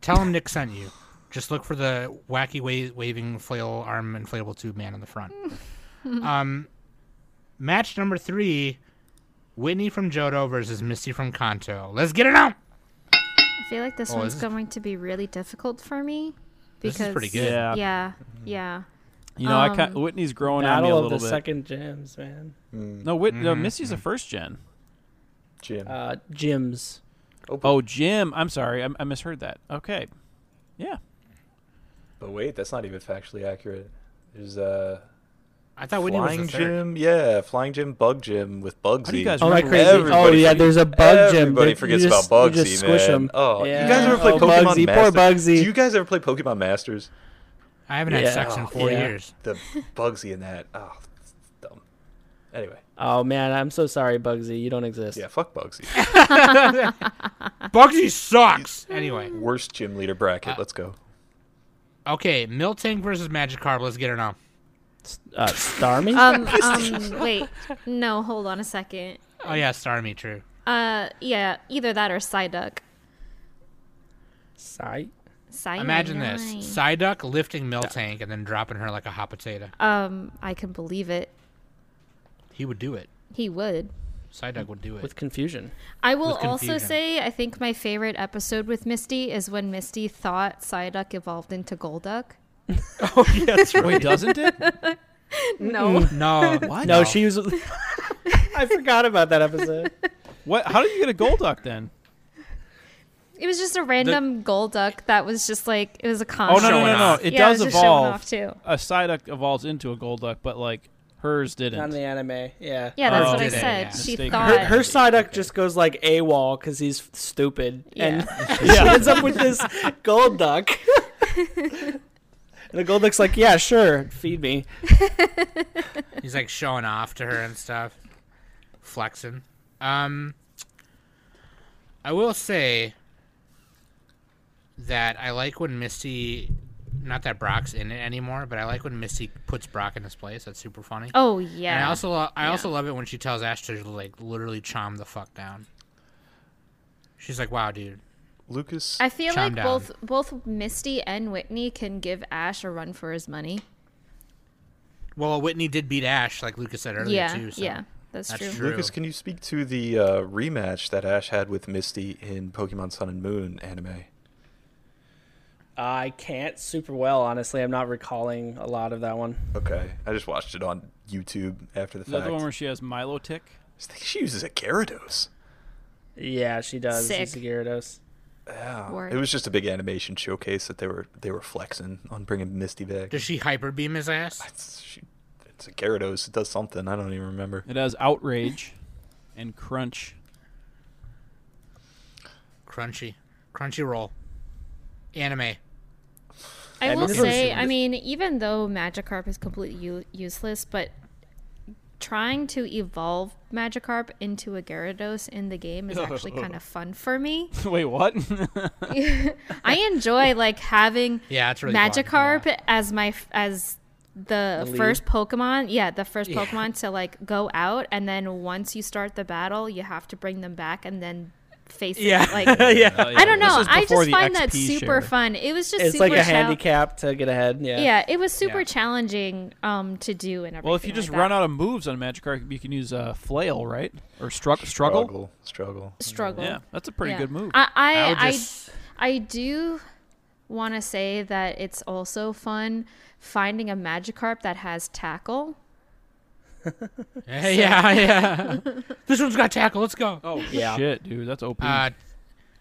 Speaker 4: Tell him Nick sent you. Just look for the wacky wa- waving flail arm inflatable tube man in the front. um, match number three: Whitney from Johto versus Misty from Kanto. Let's get it on.
Speaker 2: I feel like this
Speaker 4: Oh,
Speaker 2: one's
Speaker 4: this is-
Speaker 2: going to be really difficult for me
Speaker 4: This
Speaker 2: because
Speaker 4: is pretty good.
Speaker 7: Yeah.
Speaker 2: Yeah, yeah.
Speaker 7: You know, I
Speaker 2: um,
Speaker 7: kind Whitney's growing on me a
Speaker 6: Battle
Speaker 7: little
Speaker 6: of the
Speaker 7: bit.
Speaker 6: second gyms, man.
Speaker 7: no, Whit- no,
Speaker 4: Mhm,
Speaker 7: Missy's a first gen.
Speaker 5: Jim.
Speaker 6: Uh, gyms.
Speaker 7: Oh, Jim. I'm sorry, I, I misheard that. Okay. Yeah.
Speaker 5: but wait, that's not even factually accurate. There's uh,
Speaker 4: I thought Whitney was
Speaker 5: flying
Speaker 4: the third.
Speaker 5: Jim. Yeah, flying Jim, bug Jim with Bugsy.
Speaker 7: How do you guys?
Speaker 6: Oh,
Speaker 7: remember
Speaker 6: that crazy.
Speaker 7: Whitney?
Speaker 6: Oh, yeah,
Speaker 5: forget-
Speaker 6: there's a bug gym, but
Speaker 5: Everybody
Speaker 6: you
Speaker 5: forgets
Speaker 6: just-
Speaker 5: about
Speaker 6: you
Speaker 5: Bugsy,
Speaker 6: just
Speaker 5: man.
Speaker 6: squish 'em.
Speaker 5: Oh,
Speaker 6: Yeah.
Speaker 5: you guys ever play
Speaker 6: Oh,
Speaker 5: Pokemon
Speaker 6: Bugsy, poor
Speaker 5: Master?
Speaker 6: Bugsy.
Speaker 5: Do you guys ever play Pokemon Masters?
Speaker 4: I haven't had sex in
Speaker 5: Yeah.
Speaker 4: four
Speaker 6: Yeah.
Speaker 4: years.
Speaker 5: The Bugsy in that. Oh, it's dumb. Anyway,
Speaker 6: Oh man, I'm so sorry, Bugsy. You don't exist.
Speaker 5: yeah, fuck Bugsy.
Speaker 4: Bugsy sucks. Anyway.
Speaker 5: Worst gym leader bracket. Let's go.
Speaker 4: Okay, Miltank versus Magikarp. Let's get it on.
Speaker 6: Uh, Starmie.
Speaker 2: Um, um, wait, no, hold on a second.
Speaker 4: Oh yeah, Starmie, true.
Speaker 2: Uh, yeah, either that or Psyduck.
Speaker 6: Sight.
Speaker 2: Psy-
Speaker 4: Imagine this:
Speaker 2: nine.
Speaker 4: Psyduck lifting Miltank and then dropping her like a hot potato.
Speaker 6: Uh,
Speaker 2: Um, I can believe it.
Speaker 4: He would do it.
Speaker 2: He would.
Speaker 4: Psyduck would do it.
Speaker 6: with confusion.
Speaker 2: I will
Speaker 4: With
Speaker 2: also
Speaker 4: confusion.
Speaker 2: say I think my favorite episode with Misty is when Misty thought Psyduck evolved into Golduck.
Speaker 7: Wait, doesn't it?
Speaker 4: Hmm.
Speaker 2: No.
Speaker 4: No,
Speaker 7: What?
Speaker 6: No, she was. I forgot about that episode.
Speaker 7: What? How did you get a Golduck then?
Speaker 2: It was just a random Golduck that was just like it was a
Speaker 7: Oh
Speaker 2: constant.
Speaker 7: no, no, no,
Speaker 4: showing
Speaker 7: no!
Speaker 4: off.
Speaker 7: It
Speaker 2: Yeah, I
Speaker 7: does
Speaker 2: was just showing
Speaker 7: evolve.
Speaker 2: off, too.
Speaker 7: A Psyduck evolves into a Golduck, but like hers didn't.
Speaker 6: On the anime, yeah.
Speaker 2: Yeah, that's
Speaker 7: Oh,
Speaker 2: what I
Speaker 7: did it,
Speaker 2: said.
Speaker 4: yeah.
Speaker 2: She
Speaker 7: Mistaken.
Speaker 2: thought
Speaker 6: Her, her Psyduck just goes like AWOL because he's stupid, and she
Speaker 7: Yeah.
Speaker 6: ends up with this gold duck. and the gold duck's like, "Yeah, sure, feed me."
Speaker 4: he's like showing off to her and stuff, flexing. Um, I will say that I like when Misty. Not that Brock's in it anymore, but I like when Misty puts Brock in his place. That's super funny.
Speaker 2: Oh
Speaker 4: And I
Speaker 2: yeah.
Speaker 4: also lo- I also love it when she tells Ash to like literally chom the fuck down. She's like, "Wow, dude,
Speaker 5: Lucas.
Speaker 2: I feel like
Speaker 4: Chime down.
Speaker 2: both both Misty and Whitney can give Ash a run for his money.
Speaker 4: Well, Whitney did beat Ash, like Lucas said earlier,
Speaker 2: yeah,
Speaker 4: too. So.
Speaker 2: yeah, that's,
Speaker 4: that's
Speaker 2: true.
Speaker 4: true.
Speaker 5: Lucas, can you speak to the uh, rematch that Ash had with Misty in Pokemon Sun and Moon anime?
Speaker 6: I can't super well, honestly. I'm not recalling a lot of that one.
Speaker 5: Okay, I just watched it on YouTube after the
Speaker 7: Is
Speaker 5: fact.
Speaker 7: that the one where she has Milo tick?
Speaker 5: I think she uses a Gyarados.
Speaker 6: Yeah, she does.
Speaker 2: Sick.
Speaker 6: She's a Gyarados.
Speaker 5: Yeah,
Speaker 2: Word.
Speaker 5: it was just a big animation showcase that they were they were flexing on bringing Misty back.
Speaker 4: Does she hyper beam his ass?
Speaker 5: It's, she, it's a Gyarados. It does something. I don't even remember.
Speaker 7: It has outrage and crunch.
Speaker 4: Crunchy, crunchy roll, anime.
Speaker 2: I
Speaker 6: And
Speaker 2: will
Speaker 6: this
Speaker 2: say,
Speaker 6: is-
Speaker 2: I mean, even though Magikarp is completely u- useless, but trying to evolve Magikarp into a Gyarados in the game is actually kind of fun for me.
Speaker 7: Wait, what?
Speaker 6: Oh,
Speaker 2: I enjoy like having
Speaker 4: Yeah, it's really fun,
Speaker 2: Magikarp as my f- as the
Speaker 6: lead.
Speaker 2: first Pokemon. Yeah, the first
Speaker 4: Yeah.
Speaker 2: Pokemon to like go out, and then once you start the battle, you have to bring them back and then face.
Speaker 4: Yeah.
Speaker 2: it. like
Speaker 4: yeah.
Speaker 2: I don't know.
Speaker 7: is
Speaker 2: I
Speaker 7: before
Speaker 2: just
Speaker 7: the
Speaker 2: find that
Speaker 7: XP
Speaker 2: super
Speaker 7: share.
Speaker 2: fun. It was just
Speaker 6: It's
Speaker 2: super
Speaker 6: like a
Speaker 2: chal-
Speaker 6: handicap to get ahead. Yeah.
Speaker 2: Yeah, it was super
Speaker 4: Yeah.
Speaker 2: challenging um to do and everything.
Speaker 7: Well, if you just
Speaker 2: like
Speaker 7: run
Speaker 2: that.
Speaker 7: out of moves on Magikarp, you can use uh, flail, right? Or struggle. struggle.
Speaker 5: struggle, struggle.
Speaker 2: struggle.
Speaker 7: Yeah, that's a pretty
Speaker 2: Yeah.
Speaker 7: good move.
Speaker 2: I
Speaker 4: I
Speaker 2: I
Speaker 4: would
Speaker 2: I,
Speaker 4: just.
Speaker 2: I do want to say that it's also fun finding a Magikarp that has tackle.
Speaker 4: Yeah, yeah, yeah. this one's got tackle. Let's go.
Speaker 7: oh
Speaker 6: Yeah. Ah,
Speaker 7: shit, dude, that's OP.
Speaker 4: Uh,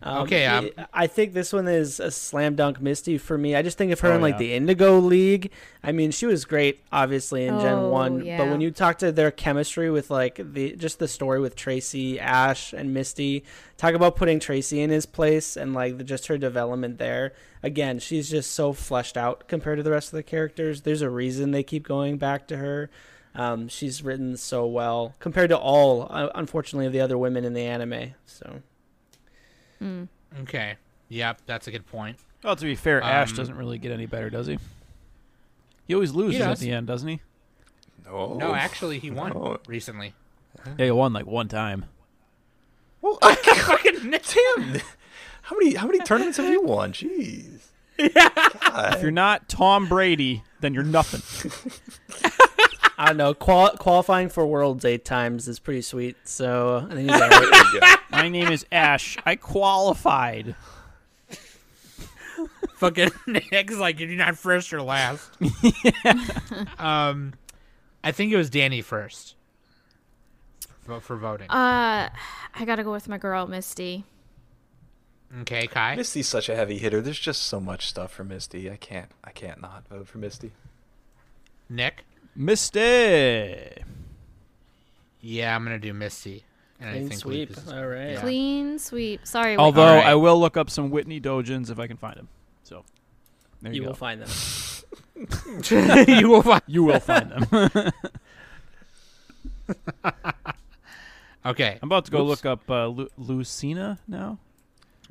Speaker 6: Um,
Speaker 4: Okay, um,
Speaker 6: I- I think this one is a slam dunk Misty for me. I just think of her
Speaker 7: Oh,
Speaker 6: in like
Speaker 7: yeah.
Speaker 6: the Indigo League. I mean, she was great, obviously in Gen
Speaker 2: Oh,
Speaker 6: One, but
Speaker 2: yeah.
Speaker 6: when you talk to their chemistry with like the just the story with Tracy, Ash, and Misty, talk about putting Tracy in his place and like the, just her development there. Again, she's just so fleshed out compared to the rest of the characters. There's a reason they keep going back to her. Um, she's written so well compared to all, uh, unfortunately, of the other women in the anime. So.
Speaker 4: Okay. Yep, that's a good point.
Speaker 7: Well, to be fair, Ash
Speaker 4: Um,
Speaker 7: doesn't really get any better, does he? He always loses at
Speaker 4: does.
Speaker 7: the end, doesn't he?
Speaker 5: No,
Speaker 4: No, actually, he won
Speaker 5: No.
Speaker 4: recently.
Speaker 7: Yeah, he won like one time.
Speaker 5: Well, Tim, how many how many tournaments have you won? Jeez.
Speaker 7: If you're not Tom Brady, then you're nothing.
Speaker 6: I don't know. Qual- qualifying for Worlds eight times is pretty sweet. So I think he's all right.
Speaker 7: My name is Ash. I qualified.
Speaker 4: fucking Nick's like you're not first or last. um, I think it was Danny first for, for voting.
Speaker 2: Uh, I gotta go with my girl Misty.
Speaker 4: okay, Kai.
Speaker 5: Misty's such a heavy hitter. There's just so much stuff for Misty. I can't I can't not vote for Misty.
Speaker 4: Nick.
Speaker 7: Misty.
Speaker 4: Yeah, I'm gonna do Misty. And
Speaker 6: Clean
Speaker 4: I think
Speaker 6: sweep.
Speaker 4: Lucas is-
Speaker 6: All right.
Speaker 4: Yeah.
Speaker 2: Clean sweep. Sorry.
Speaker 7: Although
Speaker 4: All right.
Speaker 7: I will look up some Whitney Dojins if I can find them. So there you,
Speaker 6: You
Speaker 7: go.
Speaker 6: will find them.
Speaker 4: you will find.
Speaker 7: you will find them. I'm
Speaker 4: Okay.
Speaker 7: about to go
Speaker 4: Oops.
Speaker 7: look up uh, Lu- Lucina now.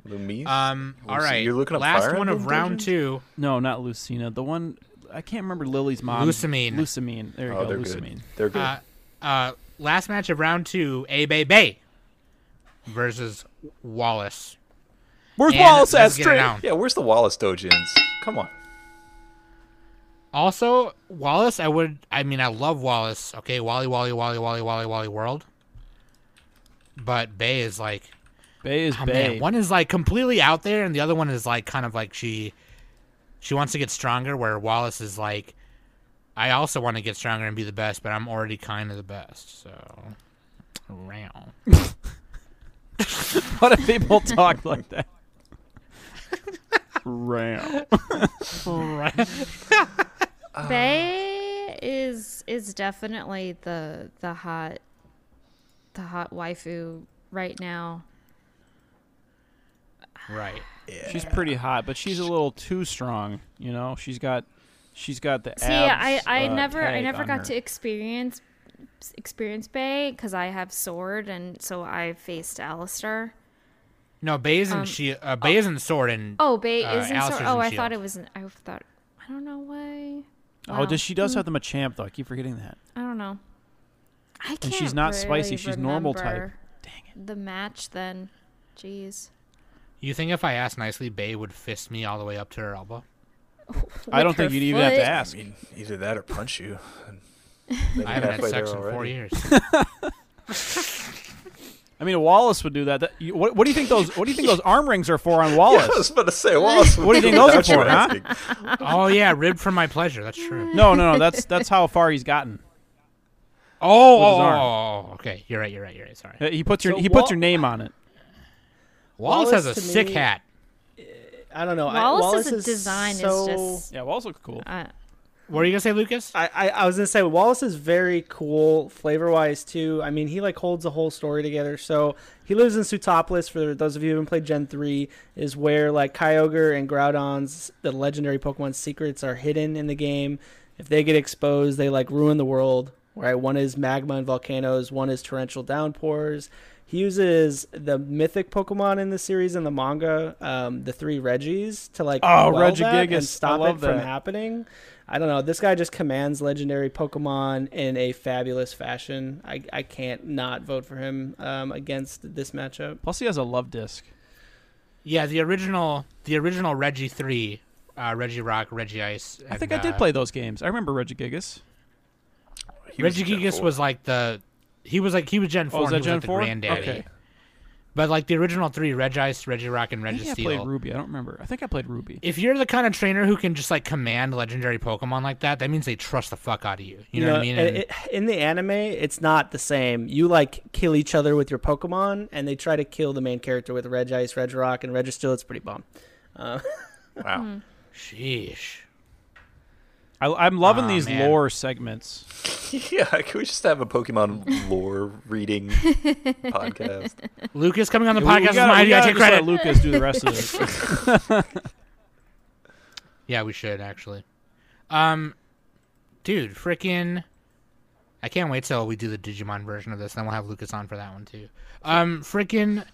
Speaker 5: Lumis?
Speaker 4: Um. All
Speaker 5: so
Speaker 4: right.
Speaker 5: you're looking up
Speaker 4: last
Speaker 5: Fire
Speaker 4: one of
Speaker 5: Emblem
Speaker 4: round
Speaker 5: Dungeons?
Speaker 4: two.
Speaker 7: No, not Lucina. The one I can't remember Lily's mom.
Speaker 4: Lucamine.
Speaker 7: Lucamine. There you
Speaker 5: oh,
Speaker 7: go.
Speaker 5: they're
Speaker 7: Lucamine.
Speaker 5: good. They're good.
Speaker 4: Uh, uh, last match of round two. A Bay Bay versus Wallace.
Speaker 7: Where's
Speaker 4: And
Speaker 7: Wallace at
Speaker 4: let's get it
Speaker 7: straight?
Speaker 4: down.
Speaker 5: yeah, where's the Wallace Dojins? Come on.
Speaker 4: Also, Wallace, I would. I mean, I love Wallace. Okay, Wally, Wally, Wally, Wally, Wally, Wally World. But Bay is like,
Speaker 7: Bay is
Speaker 4: oh
Speaker 7: Bay.
Speaker 4: man, one is like completely out there, and the other one is like kind of like she, she wants to get stronger. Where Wallace is like, I also want to get stronger and be the best, but I'm already kind of the best. So, round.
Speaker 7: What if people talk like that? Ram.
Speaker 2: Bay is is definitely the the hot the hot waifu right now.
Speaker 4: right.
Speaker 7: She's pretty hot, but she's a little too strong. You know, she's got, she's got the. uh,
Speaker 2: See, I I never I never got to experience experience Bay because I have sword and so I faced Alistair.
Speaker 4: No, Bay isn't she. Uh, Bay isn't sword and
Speaker 2: Um, Oh, Bay
Speaker 4: Uh,
Speaker 2: isn't sword.
Speaker 4: Alistair's
Speaker 2: Oh,
Speaker 4: in
Speaker 2: I
Speaker 4: shield.
Speaker 2: thought it was. An, I thought I don't know why.
Speaker 7: Oh, does she does
Speaker 2: um,
Speaker 7: have the Machamp though? I keep forgetting that.
Speaker 2: I don't know. I can't.
Speaker 7: And she's not spicy.
Speaker 2: really
Speaker 7: She's normal type.
Speaker 2: remember
Speaker 7: Dang it.
Speaker 2: The match then. Jeez.
Speaker 4: You think if I asked nicely, Bay would fist me all the way up to her elbow?
Speaker 7: I
Speaker 2: With
Speaker 7: don't think
Speaker 2: her
Speaker 7: you'd even have
Speaker 2: foot.
Speaker 7: to
Speaker 5: I
Speaker 7: ask.
Speaker 5: mean, either that or punch you.
Speaker 4: I haven't had
Speaker 5: Halfway there
Speaker 4: sex in four
Speaker 5: already.
Speaker 4: years.
Speaker 7: I mean, Wallace would do that. That- you- what, what do you think those? What do you think those arm rings are for on Wallace?
Speaker 5: Yeah, I was about to say Wallace.
Speaker 7: What do you think those are for, huh?
Speaker 4: oh yeah, ribbed for my pleasure. That's true.
Speaker 7: No, no, no. That's that's how far he's gotten.
Speaker 4: Oh,
Speaker 7: with his
Speaker 4: oh,
Speaker 7: arm.
Speaker 4: oh, okay. You're right. You're right. You're right. Sorry.
Speaker 7: Uh, He puts your
Speaker 6: So
Speaker 7: he puts
Speaker 6: Wal-
Speaker 7: your name on it.
Speaker 4: Wallace, has a
Speaker 6: Wallace to
Speaker 4: sick
Speaker 6: me-
Speaker 4: hat.
Speaker 6: I don't know. I,
Speaker 2: Wallace's
Speaker 6: Wallace
Speaker 2: design
Speaker 6: so...
Speaker 2: is just.
Speaker 7: Yeah, Wallace looks cool.
Speaker 2: Uh,
Speaker 4: What are you gonna say, Lucas?
Speaker 6: I, I, I was gonna say Wallace is very cool flavor wise too. I mean, he like holds the whole story together. So he lives in Sutopolis. For those of you who haven't played Gen three, is where like Kyogre and Groudon's the legendary Pokemon secrets are hidden in the game. If they get exposed, they like ruin the world. Right? One is magma and volcanoes. One is torrential downpours. He uses the mythic Pokemon in the series and the manga, um, the three Reggies, to like
Speaker 7: Oh,
Speaker 6: quell that
Speaker 7: Regigigas. I
Speaker 6: and stop
Speaker 7: love
Speaker 6: it from
Speaker 7: that.
Speaker 6: happening. I don't know. This guy just commands legendary Pokemon in a fabulous fashion. I, I can't not vote for him um, against this matchup.
Speaker 7: Plus, he has a love disc.
Speaker 4: Yeah, the original, the original Reggie three, uh, Reggie Rock, Reggie Ice. uh,
Speaker 7: I think I did play those games. I remember Regigigas.
Speaker 4: Reggie Gigas was like the, he was like he was Gen
Speaker 7: Oh,
Speaker 4: four.
Speaker 7: is
Speaker 4: and
Speaker 7: that
Speaker 4: he
Speaker 7: Gen
Speaker 4: was like
Speaker 7: Four?
Speaker 4: The granddaddy.
Speaker 7: Okay.
Speaker 4: But like the original three, Regice, Regirock, and
Speaker 7: I think I played
Speaker 4: Registeel.
Speaker 7: Ruby. I don't remember. I think I played Ruby.
Speaker 4: if you're the kind of trainer who can just like command legendary Pokemon like that, that means they trust the fuck out of you. You know what I mean? And
Speaker 6: it- in the anime, it's not the same. You like kill each other with your Pokemon, and they try to kill the main character with Regice, Regirock, and Registeel. It's pretty bomb.
Speaker 5: Wow.
Speaker 4: sheesh.
Speaker 7: I, I'm loving
Speaker 4: Aw,
Speaker 7: these
Speaker 4: man.
Speaker 7: lore segments.
Speaker 5: Yeah, can we just have a Pokemon lore reading podcast?
Speaker 4: Lucas coming on the
Speaker 7: We- we
Speaker 4: podcast is
Speaker 7: gotta-
Speaker 4: my
Speaker 7: we
Speaker 4: idea. I
Speaker 7: gotta
Speaker 4: take
Speaker 7: just let
Speaker 4: credit.
Speaker 7: Lucas do the rest of this.
Speaker 4: Yeah, we should actually. Um, dude, freaking, I can't wait till we do the Digimon version of this. Then we'll have Lucas on for that one too. Um, freaking,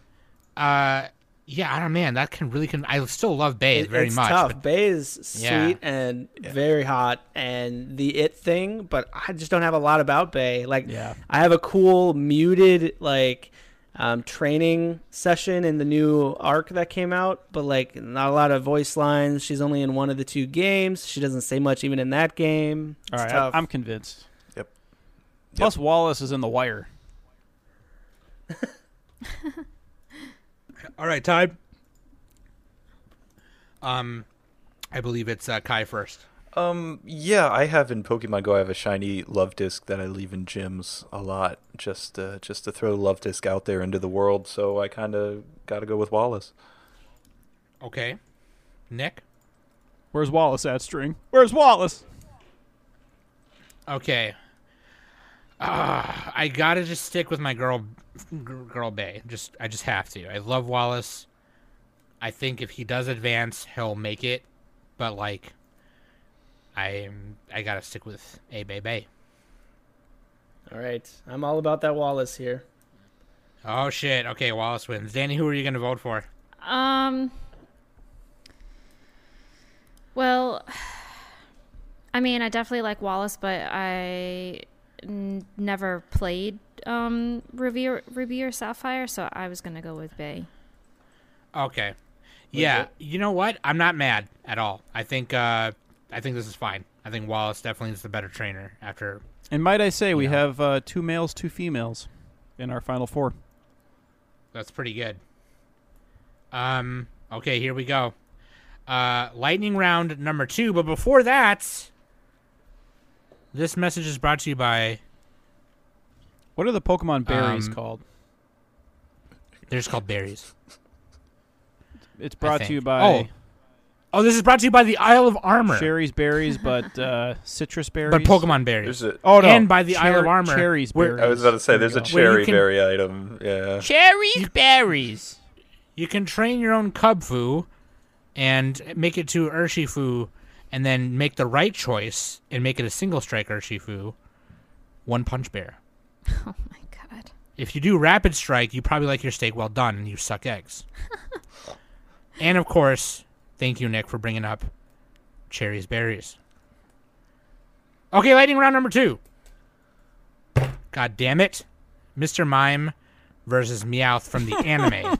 Speaker 4: uh, yeah, I don't man, that can really can. I still love Bay
Speaker 6: It-
Speaker 4: very
Speaker 6: it's
Speaker 4: much.
Speaker 6: tough.
Speaker 4: but
Speaker 6: Bay is sweet
Speaker 4: Yeah.
Speaker 6: and very hot, and the it thing. But I just don't have a lot about Bay. Like,
Speaker 7: Yeah.
Speaker 6: I have a cool muted like um, training session in the new arc that came out, but like not a lot of voice lines. She's only in one of the two games. She doesn't say much even in that game.
Speaker 7: All
Speaker 6: It's
Speaker 7: right,
Speaker 6: tough.
Speaker 7: I, am convinced.
Speaker 5: Yep.
Speaker 7: Plus, Wallace is in the wire.
Speaker 4: all right, Ty. Um, I believe it's uh, Kai first.
Speaker 5: Um, yeah, I have in Pokemon Go. I have a shiny love disc that I leave in gyms a lot, just uh, just to throw love disc out there into the world. So I kind of got to go with Wallace.
Speaker 4: Okay, Nick.
Speaker 7: Where's Wallace at, string? Where's Wallace?
Speaker 4: Okay. Ah, I gotta just stick with my girl, gr- girl Bay. Just I just have to. I love Wallace. I think if he does advance, he'll make it. But like, I am I gotta stick with a Bay Bay.
Speaker 6: all right, I'm all about that Wallace here.
Speaker 4: Oh shit! Okay, Wallace wins. Danny, who are you gonna vote for?
Speaker 2: Um. Well, I mean, I definitely like Wallace, but I n- never played um Ruby or, Ruby or Sapphire, so I was gonna go with Bay.
Speaker 4: Okay. Yeah, you know what? I'm not mad at all. I think uh, I think this is fine. I think Wallace definitely is the better trainer after
Speaker 7: And might I say, we have uh, two males, two females in our final four.
Speaker 4: That's pretty good. Um. Okay, here we go. Uh, lightning round number two. But before that, this message is brought to you by.
Speaker 7: What are the Pokemon berries
Speaker 4: Um,
Speaker 7: called?
Speaker 4: They're just called berries.
Speaker 7: It's
Speaker 4: I
Speaker 7: brought to you
Speaker 4: think.
Speaker 7: by
Speaker 4: Oh, this is brought to you by the Isle of Armor,
Speaker 7: Sherry's berries, Oh. but uh, citrus berries.
Speaker 4: but Pokemon berries.
Speaker 5: There's a
Speaker 7: Oh no!
Speaker 4: and by the Isle of Armor,
Speaker 7: Cherry's
Speaker 4: where-
Speaker 7: berries.
Speaker 5: I was about to say
Speaker 7: There
Speaker 5: there's
Speaker 7: you
Speaker 5: a
Speaker 7: go.
Speaker 4: Where you
Speaker 5: cherry
Speaker 4: can-
Speaker 5: berry item. Yeah.
Speaker 4: Cherries, berries. You can train your own cub foo, and make it to Urshifu, and then make the right choice and make it a single strike Urshifu, one punch bear.
Speaker 2: Oh my god.
Speaker 4: If you do rapid strike, you probably like your steak well done and you suck eggs. and of course, thank you, Nick, for bringing up cherries berries. Okay, lightning round number two. God damn it. Mr. Mime versus Meowth from the anime.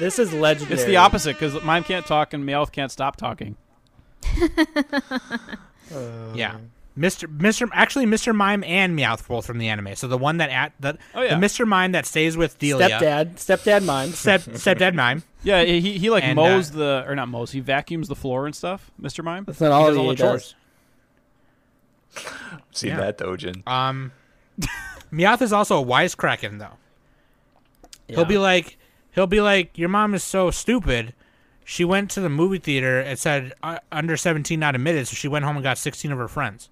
Speaker 6: This is legendary.
Speaker 7: It's the opposite because Mime can't talk and Meowth can't stop talking.
Speaker 4: yeah. Mr. Mr. Actually, Mr. Mime and Meowth both from the anime. So the one that at the,
Speaker 7: Oh, yeah.
Speaker 4: the Mr. Mime that stays with Delia.
Speaker 6: Stepdad, stepdad mimes.
Speaker 4: Step, stepdad Mime.
Speaker 7: Yeah, he, he like
Speaker 4: And, uh,
Speaker 7: mows the or not mows. He vacuums the floor and stuff. Mr. Mime.
Speaker 6: That's not all
Speaker 4: He does
Speaker 6: Oh, he
Speaker 4: all the
Speaker 6: does.
Speaker 4: chores.
Speaker 5: Seen
Speaker 4: Yeah.
Speaker 5: that Dojin.
Speaker 4: Um, Meowth is also a wisecracking though. He'll be like, he'll be like, your mom is so stupid. She went to the movie theater. It said uh, under seventeen not admitted, so she went home and got sixteen of her friends.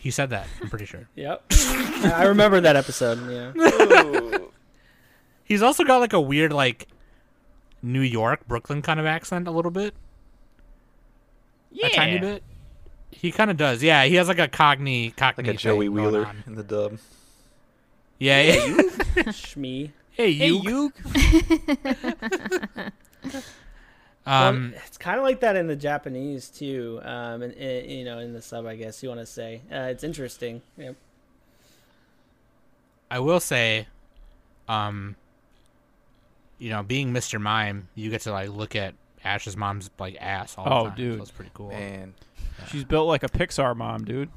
Speaker 4: he said that. I'm pretty sure.
Speaker 6: Yep. I remember that episode. Yeah.
Speaker 4: He's also got like a weird like New York, Brooklyn kind of accent a little bit. Yeah. A tiny bit. He kind of does. Yeah, he has like a cockney cockney
Speaker 5: Like a
Speaker 4: thing
Speaker 5: Joey
Speaker 4: going
Speaker 5: Wheeler
Speaker 4: on.
Speaker 5: in the dub.
Speaker 4: Yeah, yeah.
Speaker 6: Shmi.
Speaker 4: hey, you. Um,
Speaker 6: it's kind of like that in the Japanese too, um, and, and, you know, in the sub, I guess you want to say. Uh, it's interesting. Yep.
Speaker 4: I will say, um, you know, being Mr. Mime, you get to like look at Ash's mom's like ass all
Speaker 7: Oh,
Speaker 4: the time.
Speaker 7: dude.
Speaker 4: so it's pretty cool.
Speaker 5: Man,
Speaker 7: She's built like a Pixar mom, dude.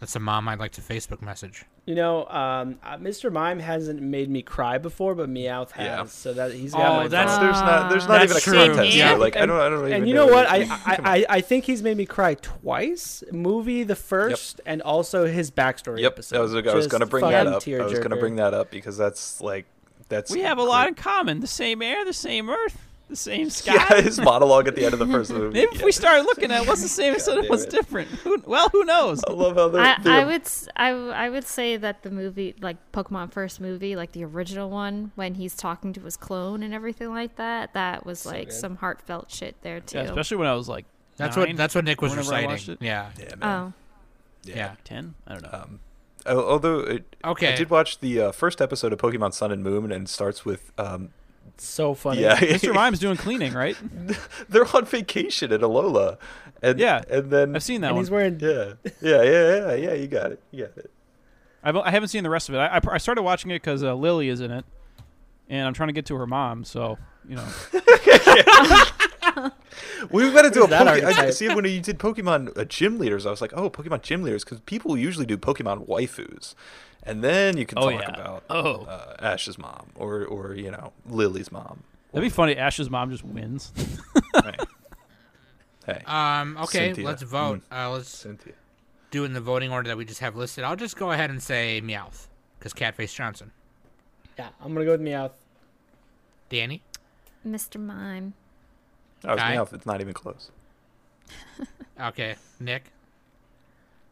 Speaker 4: That's a mom I'd like to Facebook message.
Speaker 6: You know, um, uh, Mr. Mime hasn't made me cry before, but Meowth has.
Speaker 5: Yeah.
Speaker 6: So that he's
Speaker 4: Oh,
Speaker 6: got my
Speaker 4: that's-
Speaker 6: vote.
Speaker 5: there's not there's not
Speaker 4: That's
Speaker 5: even a
Speaker 4: true.
Speaker 5: contest
Speaker 4: Yeah.
Speaker 5: here. Like I don't I don't even
Speaker 6: and you know what? I,
Speaker 5: if-
Speaker 6: I, I, I think he's made me cry twice. Movie the first, and also his backstory
Speaker 5: Yep,
Speaker 6: episode.
Speaker 5: that was I was
Speaker 6: Just
Speaker 5: going to bring that
Speaker 6: fucking
Speaker 5: up. I was going to
Speaker 6: tearjerker.
Speaker 5: bring that up because that's like that's
Speaker 7: We have a lot
Speaker 5: great.
Speaker 7: in common: the same air, the same earth, the same sky.
Speaker 5: Yeah, his monologue at the end of the first movie.
Speaker 7: Maybe if
Speaker 5: yeah.
Speaker 7: we start looking at what's the same instead of
Speaker 5: damn
Speaker 7: what's
Speaker 5: it. Oh.
Speaker 7: different. Who, well, who knows?
Speaker 5: I love how they're,
Speaker 2: I,
Speaker 5: they're
Speaker 2: I would s- I, w- I would say that the movie like Pokemon first movie like the original one when he's talking to his clone and everything like that that was like some heartfelt shit there too.
Speaker 7: Yeah, especially when I was like
Speaker 4: That's
Speaker 7: nine,
Speaker 4: what that's what Nick was
Speaker 7: whenever I watched
Speaker 4: reciting.
Speaker 7: it.
Speaker 4: Yeah.
Speaker 5: yeah, man.
Speaker 2: oh
Speaker 5: yeah.
Speaker 7: ten. I don't know.
Speaker 5: Um. Al- Although it,
Speaker 4: Okay.
Speaker 5: I did watch the uh, first episode of Pokemon Sun and Moon, and it starts with um,
Speaker 6: so funny.
Speaker 5: yeah,
Speaker 7: Mr. Mime's doing cleaning, right?
Speaker 5: they're on vacation at Alola, and
Speaker 7: Yeah,
Speaker 5: and then
Speaker 7: I've seen that
Speaker 6: And
Speaker 7: one.
Speaker 6: he's wearing
Speaker 5: yeah, yeah, yeah, yeah, yeah, you got it, you got it.
Speaker 7: I've, I haven't seen the rest of it. I, I, pr- I started watching it because uh, Lily is in it, and I'm trying to get to her mom. So you know,
Speaker 5: We've got to do a
Speaker 6: that
Speaker 5: Pokemon. I
Speaker 6: archetype?
Speaker 5: see when you did Pokemon uh, gym leaders, I was like, oh, Pokemon gym leaders, because people usually do Pokemon waifus, and then you can
Speaker 7: Oh,
Speaker 5: talk
Speaker 7: yeah.
Speaker 5: about
Speaker 7: Oh.
Speaker 5: uh, Ash's mom or or you know Lily's mom.
Speaker 7: that'd be funny. Ash's mom just wins.
Speaker 5: Right. hey,
Speaker 4: Um, okay,
Speaker 5: Cynthia.
Speaker 4: let's vote. Uh, let's
Speaker 5: Cynthia.
Speaker 4: do it in the voting order that we just have listed. I'll just go ahead and say Meowth because Catface Johnson.
Speaker 6: Yeah, I'm gonna go with Meowth.
Speaker 4: Danny?
Speaker 2: Mr. Mime.
Speaker 5: I was
Speaker 4: Guy?
Speaker 5: mouth. Oh, It's not even close.
Speaker 4: Okay. Nick?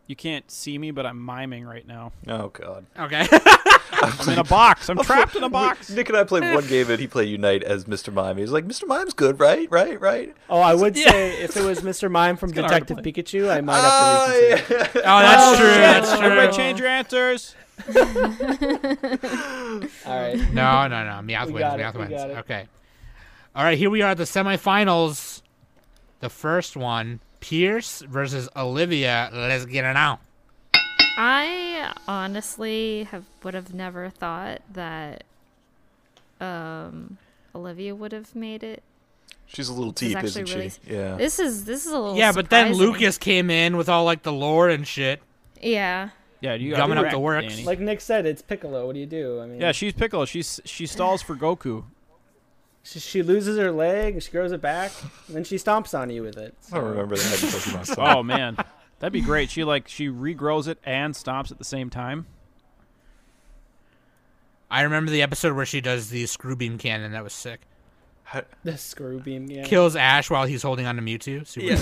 Speaker 7: You can't see me, but I'm miming right now.
Speaker 5: Oh God.
Speaker 4: Okay.
Speaker 7: I'm in a box. I'm trapped in a box.
Speaker 5: Nick and I played one game, and he played Unite as Mr. Mime. He was like, "Mr. Mime's good, right? Right? Right?"
Speaker 6: Oh, I would say if it was Mr. Mime from
Speaker 7: kinda hard to
Speaker 6: Detective Pikachu, I might have to
Speaker 5: Oh,
Speaker 6: reconsider.
Speaker 5: yeah.
Speaker 4: Oh, that's true.
Speaker 7: Shit.
Speaker 4: That's
Speaker 7: Everybody
Speaker 4: true.
Speaker 7: change your answers.
Speaker 6: All right.
Speaker 4: No, no, no. Meowth
Speaker 6: We
Speaker 4: wins.
Speaker 6: got it,
Speaker 4: Meowth
Speaker 6: we
Speaker 4: wins.
Speaker 6: got it.
Speaker 4: Okay. All right, here we are at the semifinals. The first one, Pierce versus Olivia. Let's get it out.
Speaker 2: I honestly have would have never thought that um Olivia would have made it.
Speaker 5: She's a little
Speaker 2: This
Speaker 5: deep,
Speaker 2: is
Speaker 5: isn't
Speaker 2: actually really
Speaker 5: she? Yeah.
Speaker 2: This is this is a little
Speaker 4: Yeah, but then
Speaker 2: surprising.
Speaker 4: Lucas came in with all like the lore and shit.
Speaker 2: Yeah.
Speaker 7: Yeah, you
Speaker 4: Gumming up
Speaker 7: correct,
Speaker 4: the works.
Speaker 7: Danny.
Speaker 6: Like Nick said, it's Piccolo. What do you do? I mean,
Speaker 7: yeah, she's Piccolo. She's she stalls for Goku.
Speaker 6: she, she loses her leg, she grows it back, and then she stomps on you with it.
Speaker 5: I don't remember that. Pokemon song.
Speaker 7: Oh man, that'd be great. She like she regrows it and stomps at the same time.
Speaker 4: I remember the episode where she does the screw beam cannon. That was sick.
Speaker 6: The screw beam. Yeah.
Speaker 4: Kills Ash while he's holding on to Mewtwo. Super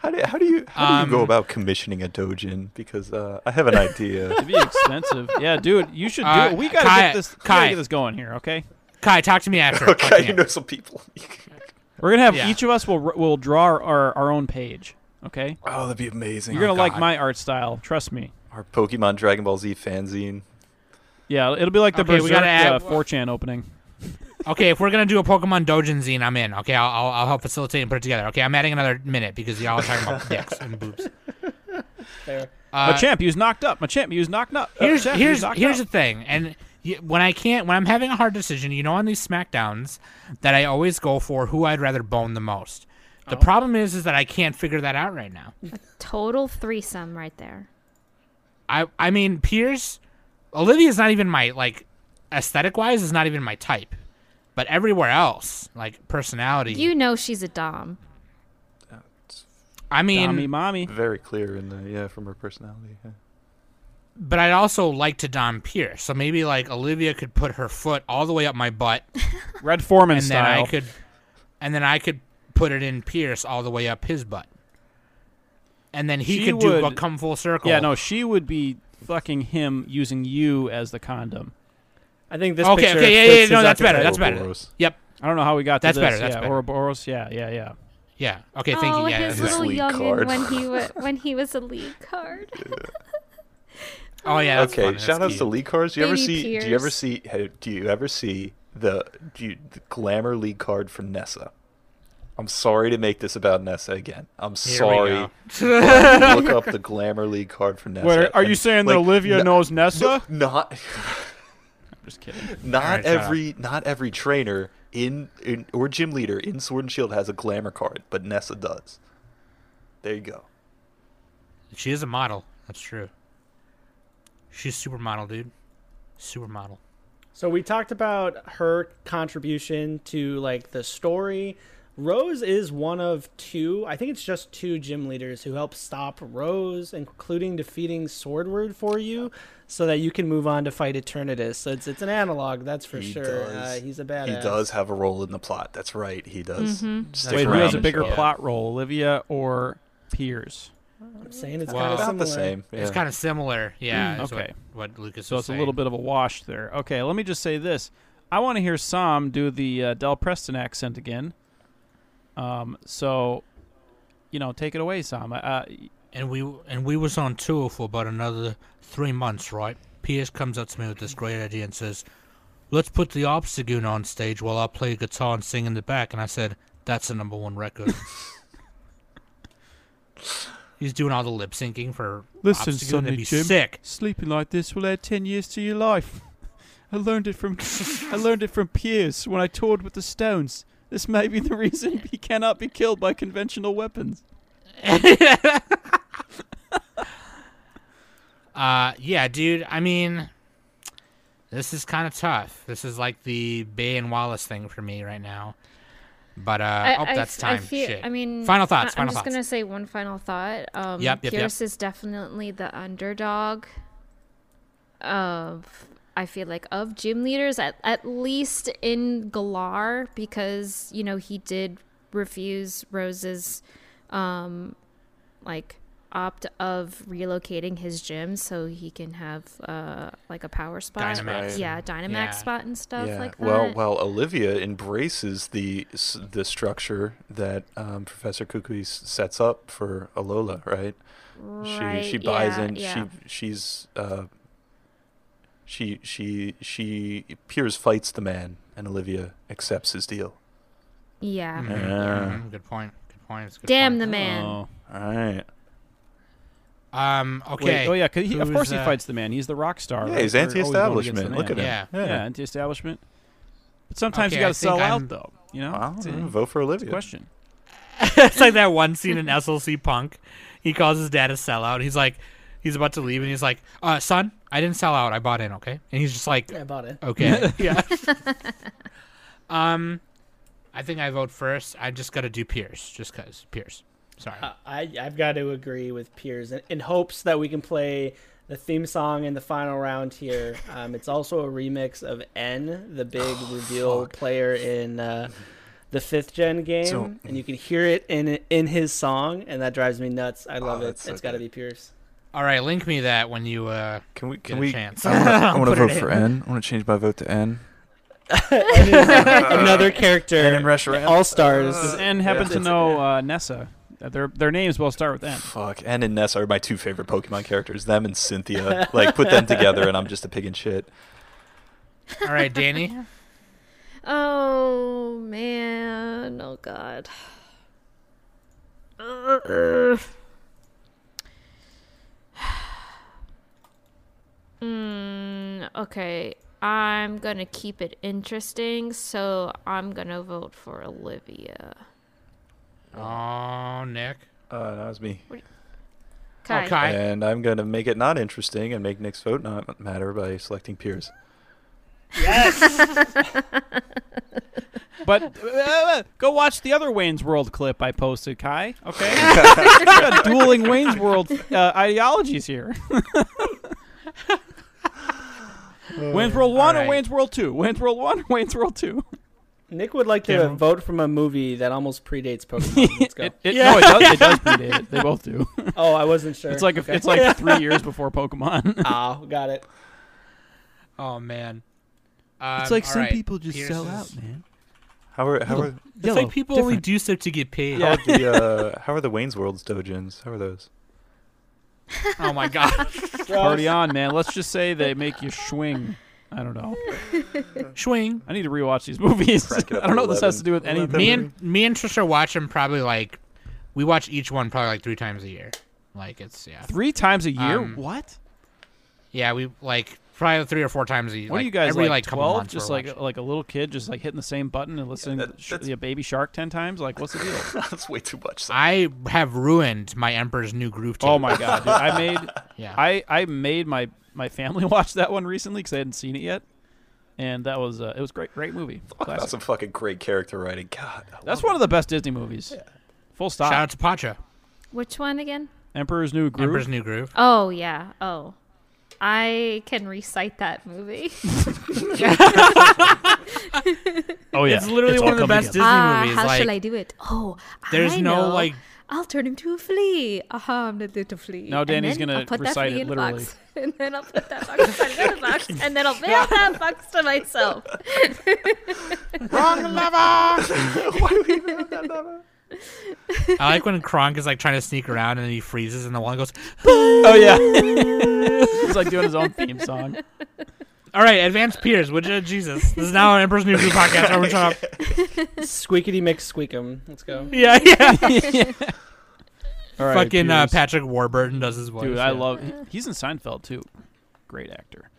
Speaker 5: How do, how do you how do you go
Speaker 4: Um,
Speaker 5: about commissioning a dojin? Because uh, I have an idea.
Speaker 7: It'd be expensive. yeah, dude, you should do
Speaker 4: Uh,
Speaker 7: it. We gotta
Speaker 4: Kai-
Speaker 7: get this. we
Speaker 4: Kai.
Speaker 7: gotta get this going here, okay?
Speaker 4: Kai, talk to me after. Talk to
Speaker 5: okay,
Speaker 4: me
Speaker 5: you
Speaker 4: after.
Speaker 5: know some people.
Speaker 7: We're gonna have
Speaker 4: Yeah.
Speaker 7: each of us will r- will draw our, our our own page, okay?
Speaker 5: oh, that'd be amazing.
Speaker 7: You're gonna like
Speaker 4: God.
Speaker 7: my art style. Trust me.
Speaker 5: Our Pokemon Dragon Ball Z fanzine.
Speaker 7: Yeah, it'll be like the
Speaker 4: Okay, we
Speaker 7: Berserk
Speaker 4: gotta add-
Speaker 7: uh, 4chan opening.
Speaker 4: Okay, if we're gonna do a Pokemon Dojin zine, I'm in. Okay, I'll, I'll I'll help facilitate and put it together. Okay, I'm adding another minute because y'all are talking about dicks and boobs.
Speaker 6: There.
Speaker 4: Uh,
Speaker 7: Machamp, he was knocked up. Machamp, he was knocked up.
Speaker 4: here's
Speaker 7: Machamp, he was
Speaker 4: here's
Speaker 7: knocked
Speaker 4: here's the
Speaker 7: up.
Speaker 4: thing, and y- when I can't, when I'm having a hard decision, you know, on these Smackdowns, that I always go for who I'd rather bone the most. The problem is, is that I can't figure that out right now.
Speaker 2: Total threesome right there.
Speaker 4: I I mean, Pierce, Olivia's not even my like, aesthetic wise, is not even my type, but everywhere else, like personality,
Speaker 2: You know she's a dom.
Speaker 4: I mean,
Speaker 7: Mommy, mommy.
Speaker 5: Very clear in the yeah from her personality. yeah.
Speaker 4: but I'd also like to Dom Pierce. So maybe like Olivia could put her foot all the way up my butt,
Speaker 7: Red Foreman
Speaker 4: and then
Speaker 7: style.
Speaker 4: I could, and then I could put it in Pierce all the way up his butt, and then he
Speaker 7: She
Speaker 4: could do a
Speaker 7: would-
Speaker 4: come full circle.
Speaker 7: yeah, no, she would be fucking him using you as the condom.
Speaker 6: I think this.
Speaker 4: Okay,
Speaker 6: picture
Speaker 4: okay, yeah, yeah,
Speaker 6: fits
Speaker 4: yeah,
Speaker 6: his
Speaker 4: no, that's better.
Speaker 6: archetype.
Speaker 4: That's better.
Speaker 5: Ouroboros.
Speaker 4: Yep.
Speaker 7: I don't know how we got to
Speaker 4: That's
Speaker 7: this.
Speaker 4: better, that's
Speaker 7: yeah,
Speaker 4: better.
Speaker 7: Ouroboros, yeah, yeah, yeah.
Speaker 4: Yeah. Okay. Thank
Speaker 2: oh,
Speaker 4: you. Yeah.
Speaker 2: his
Speaker 4: that's
Speaker 2: little
Speaker 5: lead
Speaker 2: youngin'
Speaker 5: card.
Speaker 2: when he wa- when he was a lead card.
Speaker 4: right. oh yeah. That's
Speaker 5: Okay,
Speaker 4: fun, that's
Speaker 5: shout outs
Speaker 4: cute.
Speaker 5: to League cards. Do you ever
Speaker 2: Baby
Speaker 5: see? Do you ever
Speaker 2: Pierce.
Speaker 5: see? hey, Do you ever see the do you, the glamour league card for Nessa? I'm sorry to make this about Nessa again. I'm
Speaker 4: Here we
Speaker 5: sorry.
Speaker 4: go.
Speaker 5: but Look up the glamour league card for Nessa. and, like, no-
Speaker 7: knows Nessa?
Speaker 5: Not
Speaker 7: I'm just kidding.
Speaker 5: not
Speaker 4: Alright, shut up.
Speaker 5: every not every trainer in, in or gym leader in Sword and Shield has a glamour card, but Nessa does. There you go.
Speaker 4: She is a model. That's true. She's supermodel, dude. Supermodel.
Speaker 6: So we talked about her contribution to like the story. Rose is one of two, I think it's just two gym leaders who help stop Rose, including defeating Swordward for you, so that you can move on to fight Eternatus. So it's it's an analog, that's for
Speaker 5: He
Speaker 6: sure. Uh,
Speaker 5: does.
Speaker 6: he's a badass. Mm-hmm.
Speaker 5: He does have a role in the plot. That's right. He does. Stick
Speaker 7: Wait, who
Speaker 5: around
Speaker 7: has a
Speaker 5: and
Speaker 7: bigger
Speaker 5: show up.
Speaker 7: plot role, Olivia or Piers?
Speaker 6: I'm saying it's
Speaker 4: Wow.
Speaker 6: kind of
Speaker 5: About
Speaker 6: similar.
Speaker 5: the same. Yeah.
Speaker 4: It's kind of similar. Yeah.
Speaker 7: Mm,
Speaker 4: is
Speaker 7: okay.
Speaker 4: What, what Lucas
Speaker 7: So
Speaker 4: was
Speaker 7: it's a little
Speaker 4: saying.
Speaker 7: bit of a wash there. Okay, let me just say this: I want to hear Sam do the uh, Del Preston accent again. Um, so, you know, take it away, Sam. Uh,
Speaker 4: And we and we was on tour for about another three months, right? Pierce comes up to me with this great idea and says, "Let's put the Obstagoon on stage while I play guitar and sing in the back." And I said, "That's the number one record." He's doing all the lip syncing for
Speaker 7: Listen,
Speaker 4: Obstagoon.
Speaker 7: Sonny
Speaker 4: That'd be
Speaker 7: Jim.
Speaker 4: sick.
Speaker 7: Sleeping like this will add ten years to your life. I learned it from I learned it from Piers when I toured with the Stones. This may be the reason he cannot be killed by conventional weapons.
Speaker 4: Uh, yeah, dude. I mean, this is kind of tough. This is like the Bay and Wallace thing for me right now. But uh, oh,
Speaker 2: I
Speaker 4: that's
Speaker 2: f- I
Speaker 4: time.
Speaker 2: feel-
Speaker 4: Shit.
Speaker 2: I mean,
Speaker 4: final thoughts.
Speaker 2: I, am
Speaker 4: final
Speaker 2: just
Speaker 4: thoughts.
Speaker 2: gonna say one final thought. Um,
Speaker 4: Yep, yep, yep.
Speaker 2: Pierce is definitely the underdog of. I feel like of gym leaders, at at least in Galar, because you know he did refuse Rose's, um, like opt of relocating his gym so he can have uh like a power spot.
Speaker 4: Dynamax.
Speaker 2: Yeah, Dynamax
Speaker 4: Yeah.
Speaker 2: spot and stuff
Speaker 5: yeah.
Speaker 2: like that.
Speaker 5: well, well, Olivia embraces the s- the structure that um, Professor Kukui s- sets up for Alola, right?
Speaker 2: right,
Speaker 5: she she buys
Speaker 2: yeah,
Speaker 5: in.
Speaker 2: yeah.
Speaker 5: She she's uh, she she she Piers fights the man, and Olivia accepts his deal.
Speaker 2: Yeah.
Speaker 4: Mhm,
Speaker 5: Yeah.
Speaker 4: mhm, Good point. Good point. It's a good
Speaker 2: Damn the
Speaker 4: point.
Speaker 2: man.
Speaker 7: Oh,
Speaker 5: All right.
Speaker 4: Um.
Speaker 7: wait,
Speaker 4: Okay.
Speaker 7: oh yeah, 'cause he, of
Speaker 4: Who's,
Speaker 7: course he
Speaker 4: uh,
Speaker 7: fights the man. He's the rock star.
Speaker 5: Yeah,
Speaker 7: right?
Speaker 5: he's
Speaker 7: We're always going
Speaker 5: anti-establishment.
Speaker 7: against the
Speaker 5: Look at
Speaker 7: man.
Speaker 5: him.
Speaker 4: Yeah.
Speaker 7: Yeah, anti-establishment. But sometimes
Speaker 4: Okay,
Speaker 7: you
Speaker 4: I
Speaker 7: got to
Speaker 4: think
Speaker 7: sell
Speaker 4: I'm-
Speaker 7: out, though. You know,
Speaker 5: Well,
Speaker 7: It's a-
Speaker 5: mm, vote for
Speaker 7: it's a
Speaker 5: Olivia.
Speaker 7: question.
Speaker 4: it's like that one scene in SLC Punk. He calls his dad a sellout. He's like, he's about to leave, and he's like, uh, "Son, I didn't sell out. I bought in, okay?" And he's just like,
Speaker 6: Yeah, I bought it.
Speaker 4: Okay. yeah. um, I think I vote first. I just got to do Pierce, just cause Pierce. Sorry.
Speaker 6: Uh, I, I've got to agree with Piers in, in hopes that we can play the theme song in the final round here. Um, it's also a remix of N, the big reveal player in uh, the fifth gen game,
Speaker 5: So-
Speaker 6: and you can hear it in in his song, and that drives me nuts. I love it.
Speaker 5: that's so
Speaker 6: it's got to
Speaker 5: good.
Speaker 6: be Pierce.
Speaker 4: All right, link me that when you uh
Speaker 5: Can we?
Speaker 4: get
Speaker 5: Can
Speaker 4: a
Speaker 5: we?
Speaker 4: chance.
Speaker 5: I wanna- I want to
Speaker 4: Put it
Speaker 5: vote for
Speaker 4: in.
Speaker 5: N. I want to change my vote to N.
Speaker 6: Another character,
Speaker 5: N and Reshiram.
Speaker 6: all stars.
Speaker 5: Uh,
Speaker 7: Does N happen to know uh, Nessa? Uh, Their their names both start with N.
Speaker 5: Fuck, N and Ness are my two favorite Pokemon characters. Them and Cynthia. Like, put them together, and I'm just a pig in shit.
Speaker 4: All right, Danny.
Speaker 2: Oh man! Oh god! Ugh. mm, okay, I'm gonna keep it interesting, so I'm gonna vote for Olivia.
Speaker 4: Oh, Nick.
Speaker 5: Uh, that was me.
Speaker 2: Kai.
Speaker 4: Oh, Kai.
Speaker 5: And I'm gonna make it not interesting and make Nick's vote not matter by selecting Piers.
Speaker 7: But uh, go watch the other Wayne's World clip I posted, Kai. Okay, We got dueling Wayne's World uh, ideologies here. Wayne's World One
Speaker 4: Alright.
Speaker 7: or Wayne's World Two? Wayne's World One or Wayne's World Two?
Speaker 6: Nick would like to
Speaker 4: Cameron.
Speaker 6: vote from a movie that almost predates Pokemon. Let's go.
Speaker 7: It, it, No, it does. It does predate it. They both do.
Speaker 6: oh, I wasn't sure.
Speaker 7: It's like
Speaker 6: Okay.
Speaker 7: it's like three years before Pokemon.
Speaker 6: oh, got it.
Speaker 4: Oh man. Um,
Speaker 7: it's like
Speaker 4: all
Speaker 7: some
Speaker 4: right,
Speaker 7: people just sell
Speaker 4: Pierce's-
Speaker 7: out, man.
Speaker 5: How are how are
Speaker 4: It's like people only do stuff to get paid.
Speaker 5: how are the uh, how are the Wayne's World's dojins? How are those?
Speaker 4: Oh my god.
Speaker 7: Party on, man. Let's just say they make you swing. I don't know.
Speaker 4: Swing.
Speaker 7: I need to rewatch these movies.
Speaker 5: Crank it up
Speaker 7: I don't know
Speaker 5: to
Speaker 7: what this has to do with
Speaker 5: 11.
Speaker 7: anything.
Speaker 4: Me and me and Trisha watch them probably like, we watch each one probably like three times a year. Like it's yeah.
Speaker 7: Three times a year?
Speaker 4: Um,
Speaker 7: what?
Speaker 4: Yeah, we like probably three or four times a year.
Speaker 7: What
Speaker 4: like,
Speaker 7: are you guys
Speaker 4: every,
Speaker 7: like?
Speaker 4: couple
Speaker 7: Twelve?
Speaker 4: months
Speaker 7: Just
Speaker 4: we're
Speaker 7: like
Speaker 4: watching.
Speaker 7: like a little kid, just like hitting the same button and listening
Speaker 5: that-
Speaker 7: to sh-
Speaker 5: that's-
Speaker 7: yeah, Baby Shark ten times. Like, what's the deal?
Speaker 5: That's way too much. So.
Speaker 4: I have ruined my Emperor's New Groove. Tape.
Speaker 7: oh my god, dude. I made
Speaker 4: Yeah.
Speaker 7: I I made my my family watch that one recently because they hadn't seen it yet, and that was uh, it was great great movie. Classic.
Speaker 5: That's some fucking great character writing. God, I
Speaker 7: That's
Speaker 5: love
Speaker 7: one of the best Disney movies. Full stop.
Speaker 4: Shout out to Pacha.
Speaker 2: Which one again?
Speaker 7: Emperor's New Groove.
Speaker 4: Emperor's New Groove.
Speaker 2: Oh yeah. Oh, I can recite that movie.
Speaker 7: oh yeah,
Speaker 4: It's literally one
Speaker 7: all
Speaker 4: of the
Speaker 7: coming
Speaker 4: best Disney
Speaker 7: together.
Speaker 2: Ah,
Speaker 4: movies.
Speaker 2: how
Speaker 4: like,
Speaker 2: shall I do it? Oh,
Speaker 4: there's
Speaker 2: I
Speaker 4: no,
Speaker 2: know.
Speaker 4: like-
Speaker 2: I'll turn him to a flea. Aha, I'm the little flea.
Speaker 7: Now
Speaker 2: And
Speaker 7: Danny's
Speaker 2: then
Speaker 7: gonna
Speaker 2: I'll put that
Speaker 7: recite
Speaker 2: flea
Speaker 7: it
Speaker 2: in a box. and then I'll put that box inside another box, and then I'll mail that box to myself.
Speaker 4: I like when Kronk is like trying to sneak around and then he freezes and the one goes,
Speaker 7: Oh yeah, he's like doing his own theme song.
Speaker 4: "All right, advanced peers, would you Jesus? This is now an Emperor's New Groove podcast. Everyone shut up."
Speaker 6: Squeakity makes squeakum. Let's go.
Speaker 4: Yeah, yeah.
Speaker 7: All right,
Speaker 4: Fucking uh,
Speaker 7: Peters.
Speaker 4: Patrick Warburton does his voice.
Speaker 7: Dude, I
Speaker 4: yeah.
Speaker 7: love. he- He's in Seinfeld too. Great actor.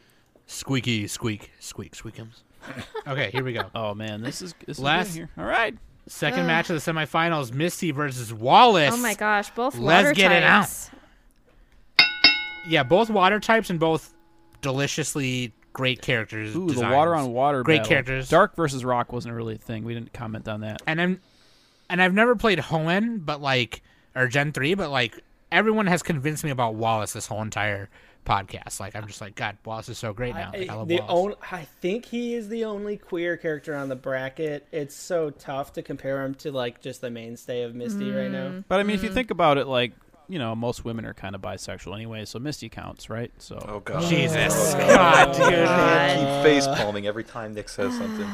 Speaker 4: squeaky squeak squeak squeakums. okay, here we go.
Speaker 7: Oh man, this is this
Speaker 4: Last-
Speaker 7: is good here. All right.
Speaker 4: Second match of the semifinals: Misty versus Wallace.
Speaker 2: oh my gosh, both
Speaker 4: Let's
Speaker 2: water
Speaker 4: get it out.
Speaker 2: types.
Speaker 4: Yeah, both water types and both deliciously great characters.
Speaker 7: Ooh, the
Speaker 4: designs.
Speaker 7: water on water.
Speaker 4: Great
Speaker 7: battle.
Speaker 4: characters.
Speaker 7: Dark versus rock wasn't really a thing. We didn't comment on that.
Speaker 4: and I'm and I've never played Hoenn, but like or Gen three, but like everyone has convinced me about Wallace this whole entire podcast. Like I'm just like, God, Wallace is so great now. Like, I
Speaker 6: I,
Speaker 4: love
Speaker 6: the
Speaker 4: Wallace.
Speaker 6: on, I think he is the only queer character on the bracket. It's so tough to compare him to like just the mainstay of Misty right now.
Speaker 7: But I mean, if
Speaker 4: Mm.
Speaker 7: you think about it, like you know, most women are kind of bisexual anyway. So Misty counts, right? So
Speaker 5: it. Oh god.
Speaker 4: Jesus, God, dude.
Speaker 5: I keep face palming every time Nick says something.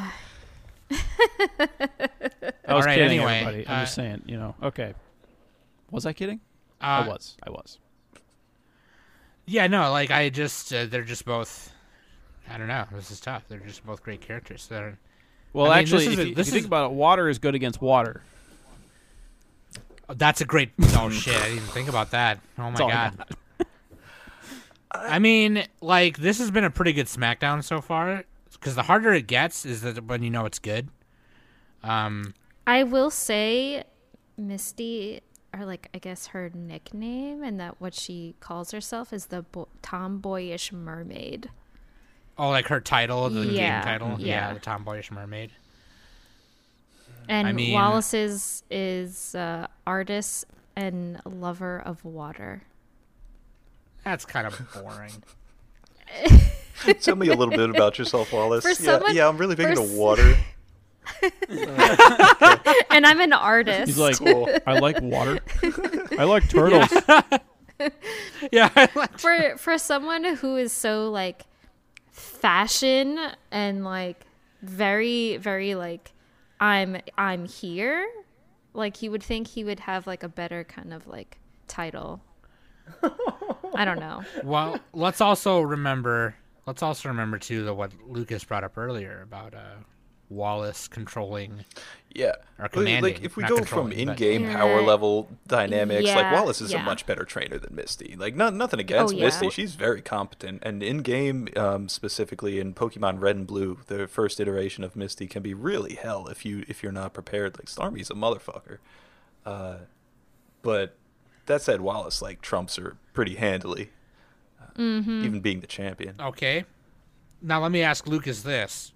Speaker 7: I was
Speaker 4: All right,
Speaker 7: kidding,
Speaker 4: anyway,
Speaker 7: everybody. I'm just
Speaker 4: uh,
Speaker 7: saying, you know. Okay. Was I kidding?
Speaker 4: Uh,
Speaker 7: I was. I was.
Speaker 4: Yeah, no, like I just uh, they're just both. I don't know. This is tough. They're just both great characters. They're,
Speaker 7: Well,
Speaker 4: I mean,
Speaker 7: actually,
Speaker 4: this is
Speaker 7: if,
Speaker 4: a-
Speaker 7: you, if
Speaker 4: this
Speaker 7: you think
Speaker 4: is-
Speaker 7: about it, water is good against water.
Speaker 4: That's a great. Oh shit! I didn't even think about that. Oh my
Speaker 7: all I
Speaker 4: god. I mean, like this has been a pretty good SmackDown so far. Because the harder it gets, is that when you know it's good. Um,
Speaker 2: I will say Misty or like I guess her nickname and that what she calls herself is the bo- tomboyish mermaid.
Speaker 4: oh, like her title, the
Speaker 2: Yeah,
Speaker 4: game title, yeah,
Speaker 2: yeah.
Speaker 4: the Tomboyish Mermaid.
Speaker 2: And
Speaker 4: I mean-
Speaker 2: Wallace's is uh, artist and lover of water.
Speaker 4: That's kind of boring.
Speaker 5: Tell me a little bit about yourself, Wallace.
Speaker 2: For
Speaker 5: yeah,
Speaker 2: someone-
Speaker 5: yeah, I'm really big
Speaker 2: for
Speaker 5: into
Speaker 2: s-
Speaker 5: water.
Speaker 2: And I'm an artist.
Speaker 7: He's like, I like water. I like turtles.
Speaker 4: yeah, I like-
Speaker 2: for for someone who is so like fashion and like very very like I'm I'm here, like you would think he would have like a better kind of like title. I don't know.
Speaker 4: well, let's also remember. Let's also remember too the what Lucas brought up earlier about uh, Wallace controlling.
Speaker 5: Yeah.
Speaker 4: Or
Speaker 5: Like-
Speaker 4: commanding,
Speaker 5: like if we
Speaker 4: not
Speaker 5: go from
Speaker 4: controlling, but-
Speaker 5: in-game
Speaker 2: Yeah.
Speaker 5: power level dynamics, like
Speaker 2: Yeah,
Speaker 5: Wallace is a
Speaker 2: yeah. Oh,
Speaker 5: much better trainer than Misty. Like not nothing against
Speaker 2: yeah.
Speaker 5: Misty, she's very competent. And in-game, um, specifically in Pokemon Red and Blue, the first iteration of Misty can be really hell if you if you're not prepared. Like Starmie's a motherfucker. Uh, but that said, Wallace like trumps her pretty handily, uh,
Speaker 2: Mm-hmm.
Speaker 5: even being the champion.
Speaker 4: Okay. Now let me ask Lucas this.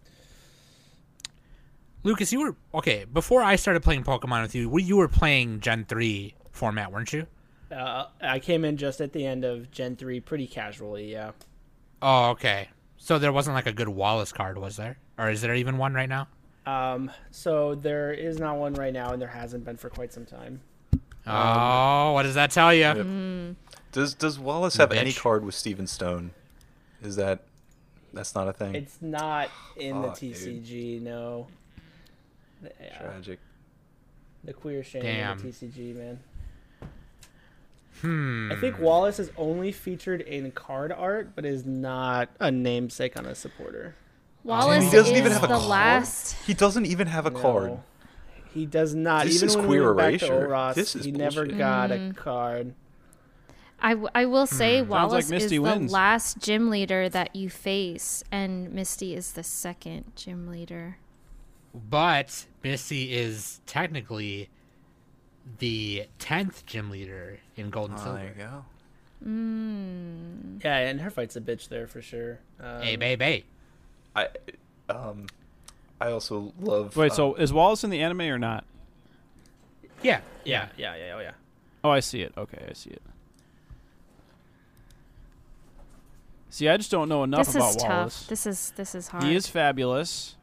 Speaker 4: Lucas, you were okay before I started playing Pokemon with you. were- You were playing Gen three format, weren't you?
Speaker 6: Uh, I came in just at the end of Gen three, pretty casually. Yeah.
Speaker 4: Oh, okay. So there wasn't like a good Wallace card, was there? Or is there even one right now?
Speaker 6: Um. So there is not one right now, and there hasn't been for quite some time.
Speaker 4: oh, what does that tell you?
Speaker 5: Does does Wallace have any
Speaker 4: bitch.
Speaker 5: card with Steven Stone? Is that that's not a thing?
Speaker 6: It's not in the
Speaker 5: Fuck, dude.
Speaker 6: TCG. No. Yeah,
Speaker 5: Tragic.
Speaker 6: the queer shame
Speaker 4: Damn.
Speaker 6: of the TCG, man.
Speaker 4: Hmm.
Speaker 6: I think Wallace is only featured in card art, but is not a namesake on a supporter.
Speaker 2: Wallace
Speaker 5: He doesn't
Speaker 2: is
Speaker 5: even have a
Speaker 2: the
Speaker 5: card?
Speaker 2: last.
Speaker 5: He doesn't even have a card.
Speaker 6: No. He does not.
Speaker 5: This
Speaker 6: Even
Speaker 5: is
Speaker 6: when
Speaker 5: queer
Speaker 6: we went
Speaker 5: erasure.
Speaker 6: Back to Oros,
Speaker 2: Mm-hmm.
Speaker 5: This is
Speaker 6: he never
Speaker 5: bullshit.
Speaker 6: got a card.
Speaker 2: I, w- I will say
Speaker 7: Hmm. like
Speaker 2: Wallace is
Speaker 7: Misty
Speaker 2: the
Speaker 7: wins.
Speaker 2: last gym leader that you face, and Misty is the second gym leader.
Speaker 4: But Missy is technically the tenth gym leader in Gold and
Speaker 5: Oh,
Speaker 4: Silver.
Speaker 5: there you go.
Speaker 6: Yeah, and her fight's a bitch there for sure. Um,
Speaker 4: Hey, babe, hey.
Speaker 5: I, um, I also love.
Speaker 7: Wait,
Speaker 5: uh,
Speaker 7: so is Wallace in the anime or not?
Speaker 4: Yeah, yeah.
Speaker 6: Yeah, yeah, oh yeah.
Speaker 7: Oh, I see it. Okay, I see it. See, I just don't know enough
Speaker 2: this
Speaker 7: about
Speaker 2: is
Speaker 7: Wallace.
Speaker 2: tough. This is this is hard.
Speaker 7: He is fabulous.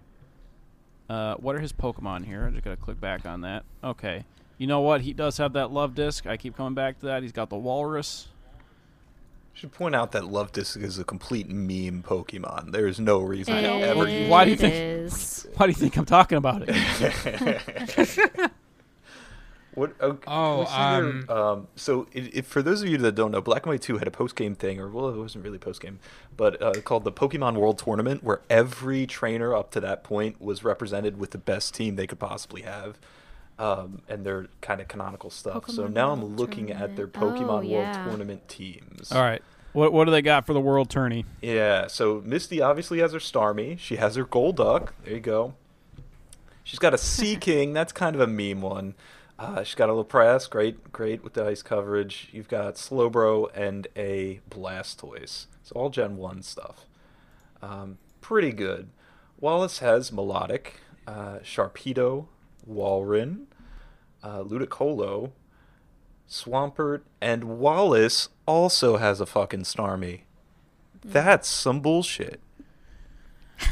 Speaker 7: Uh, what are his Pokemon here? I just gotta click back on that. Okay. You know what? He does have that love disc. I keep coming back to that. He's got the walrus.
Speaker 5: should point out that Love Disc is a complete meme Pokemon. There is no reason to
Speaker 2: It
Speaker 5: ever.
Speaker 7: Or- why do you think-
Speaker 2: is.
Speaker 7: Why do you think I'm talking about it?
Speaker 5: What? Okay,
Speaker 4: Oh,
Speaker 5: what's the other-
Speaker 4: um,
Speaker 5: um, so it, it, for those of you that don't know, Black and White Two had a post game thing, or well, it wasn't really post game, but uh, called the Pokemon World Tournament, where every trainer up to that point was represented with the best team they could possibly have, um, and their kind of canonical stuff. so
Speaker 2: Pokemon
Speaker 5: now I'm
Speaker 2: World
Speaker 5: looking at their
Speaker 2: Tournament.
Speaker 5: Pokemon
Speaker 2: Oh,
Speaker 5: World
Speaker 2: yeah.
Speaker 5: Tournament teams.
Speaker 7: All right. What What do they got for the World Tourney?
Speaker 5: Yeah, so Misty obviously has her Starmie. She has her Golduck. There you go. She's got a Sea King. That's kind of a meme one. Uh, she's got a Lapras. Great, great with the ice coverage. You've got Slowbro and a Blastoise. So all Gen 1 stuff. Um, pretty good. Wallace has Melodic, uh, Sharpedo, Walrin, uh, Ludicolo, Swampert, and Wallace also has a fucking Starmie. That's some bullshit.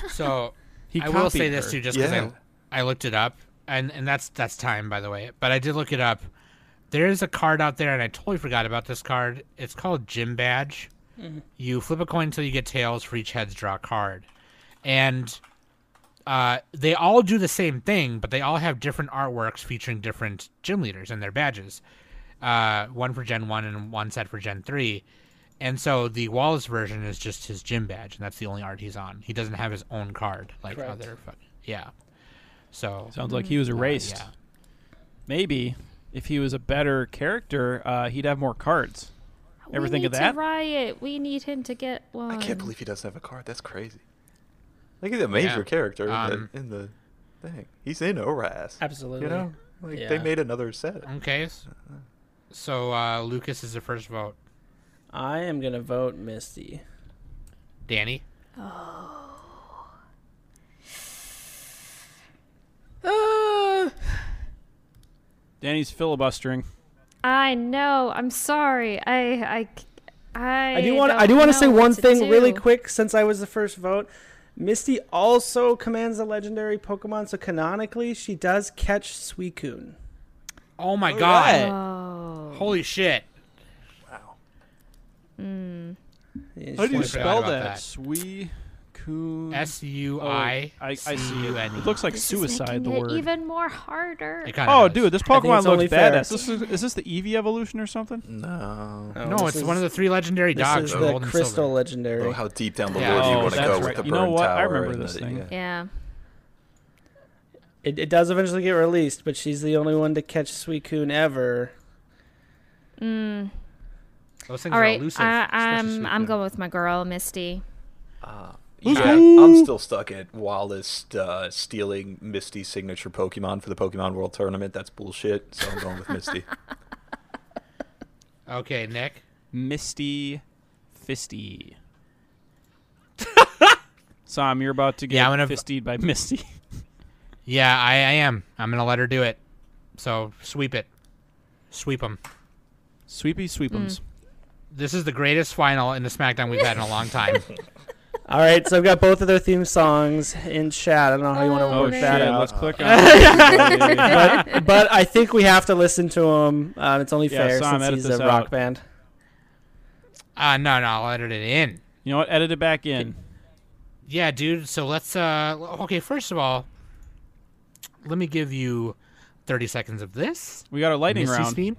Speaker 4: So
Speaker 7: He
Speaker 4: I will say
Speaker 7: copied
Speaker 4: this
Speaker 7: her.
Speaker 4: too, just because
Speaker 5: Yeah.
Speaker 4: I, I looked it up, and and that's that's time by the way. But I did look it up. There is a card out there, and I totally forgot about this card. It's called Gym Badge.
Speaker 7: Mm-hmm.
Speaker 4: You flip a coin until you get tails. For each heads, draw a card, and uh, they all do the same thing, but they all have different artworks featuring different gym leaders and their badges. Uh, one for Gen One and one set for Gen Three. And so the Wallace version is just his gym badge, and that's the only art he's on. He doesn't have his own card like
Speaker 6: Correct.
Speaker 4: other fucking yeah. So
Speaker 7: Sounds like
Speaker 2: Mm.
Speaker 7: he was erased.
Speaker 4: yeah.
Speaker 7: Maybe if he was a better character, uh, he'd have more cards. Ever
Speaker 2: we
Speaker 7: think of
Speaker 2: need
Speaker 7: that?
Speaker 2: To riot. We need him to get one.
Speaker 5: I can't believe he doesn't have a card. That's crazy. Like he's a major
Speaker 4: Yeah.
Speaker 5: character
Speaker 4: Um,
Speaker 5: in, the, in the thing. He's in ORAS.
Speaker 6: Absolutely.
Speaker 5: You know, like they
Speaker 6: Yeah. Mm.
Speaker 5: made another set.
Speaker 4: okay. s- So uh, Lucas is the first vote.
Speaker 6: I am gonna vote Misty.
Speaker 4: Danny,
Speaker 7: Danny's filibustering.
Speaker 2: I know. I'm sorry. I I I.
Speaker 6: I do want. I
Speaker 2: don't
Speaker 6: do want to
Speaker 2: know
Speaker 6: say
Speaker 2: what
Speaker 6: one
Speaker 2: to
Speaker 6: thing really
Speaker 2: do.
Speaker 6: quick since I was the first vote. Misty also commands the legendary Pokemon, so canonically she does catch Suicune.
Speaker 4: oh my god,
Speaker 2: Oh.
Speaker 4: holy shit!
Speaker 6: Yeah,
Speaker 7: How
Speaker 6: she's
Speaker 7: do you
Speaker 6: like-
Speaker 4: forgot
Speaker 7: spell
Speaker 4: about
Speaker 7: that?
Speaker 4: that.
Speaker 7: Sui Kun.
Speaker 4: S U
Speaker 7: Oh,
Speaker 4: I
Speaker 7: I I see it.
Speaker 4: C-U-N-E.
Speaker 7: It looks like
Speaker 2: This is
Speaker 7: suicide.
Speaker 2: making
Speaker 7: The
Speaker 2: it
Speaker 7: word.
Speaker 2: even more harder.
Speaker 4: It kinda
Speaker 7: Oh,
Speaker 4: does.
Speaker 7: dude, this
Speaker 6: think
Speaker 7: Pokemon
Speaker 6: it's
Speaker 7: looks
Speaker 6: only fair.
Speaker 7: badass. This is, is this the Eevee evolution or something?
Speaker 5: No.
Speaker 6: Oh,
Speaker 4: No,
Speaker 6: this
Speaker 4: it's
Speaker 6: is-
Speaker 4: one of the three legendary
Speaker 6: This
Speaker 4: dogs.
Speaker 6: is
Speaker 4: of
Speaker 6: the
Speaker 4: Gold and
Speaker 6: Crystal
Speaker 4: Silver.
Speaker 6: Legendary.
Speaker 5: Oh, how deep down the
Speaker 4: Yeah.
Speaker 5: road do you
Speaker 4: Oh,
Speaker 5: want to
Speaker 7: that's
Speaker 5: go
Speaker 7: right.
Speaker 5: with the
Speaker 7: You
Speaker 5: burn
Speaker 7: know what? I
Speaker 5: tower
Speaker 7: remember
Speaker 5: and
Speaker 7: this
Speaker 5: the-
Speaker 7: thing.
Speaker 5: yeah.
Speaker 2: yeah.
Speaker 6: It, it does eventually get released, but she's the only one to catch Suicune ever.
Speaker 4: Those things
Speaker 2: All
Speaker 4: are
Speaker 2: right.
Speaker 4: elusive.
Speaker 2: I,
Speaker 4: especially
Speaker 2: I'm I'm
Speaker 4: Suicune.
Speaker 2: going with my girl Misty.
Speaker 5: Yeah, I'm still stuck at Wallace uh, stealing Misty's signature Pokemon for the Pokemon World Tournament. That's bullshit. So I'm going with Misty.
Speaker 4: Okay, Nick.
Speaker 7: Misty Fisty. Sam, you're about to get
Speaker 4: Yeah, I'm gonna-
Speaker 7: fistied by Misty.
Speaker 4: Yeah, I, I am. I'm gonna let her do it. So sweep it, sweep them.
Speaker 7: Sweepy
Speaker 2: Mm.
Speaker 7: Sweepums.
Speaker 4: This is the greatest final in the SmackDown we've had in a long time.
Speaker 6: All right, so I've got both of their theme songs in chat. I don't know how you want to
Speaker 7: Oh,
Speaker 6: work
Speaker 7: shit.
Speaker 6: that out,
Speaker 7: Let's click on it.
Speaker 6: but I think we have to listen to him. Um, it's only
Speaker 7: Yeah,
Speaker 6: fair
Speaker 7: Sam, edit
Speaker 6: since he's
Speaker 7: this
Speaker 6: a rock
Speaker 7: out.
Speaker 6: band.
Speaker 4: Uh no, no, I'll edit it in.
Speaker 7: You know what? Edit it back in.
Speaker 4: Yeah, dude. So let's. uh Okay, first of all, let me give you thirty seconds of this.
Speaker 7: We got our lightning
Speaker 4: Misty's
Speaker 7: round.
Speaker 4: theme.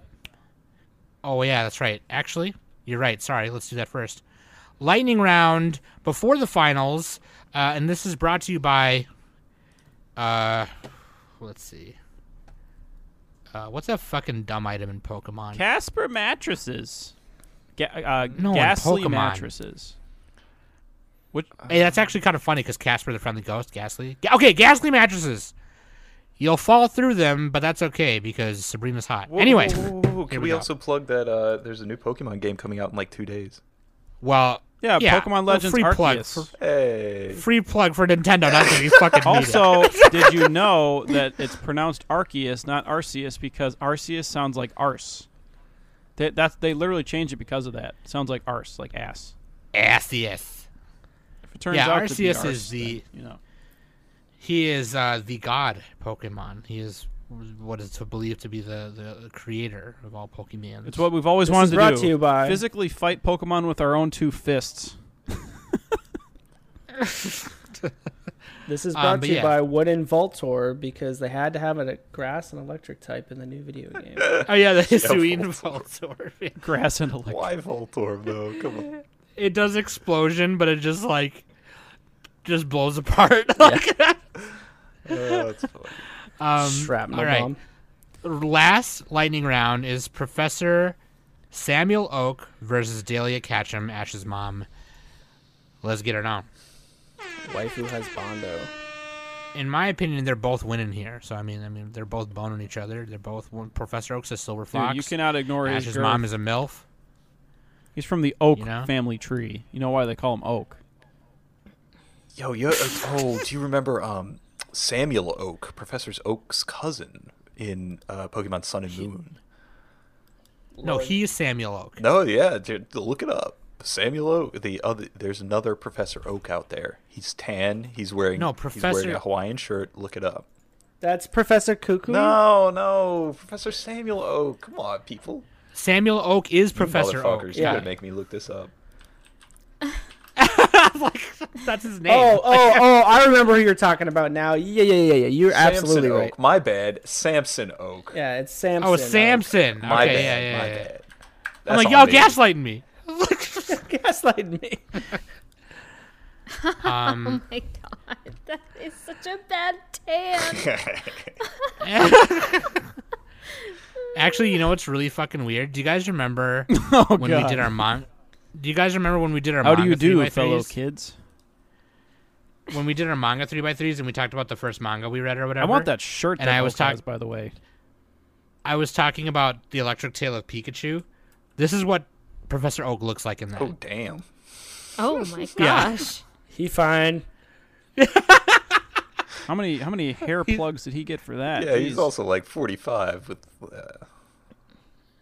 Speaker 4: Oh yeah, that's right. Actually, you're right. Sorry, let's do that first. Lightning round before the finals, uh, and this is brought to you by. Uh, let's see. Uh, what's that fucking dumb item in Pokemon?
Speaker 7: Casper mattresses. Ga- uh,
Speaker 4: No, in
Speaker 7: ghastly
Speaker 4: Pokemon.
Speaker 7: mattresses.
Speaker 4: Hey, that's actually kind of funny because Casper the Friendly Ghost, Ghastly. Ga- Okay, Ghastly mattresses. You'll fall through them, but that's okay because Sabrina's hot. anyway,
Speaker 5: Whoa, whoa, whoa, whoa.
Speaker 4: Here
Speaker 5: can
Speaker 4: we
Speaker 5: we
Speaker 4: go.
Speaker 5: also plug that uh, there's a new Pokemon game coming out in like two days?
Speaker 4: well,
Speaker 7: Yeah,
Speaker 4: well,
Speaker 7: Pokemon Legends
Speaker 4: free plug,
Speaker 7: Arceus.
Speaker 4: for,
Speaker 5: Hey,
Speaker 4: free plug for Nintendo. Not that you fucking need it.
Speaker 7: Also, did you know that it's pronounced Arceus, not Arceus, because Arceus sounds like arse. They, that's, they literally changed it because of that. It sounds like arse, like ass.
Speaker 4: Arceus.
Speaker 7: If it turns
Speaker 4: Yeah,
Speaker 7: out to be
Speaker 4: Arceus
Speaker 7: arse,
Speaker 4: is the-
Speaker 7: then, you know.
Speaker 4: He is uh, the god Pokemon. He is what is to believe to be the, the creator of all Pokemon.
Speaker 7: It's what we've always wanted
Speaker 6: is
Speaker 7: to
Speaker 6: brought
Speaker 7: do.
Speaker 6: to you by-
Speaker 7: physically fight Pokemon with our own two fists.
Speaker 6: This is
Speaker 4: Um,
Speaker 6: brought
Speaker 4: but
Speaker 6: to you
Speaker 4: yeah.
Speaker 6: by Wooden Voltor because they had to have a grass and electric type in the new video game.
Speaker 4: oh yeah, the Hisuian Voltorb.
Speaker 7: Grass and electric.
Speaker 5: why Voltorb though? Come on.
Speaker 4: It does explosion, but it just like just blows apart. Like,
Speaker 5: Oh, that's funny.
Speaker 4: um,
Speaker 6: Shrapnel
Speaker 4: all right.
Speaker 6: bomb.
Speaker 4: last lightning round is Professor Samuel Oak versus Dahlia Catchem, Ash's mom. Let's get it on.
Speaker 6: Waifu has Bondo.
Speaker 4: In my opinion, they're both winning here. So I mean, I mean, they're both boning each other. They're both one, Professor Oak's a silver
Speaker 7: Dude,
Speaker 4: fox.
Speaker 7: you cannot ignore his,
Speaker 4: Ash's
Speaker 7: girth.
Speaker 4: mom is a milf.
Speaker 7: He's from the Oak
Speaker 4: You know?
Speaker 7: family tree. You know why they call him Oak?
Speaker 5: Yo, yo, oh, do you remember um, Samuel Oak, Professor Oak's cousin in uh, Pokemon Sun and Moon?
Speaker 4: No, he's Samuel Oak.
Speaker 5: No, yeah, dude, look it up. Samuel Oak. The other, there's another Professor Oak out there. He's tan. He's wearing
Speaker 4: No,
Speaker 5: He's wearing
Speaker 4: Professor-
Speaker 5: a Hawaiian shirt. Look it up.
Speaker 6: That's Professor Cuckoo.
Speaker 5: No, no, Professor Samuel Oak. Come on, people.
Speaker 4: Samuel Oak is
Speaker 5: You
Speaker 4: Professor Oak.
Speaker 5: motherfuckers,
Speaker 6: yeah.
Speaker 5: you gotta make me look this up.
Speaker 4: I'm like, that's his name.
Speaker 6: Oh, oh, oh! I remember who you're talking about now. Yeah, yeah, yeah, yeah. You're absolutely
Speaker 5: Samson
Speaker 6: right.
Speaker 5: Oak. My bad, Samson Oak.
Speaker 6: Yeah, it's Samson.
Speaker 4: Oh,
Speaker 6: Oak.
Speaker 4: Samson.
Speaker 5: My
Speaker 4: okay,
Speaker 5: bad.
Speaker 4: yeah, yeah,
Speaker 5: my
Speaker 4: yeah.
Speaker 5: bad.
Speaker 4: I'm
Speaker 5: That's
Speaker 4: like,
Speaker 5: on
Speaker 4: y'all
Speaker 5: me.
Speaker 4: gaslighting me.
Speaker 6: Gaslight me.
Speaker 4: Um,
Speaker 2: Oh my god, that is such a bad tan.
Speaker 4: actually, you know what's really fucking weird? Do you guys remember
Speaker 7: Oh,
Speaker 4: when we did our mon? Do you guys remember when we did our
Speaker 7: How do
Speaker 4: manga
Speaker 7: you do,
Speaker 4: 3x3s?
Speaker 7: fellow kids?
Speaker 4: When we did our manga three by threes and we talked about the first manga we read or whatever.
Speaker 7: I want that shirt.
Speaker 4: And
Speaker 7: that
Speaker 4: I was
Speaker 7: Oak
Speaker 4: talk-
Speaker 7: has, by the way.
Speaker 4: I was talking about the Electric Tail of Pikachu. This is what Professor Oak looks like in that.
Speaker 5: Oh damn.
Speaker 2: Oh my
Speaker 4: Yeah.
Speaker 2: gosh.
Speaker 6: He fine.
Speaker 7: How many how many hair plugs did he get for that?
Speaker 5: Yeah, he's
Speaker 7: Jeez.
Speaker 5: also like 45 with. Uh,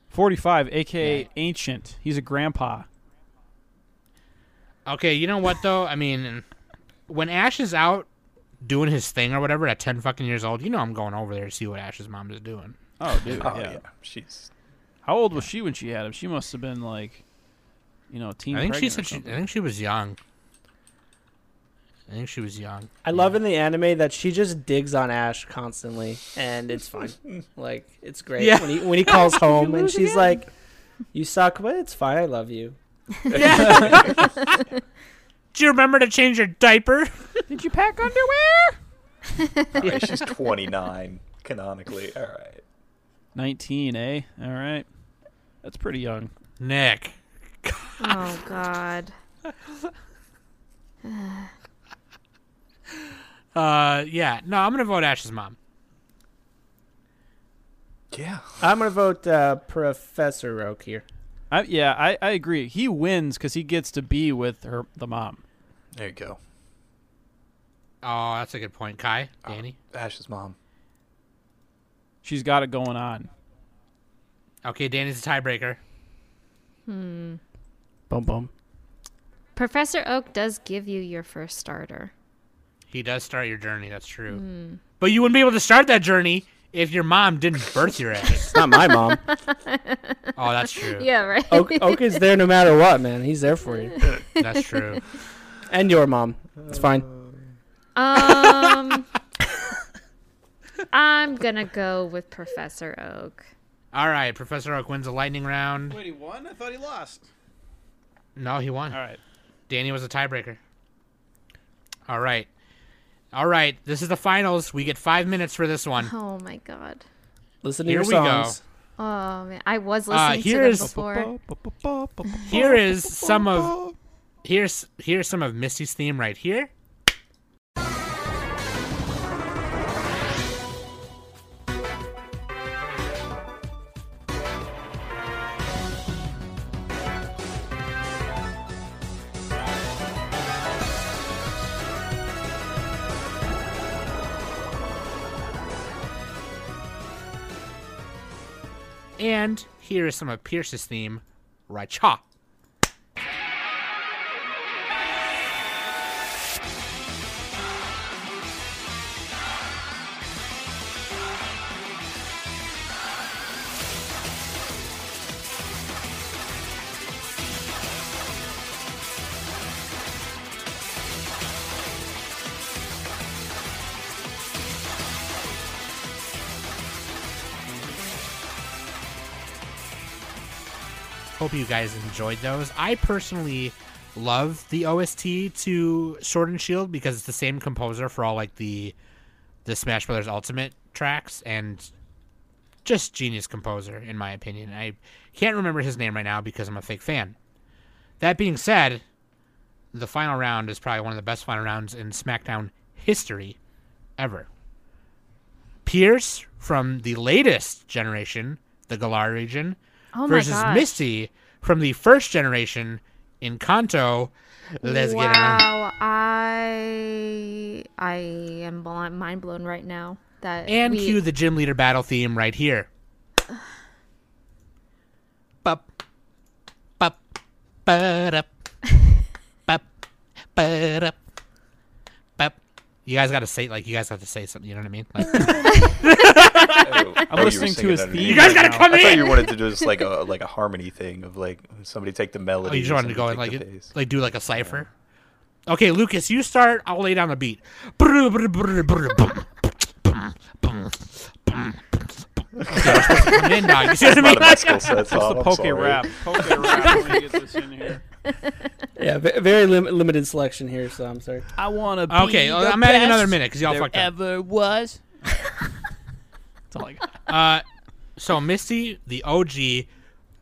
Speaker 7: 45, aka ancient. He's a grandpa.
Speaker 4: Okay, you know what though? I mean, when Ash is out doing his thing or whatever at ten fucking years old, you know I'm going over there to see what Ash's mom is doing.
Speaker 7: Oh, dude.
Speaker 5: oh
Speaker 7: yeah.
Speaker 5: yeah, she's.
Speaker 7: How old was she when she had him? She must have been like, you know, teen.
Speaker 4: I think she
Speaker 7: pregnant or
Speaker 4: said she, I
Speaker 7: something.
Speaker 4: think she was young. I think she was young.
Speaker 6: I love in the anime that she just digs on Ash constantly, and it's fine. like it's great
Speaker 4: Yeah.
Speaker 6: when he when he calls home and she's like, "You suck, but it's fine. I love you."
Speaker 4: Do you remember to change your diaper?
Speaker 7: Did you pack underwear?
Speaker 5: All right, she's 29 canonically. All right.
Speaker 7: Nineteen, eh? All right. That's pretty young.
Speaker 4: Nick.
Speaker 2: Oh god.
Speaker 4: Uh, yeah. No, I'm gonna vote Ash's mom.
Speaker 5: Yeah.
Speaker 6: I'm gonna vote uh, Professor Oak here.
Speaker 7: I, yeah, I, I agree. He wins because he gets to be with her the mom.
Speaker 5: There you go.
Speaker 4: Oh, that's a good point, Kai.
Speaker 7: Oh.
Speaker 4: Danny.
Speaker 5: Ash's mom.
Speaker 7: She's got it going on.
Speaker 4: Okay, Danny's a tiebreaker.
Speaker 6: Boom, boom.
Speaker 2: Professor Oak does give you your first starter.
Speaker 4: He does start your journey. That's true. But you wouldn't be able to start that journey if your mom didn't birth your ass.
Speaker 6: It's not my mom.
Speaker 4: oh, that's true.
Speaker 2: Yeah, right.
Speaker 6: Oak, Oak is there no matter what, man. He's there for you
Speaker 4: That's true.
Speaker 6: and your mom. It's fine.
Speaker 2: Um I'm gonna go with Professor Oak.
Speaker 4: All right, Professor Oak wins the lightning round.
Speaker 7: Wait, he won? I thought he lost.
Speaker 4: No, he won.
Speaker 7: All right.
Speaker 4: Danny was a tiebreaker. All right. All right. This is the finals. We get five minutes for this one.
Speaker 2: Oh my god.
Speaker 6: Listen to
Speaker 4: Here
Speaker 6: your
Speaker 4: we go.
Speaker 6: songs.
Speaker 2: Oh man, I was
Speaker 4: Uh,
Speaker 2: listening to
Speaker 4: here's-
Speaker 2: them before.
Speaker 4: Here is some of here's here's some of Misty's theme right here. And here is some of Pierce's theme, right cha. Hope you guys enjoyed those. I personally love the OST to Sword and Shield because it's the same composer for all like the the Smash Brothers Ultimate tracks and just genius composer in my opinion. I can't remember his name right now because I'm a fake fan. That being said, the final round is probably one of the best final rounds in SmackDown history ever. Pierce from the latest generation, the Galar region,
Speaker 2: Oh my
Speaker 4: versus
Speaker 2: gosh.
Speaker 4: Misty from the first generation in Kanto. Let's
Speaker 2: wow,
Speaker 4: get it on.
Speaker 2: I I am bl- mind blown right now that
Speaker 4: And
Speaker 2: we,
Speaker 4: cue the gym leader battle theme right here. Bup, bup, ba-dup, bup, ba-dup, bup. You guys got to say like you guys have to say something. You know what I mean? Like,
Speaker 7: I'm listening to his theme.
Speaker 5: Oh, You
Speaker 4: you guys got to
Speaker 7: now.
Speaker 4: come
Speaker 5: I thought
Speaker 4: in.
Speaker 5: you wanted to do just like a like a harmony thing of like somebody take the melody.
Speaker 4: Oh, you just
Speaker 5: or
Speaker 4: wanted to go and
Speaker 5: somebody
Speaker 4: like
Speaker 5: take the
Speaker 4: it-
Speaker 5: bass.
Speaker 4: like do like a cipher. Okay, Lucas, you start. I'll lay down the beat. Brr, brr, brr, brr, bum, bum, bum, bum. Okay, we're supposed to come in, dog. You see what I
Speaker 5: Not
Speaker 4: mean?
Speaker 5: a bicycle, so that's
Speaker 7: What's
Speaker 5: all.
Speaker 7: the
Speaker 5: I'm
Speaker 7: poke
Speaker 5: sorry.
Speaker 7: rap? Poke rap. Let me get this in here.
Speaker 6: Yeah, ve- very lim- limited selection here, so I'm sorry.
Speaker 7: I want to be
Speaker 4: Okay,
Speaker 7: the
Speaker 4: I'm adding
Speaker 7: best
Speaker 4: another minute because y'all
Speaker 7: there
Speaker 4: fucked up.
Speaker 7: ever was. That's all I got.
Speaker 4: Uh, so Misty, the OG,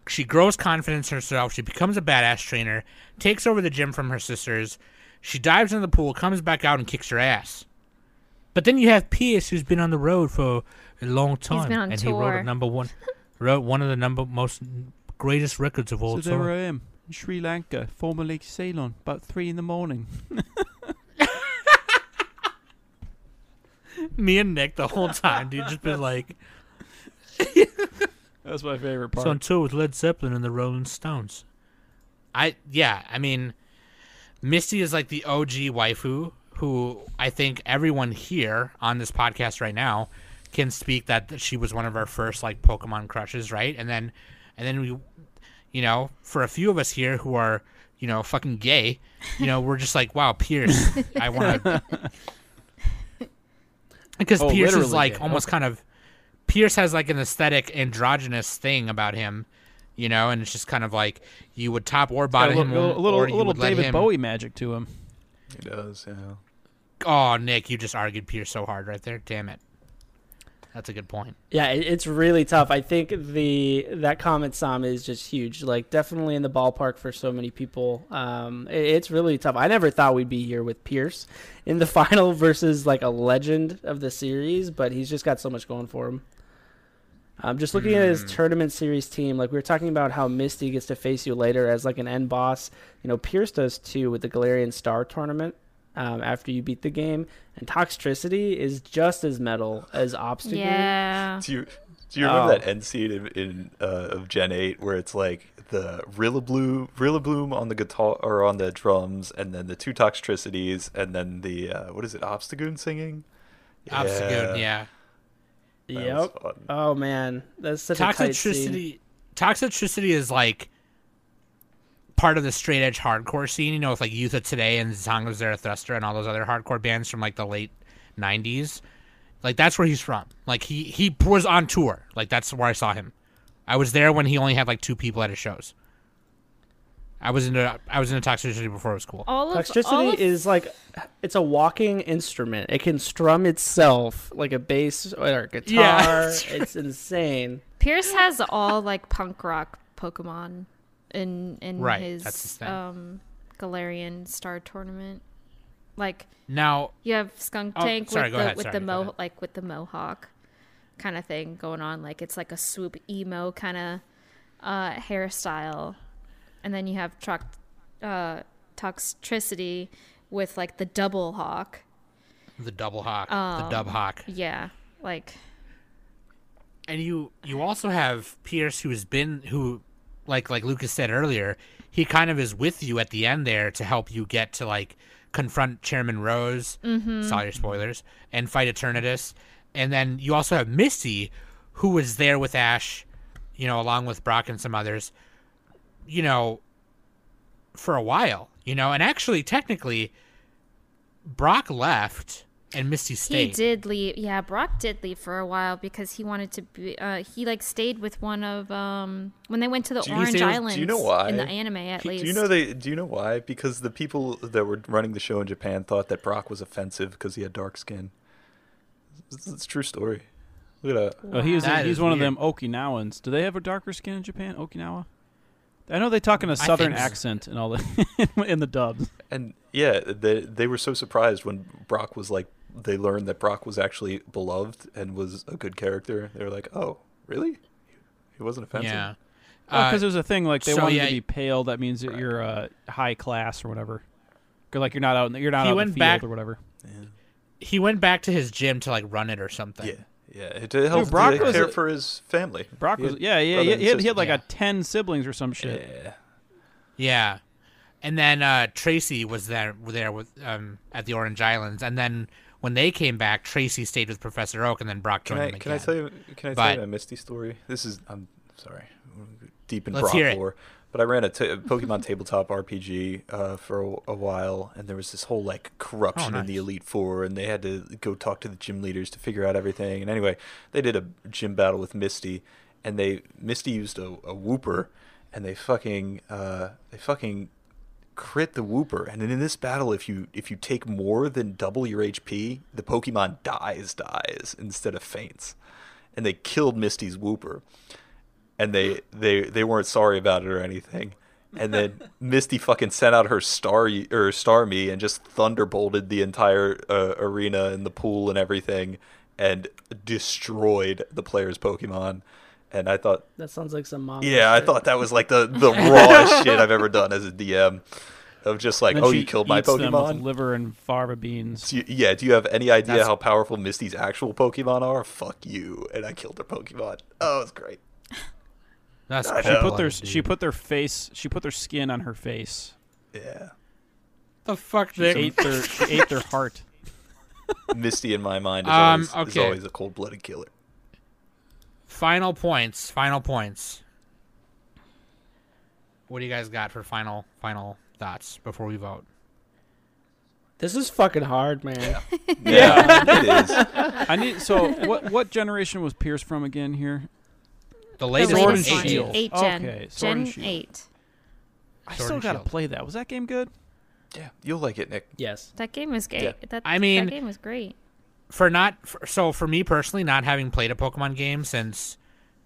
Speaker 4: she grows confidence in herself. She becomes a badass trainer, takes over the gym from her sisters. She dives into the pool, comes back out, and kicks her ass. But then you have Pierce, who's been on the road for a long time,
Speaker 2: been on
Speaker 4: and he wrote
Speaker 2: tour.
Speaker 4: a number one, wrote one of the number most greatest records of all
Speaker 7: So
Speaker 4: time.
Speaker 7: there I am in Sri Lanka, formerly Ceylon, about three in the morning.
Speaker 4: Me and Nick the whole time, dude, just been like,
Speaker 7: That's my favorite
Speaker 4: It's on tour with Led Zeppelin and the Rolling Stones. I yeah, I mean, Misty is like the OG waifu who I think everyone here on this podcast right now can speak that that she was one of our first like Pokemon crushes, right? And then and then we you know, for a few of us here who are, you know, fucking gay, you know, we're just like, wow, Pierce, I want to. Because
Speaker 7: Oh,
Speaker 4: Pierce is
Speaker 7: literally
Speaker 4: like
Speaker 7: gay,
Speaker 4: almost kind of, Pierce has like an aesthetic androgynous thing about him, you know, and it's just kind of like you would top or
Speaker 7: Got
Speaker 4: bottom
Speaker 7: a
Speaker 4: him,
Speaker 7: little,
Speaker 4: or,
Speaker 7: little,
Speaker 4: or you
Speaker 7: little
Speaker 4: would let
Speaker 7: David
Speaker 4: him-
Speaker 7: Bowie magic to him.
Speaker 5: It does, yeah.
Speaker 4: Oh, Nick, you just argued Pierce so hard right there. Damn it, that's a good point.
Speaker 6: Yeah, it, it's really tough. I think the that comment Sam is just huge. Like definitely in the ballpark for so many people. Um, it- it's really tough. I never thought we'd be here with Pierce in the final versus like a legend of the series, but he's just got so much going for him. Um, just looking at his tournament series team, like we were talking about how Misty gets to face you later as like an end boss. You know, Pierce does too with the Galarian Star tournament um, after you beat the game, and Toxtricity is just as metal as Obstacle.
Speaker 2: yeah.
Speaker 5: Do you do you remember
Speaker 6: Oh.
Speaker 5: that end scene in, in uh, of Gen Eight where it's like the Rillabloom, Rillabloom on the guitar or on the drums, and then the two Toxtricities, and then the uh, what is it, Obstagoon singing?
Speaker 4: Obstagoon, yeah.
Speaker 5: that was
Speaker 6: Yep.
Speaker 5: fun.
Speaker 6: Oh man, that's such a tight scene.
Speaker 4: toxicity toxicity is like part of the straight edge hardcore scene you know with like youth of today and Zanga zarathustra and all those other hardcore bands from like the late 90s like that's where he's from like he he was on tour like that's where i saw him i was there when he only had like two people at his shows I was into I was into toxicity before it was cool.
Speaker 2: All of all
Speaker 6: Toxicity
Speaker 2: of,
Speaker 6: is like it's a walking instrument. It can strum itself like a bass or a guitar.
Speaker 4: Yeah, that's
Speaker 6: it's insane.
Speaker 2: Pierce has all like punk rock Pokemon in in
Speaker 4: Right,
Speaker 2: his
Speaker 4: that's his thing.
Speaker 2: um Galarian Star Tournament. Like
Speaker 4: Now
Speaker 2: you have Skunk
Speaker 4: Oh,
Speaker 2: Tank
Speaker 4: sorry,
Speaker 2: with
Speaker 4: go
Speaker 2: the
Speaker 4: ahead,
Speaker 2: with
Speaker 4: sorry,
Speaker 2: the
Speaker 4: go
Speaker 2: mo
Speaker 4: ahead.
Speaker 2: like with the mohawk kind of thing going on. Like it's like a swoop emo kind of uh, hairstyle, and then you have truck uh, toxicity with like the double hawk.
Speaker 4: the double hawk,
Speaker 2: um,
Speaker 4: the dub hawk,
Speaker 2: Yeah, like
Speaker 4: and you you also have Pierce, who has been who, like like Lucas said earlier, he kind of is with you at the end there to help you get to like confront Chairman Rose.
Speaker 2: Mm-hmm.
Speaker 4: Sorry, spoilers, and fight Eternatus, and then you also have Misty, who was there with Ash, you know, along with Brock and some others, you know, for a while, you know, and actually technically, Brock left and Misty stayed.
Speaker 2: He did leave. Yeah, Brock did leave for a while because he wanted to be. Uh, he like stayed with one of um when they went to the
Speaker 5: Do you-
Speaker 2: Orange
Speaker 5: do you
Speaker 2: Islands
Speaker 5: know why?
Speaker 2: in the anime at
Speaker 5: Pe-
Speaker 2: least.
Speaker 5: Do you know they? Do you know why? Because the people that were running the show in Japan thought that Brock was offensive because he had dark skin. It's, it's a true story. Look at that.
Speaker 7: Oh, he was,
Speaker 4: That
Speaker 7: he's
Speaker 4: is
Speaker 7: one of
Speaker 4: weird.
Speaker 7: them Okinawans. Do they have a darker skin in Japan? Okinawa? I know they talk in a
Speaker 4: think
Speaker 7: southern
Speaker 4: so.
Speaker 7: accent and all the in the dubs.
Speaker 5: And yeah, they they were so surprised when Brock was like they learned that Brock was actually beloved and was a good character. They were like, "Oh, really? He wasn't offensive."
Speaker 4: Yeah. Uh,
Speaker 7: Because Oh, there's a thing like they
Speaker 4: so,
Speaker 7: want you
Speaker 4: yeah,
Speaker 7: to be pale. That means that you're uh, high class or whatever. 'Cause, Like you're not out. In the, you're not
Speaker 4: He
Speaker 7: out in
Speaker 4: went
Speaker 7: the field
Speaker 4: back-
Speaker 7: or whatever.
Speaker 4: he went back to his gym to like run it or something.
Speaker 5: Yeah, yeah. To help
Speaker 7: Brock
Speaker 5: to
Speaker 7: was
Speaker 5: care
Speaker 7: a-
Speaker 5: for his family.
Speaker 7: Brock
Speaker 5: He
Speaker 7: was
Speaker 5: had
Speaker 7: yeah yeah
Speaker 5: brother
Speaker 7: yeah.
Speaker 5: and
Speaker 7: He had, he
Speaker 5: sister.
Speaker 7: had like
Speaker 4: Yeah.
Speaker 7: a ten siblings or some shit.
Speaker 5: Yeah.
Speaker 4: Yeah. And then uh, Tracy was there there with um, at the Orange Islands, and then when they came back, Tracy stayed with Professor Oak, and then Brock
Speaker 5: Can
Speaker 4: joined
Speaker 5: I
Speaker 4: them
Speaker 5: can I
Speaker 4: again.
Speaker 5: tell you can I
Speaker 4: But-
Speaker 5: tell you a Misty story? This is I'm sorry, deep in
Speaker 4: Let's
Speaker 5: Brock
Speaker 4: hear it.
Speaker 5: lore. But I ran a ta- Pokemon tabletop RPG uh, for a, a while, and there was this whole like corruption in the
Speaker 4: nice.
Speaker 5: Elite Four, and they had to go talk to the gym leaders to figure out everything. And anyway, they did a gym battle with Misty, and they Misty used a, a Whooper, and they fucking uh, they fucking crit the whooper and then in this battle if you if you take more than double your hp the pokemon dies dies instead of faints and they killed misty's whooper and they they they weren't sorry about it or anything and then misty fucking sent out her star or star me and just thunderbolted the entire uh, arena and the pool and everything and destroyed the player's pokemon and i thought
Speaker 6: That sounds like some mom.
Speaker 5: yeah, I thought that was like the the rawest shit I've ever done as a DM. Of just like,
Speaker 7: And then
Speaker 5: oh,
Speaker 7: she
Speaker 5: you killed my
Speaker 7: eats them with
Speaker 5: Pokemon.
Speaker 7: liver and fava beans.
Speaker 5: Do you- yeah, do you have any idea
Speaker 4: That's-
Speaker 5: how powerful Misty's actual Pokemon are? Fuck you! And I killed her Pokemon. Oh, it's great.
Speaker 4: That's
Speaker 5: I
Speaker 7: She
Speaker 5: know.
Speaker 7: put their
Speaker 4: dude.
Speaker 7: she put their face she put their skin on her face.
Speaker 5: Yeah,
Speaker 4: the fuck
Speaker 7: She ate their she ate their heart.
Speaker 5: Misty in my mind is,
Speaker 4: Um,
Speaker 5: always, is
Speaker 4: okay.
Speaker 5: always a cold-blooded killer.
Speaker 4: final points. Final points. What do you guys got for final final thoughts before we vote?
Speaker 6: This is fucking hard, man.
Speaker 5: Yeah, it is.
Speaker 7: I need so what what generation was Pierce from again here?
Speaker 4: The
Speaker 2: the
Speaker 4: latest,
Speaker 7: Sword
Speaker 2: latest
Speaker 7: and
Speaker 2: one,
Speaker 7: Shield.
Speaker 2: eight gen,
Speaker 7: Okay, Sword
Speaker 2: gen
Speaker 7: and Shield.
Speaker 2: eight.
Speaker 7: I
Speaker 4: Sword
Speaker 7: still
Speaker 4: and
Speaker 7: gotta
Speaker 4: Shield.
Speaker 7: play that. Was that game good?
Speaker 5: Yeah, you'll like it, Nick.
Speaker 6: yes.
Speaker 2: That game was great.
Speaker 5: Yeah.
Speaker 2: That,
Speaker 4: I mean-
Speaker 2: that game was great.
Speaker 4: for not for, so for me personally not having played a pokemon game since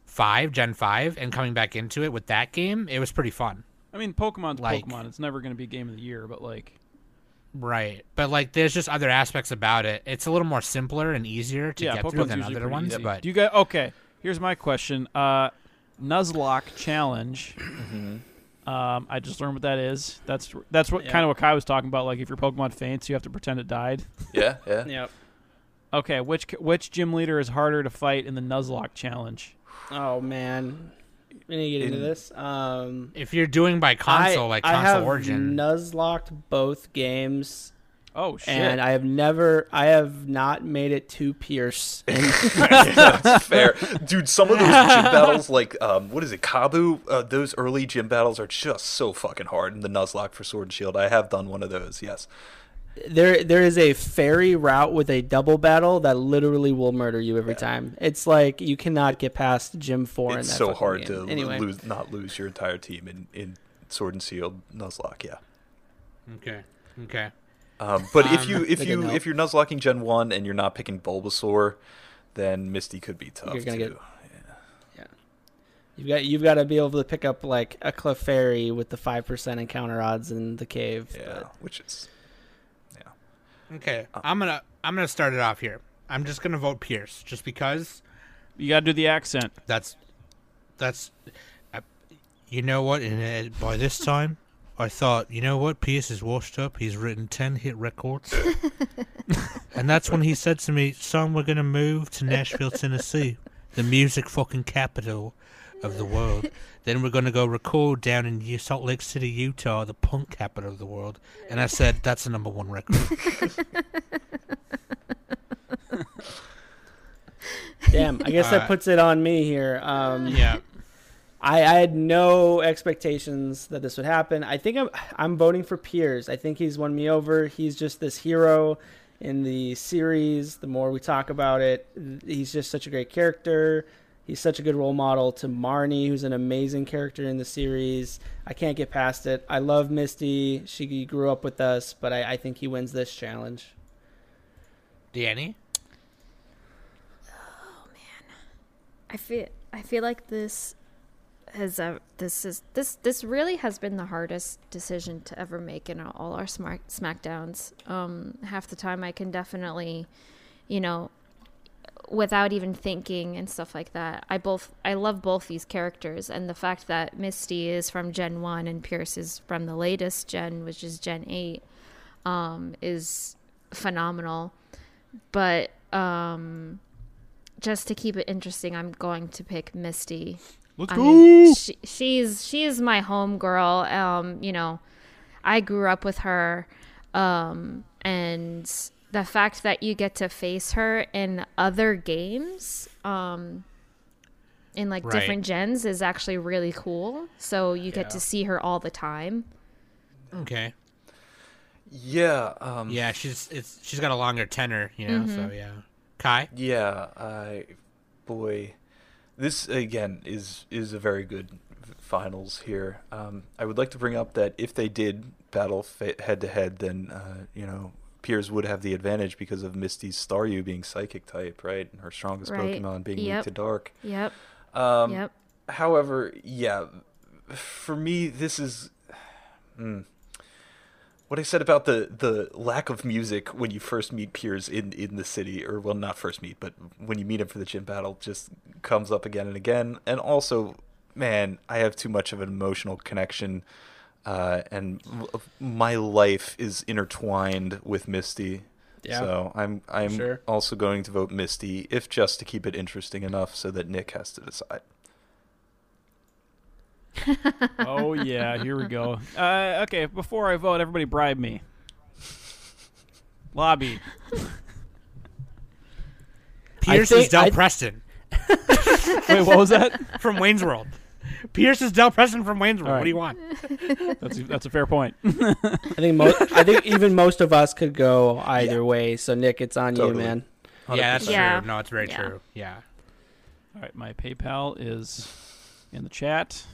Speaker 4: 5 gen 5 and coming back into it with that game it was pretty fun
Speaker 7: I mean, Pokemon's
Speaker 4: Like-
Speaker 7: Pokemon. It's never gonna be game of the year, but like
Speaker 4: right but like there's just other aspects about it it's a little more simpler and easier to
Speaker 7: yeah,
Speaker 4: get
Speaker 7: Pokemon's
Speaker 4: through than
Speaker 7: usually
Speaker 4: other
Speaker 7: pretty
Speaker 4: ones
Speaker 7: easy.
Speaker 4: but
Speaker 7: do you guys okay? Here's my question. Uh, Nuzlocke challenge.
Speaker 4: Mm-hmm.
Speaker 7: Um, I just learned what that is. That's that's what
Speaker 6: Yeah.
Speaker 7: kind of what Kai was talking about. Like if your Pokemon faints, you have to pretend it died.
Speaker 5: Yeah, yeah.
Speaker 6: Yep.
Speaker 7: Okay, which which gym leader is harder to fight in the Nuzlocke challenge?
Speaker 6: Oh man. We need to get into
Speaker 5: In-
Speaker 6: this. Um,
Speaker 4: if you're doing by console
Speaker 6: I,
Speaker 4: like
Speaker 6: I have
Speaker 4: console origin
Speaker 6: Nuzlocked both games,
Speaker 7: Oh shit!
Speaker 6: and I have never, I have not made it to Pierce. And
Speaker 5: That's fair, dude. Some of those gym battles, like um, what is it, Kabu? Uh, those early gym battles are just so fucking hard. And the Nuzlocke for Sword and Shield, I have done one of those. Yes.
Speaker 6: there, there is a fairy route with a double battle that literally will murder you every time. It's like you cannot get past Gym Four. in
Speaker 5: it's
Speaker 6: that
Speaker 5: so
Speaker 6: fucking
Speaker 5: hard
Speaker 6: game.
Speaker 5: to l-
Speaker 6: anyway.
Speaker 5: lose not lose your entire team in in Sword and Shield Nuzlocke, yeah.
Speaker 4: Okay. Okay.
Speaker 5: Um, but if
Speaker 4: Um,
Speaker 5: you if
Speaker 6: they
Speaker 5: you
Speaker 6: can help.
Speaker 5: if you're Nuzlocking Gen One and you're not picking Bulbasaur, then Misty could be tough
Speaker 6: You're gonna
Speaker 5: too.
Speaker 6: get- You've got you've got to be able to pick up like a Clefairy with the five percent encounter odds in the cave.
Speaker 5: yeah,
Speaker 6: but-
Speaker 5: which is
Speaker 4: Okay.
Speaker 7: Uh,
Speaker 4: I'm gonna I'm gonna start it off here. I'm just gonna vote Pierce, just because
Speaker 7: You got to do the accent.
Speaker 4: that's that's. I, you know what? And uh, by this time, I thought, you know what? Pierce is washed up. He's written ten hit records, and that's when he said to me, "Son, we're gonna move to Nashville, Tennessee, the music fucking capital." Of the world, then we're gonna go record down in U- Salt Lake City, Utah, the punk capital of the world. And I said, "That's a number one record."
Speaker 6: Damn, I guess
Speaker 4: Uh,
Speaker 6: that puts it on me here. Um,
Speaker 4: yeah,
Speaker 6: I, I had no expectations that this would happen. I think I'm I'm voting for Piers. I think he's won me over. He's just this hero in the series. The more we talk about it, he's just such a great character. He's such a good role model to Marnie, who's an amazing character in the series. I can't get past it. I love Misty. She grew up with us, but I, I think he wins this challenge.
Speaker 4: Danny.
Speaker 2: I feel I feel like this has uh, this is this this really has been the hardest decision to ever make in all our smart smackdowns. Um, half the time I can definitely, you know, without even thinking and stuff like that. I both I love both these characters and the fact that Misty is from Gen 1 and Pierce is from the latest gen, which is Gen 8, um is phenomenal. But um just to keep it interesting, I'm going to pick Misty. Let's go. she, she's she is my homegirl. Um, you know, I grew up with her. Um, and the fact that you get to face her in other games, um, in like
Speaker 4: Right.
Speaker 2: different gens is actually really cool. So you get
Speaker 4: Yeah.
Speaker 2: to see her all the time.
Speaker 4: Okay.
Speaker 5: yeah um,
Speaker 4: Yeah, she's it's she's got a longer tenor, you know. So yeah, Kai.
Speaker 5: Yeah, I boy, this again is is a very good v- finals here. Um, I would like to bring up that if they did battle head to head, then uh, you know Piers would have the advantage because of Misty's Staryu being psychic type, right, and her strongest
Speaker 2: Right,
Speaker 5: Pokemon being
Speaker 2: yep.
Speaker 5: weak to dark.
Speaker 2: Yep.
Speaker 5: Um,
Speaker 2: yep.
Speaker 5: However, yeah, for me, this is Hmm. what I said about the the lack of music when you first meet Piers in in the city, or well, not first meet, but when you meet him for the gym battle, just comes up again and again. And also, man, I have too much of an emotional connection. Uh, and l- my life is intertwined with Misty,
Speaker 6: Yeah.
Speaker 5: so I'm I'm
Speaker 6: Sure.
Speaker 5: also going to vote Misty, if just to keep it interesting enough so that Nick has to decide.
Speaker 7: oh yeah, here we go. Uh, okay, before I vote, everybody bribe me. Lobby.
Speaker 4: Pierce
Speaker 6: think-
Speaker 4: is Del
Speaker 6: I-
Speaker 4: Preston
Speaker 7: Wait, what was that?
Speaker 4: from Wayne's World. Pierce is Del Preston from Wayne's World.
Speaker 7: All
Speaker 4: What do you want?
Speaker 7: That's a, that's a fair point.
Speaker 6: I think mo- I think even most of us could go either way. So Nick, it's on
Speaker 5: Totally.
Speaker 6: you, man.
Speaker 4: Yeah, that's
Speaker 2: Yeah.
Speaker 4: true. No, it's very
Speaker 2: Yeah.
Speaker 4: true. Yeah.
Speaker 7: All right, my PayPal is in the chat.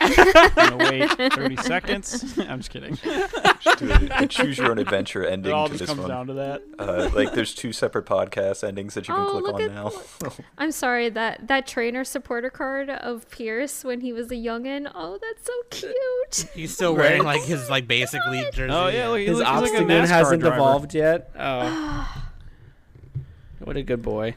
Speaker 7: I'm gonna wait 30 seconds. I'm just kidding.
Speaker 5: to a, a choose your own adventure ending
Speaker 7: It all
Speaker 5: to
Speaker 7: just
Speaker 5: this
Speaker 7: comes
Speaker 5: one.
Speaker 7: down to that.
Speaker 5: Uh, like there's two separate podcast endings that you can
Speaker 2: Oh,
Speaker 5: click
Speaker 2: look
Speaker 5: on
Speaker 2: at-
Speaker 5: now.
Speaker 2: I'm sorry that that trainer supporter card of Pierce when he was a youngin. Oh, that's so cute.
Speaker 4: He's still
Speaker 6: Right.
Speaker 4: wearing like his like basic league jersey.
Speaker 7: Oh yeah, look, he
Speaker 6: His
Speaker 7: looks he's like a
Speaker 6: obstagoon
Speaker 7: NASCAR
Speaker 6: hasn't
Speaker 7: driver.
Speaker 6: evolved yet. Oh. what a good boy.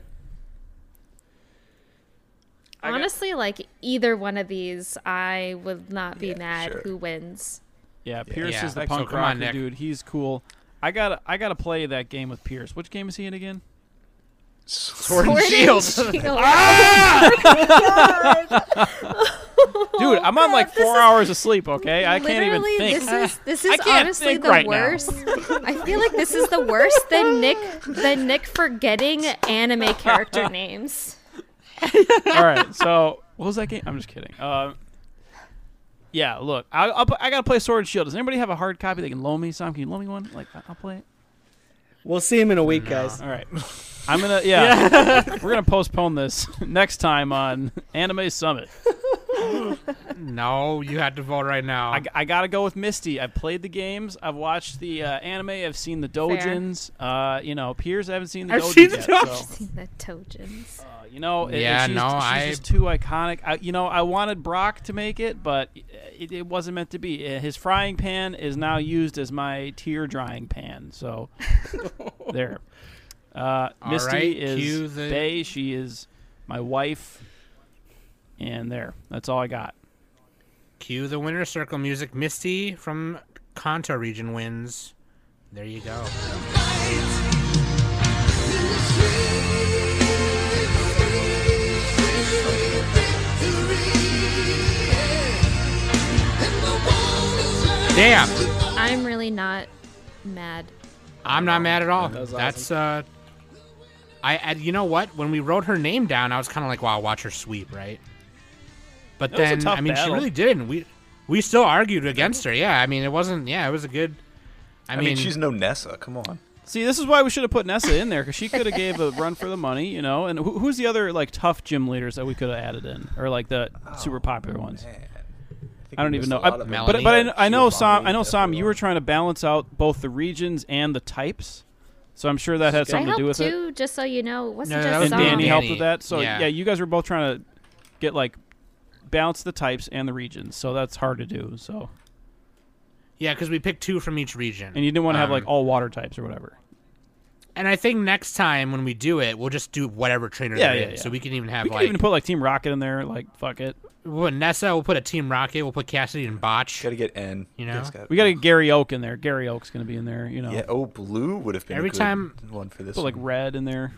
Speaker 3: I got-
Speaker 2: Honestly, like either one of these, I would not be
Speaker 5: Yeah,
Speaker 2: mad
Speaker 5: sure.
Speaker 2: who wins.
Speaker 7: Yeah, Pierce
Speaker 4: Yeah.
Speaker 7: is the
Speaker 4: So
Speaker 7: punk
Speaker 4: come on,
Speaker 7: rocker
Speaker 4: Nick.
Speaker 7: dude. He's cool. I gotta I gotta play that game with Pierce. Which game is he in again?
Speaker 5: Sword
Speaker 2: Or it is Shield.
Speaker 6: Oh,
Speaker 7: Dude, I'm on like four hours of sleep. Okay, I can't even
Speaker 2: Literally,
Speaker 7: think.
Speaker 2: This is this
Speaker 7: I
Speaker 2: is
Speaker 7: can't
Speaker 2: honestly
Speaker 7: think
Speaker 2: the
Speaker 7: right now.
Speaker 2: worst. I feel like this is the worst than Nick than Nick forgetting anime character names.
Speaker 7: All right, so what was that game? I'm just kidding. Uh, yeah, look, I, I'll, pl- I gotta play Sword and Shield. Does anybody have a hard copy they can loan me? Some can you loan me one? Like I- I'll play it.
Speaker 6: We'll see him in a week, guys.
Speaker 7: All right, I'm gonna yeah. We're gonna postpone this next time on Anime Summit.
Speaker 4: no, you had to vote right now.
Speaker 7: I, I gotta go with Misty. I've played the games. I've watched the uh, anime. I've seen the dojins. Uh, you know, Piers. I haven't seen the
Speaker 4: I've
Speaker 7: dojins
Speaker 4: seen the
Speaker 7: yet.
Speaker 4: dojins.
Speaker 7: so,
Speaker 2: Seen the Tojins.
Speaker 7: uh, you know, it-
Speaker 4: Yeah,
Speaker 7: she's,
Speaker 4: no,
Speaker 7: she's
Speaker 4: I-
Speaker 7: just too iconic. I, you know, I wanted Brock to make it, but it, it wasn't meant to be. Uh, His frying pan is now used as my tear drying pan. So there. Uh,
Speaker 4: All
Speaker 7: Misty
Speaker 4: right, cue
Speaker 7: is
Speaker 4: the-
Speaker 7: Bay. She is my wife. And there. That's all I got.
Speaker 4: Cue the winner circle music. Misty from Kanto region wins. There you go. Damn,
Speaker 2: I'm really not mad.
Speaker 4: I'm not mad at all.
Speaker 6: was
Speaker 4: That's uh, I, I you know what? When we wrote her name down, I was kind of like, wow, watch her sweep, right? But
Speaker 7: That was a
Speaker 4: then,
Speaker 7: tough
Speaker 4: I mean, she
Speaker 7: battle.
Speaker 4: really didn't. We we still argued against her. Yeah, I mean, it wasn't. Yeah, it was a good. I,
Speaker 5: I mean, she's no Nessa. Come on.
Speaker 7: See, this is why we should have put Nessa in there because she could have gave a run for the money, you know. And who, who's the other like tough gym leaders that we could have added in, or like the super popular ones? I don't even know. I, but
Speaker 4: Melanie.
Speaker 7: but I, I know Sam. I know Sam. You were trying to balance out both the regions and the types, so I'm sure that had
Speaker 2: I
Speaker 7: something to
Speaker 2: helped
Speaker 7: do with it.
Speaker 2: too, just so you know. It wasn't
Speaker 4: No, that
Speaker 2: just
Speaker 4: was
Speaker 2: song.
Speaker 7: And Danny helped
Speaker 4: Danny,
Speaker 7: with that. So
Speaker 4: yeah.
Speaker 7: yeah. you guys were both trying to get like balance the types and the regions. So that's hard to do. So
Speaker 4: Yeah, because we picked two from each region.
Speaker 7: and you didn't want to have
Speaker 4: Um,
Speaker 7: like all water types or whatever.
Speaker 4: And I think next time when we do it, we'll just do whatever trainer
Speaker 7: Yeah,
Speaker 4: there
Speaker 7: yeah,
Speaker 4: is.
Speaker 7: yeah.
Speaker 4: So we can even have
Speaker 7: We
Speaker 4: like
Speaker 7: could even put like Team Rocket in there. Like fuck it.
Speaker 4: we'll put Nessa, we'll put a Team Rocket, we'll put Cassidy and Botch.
Speaker 5: Got to get N.
Speaker 4: You know?
Speaker 5: guys gotta-
Speaker 7: We got to get Gary Oak in there. Gary Oak's going to be in there, you know.
Speaker 5: Yeah. Oh, blue would have been
Speaker 4: Every
Speaker 5: a good
Speaker 4: time-
Speaker 5: one for this.
Speaker 7: Put like
Speaker 5: one.
Speaker 7: Red in there.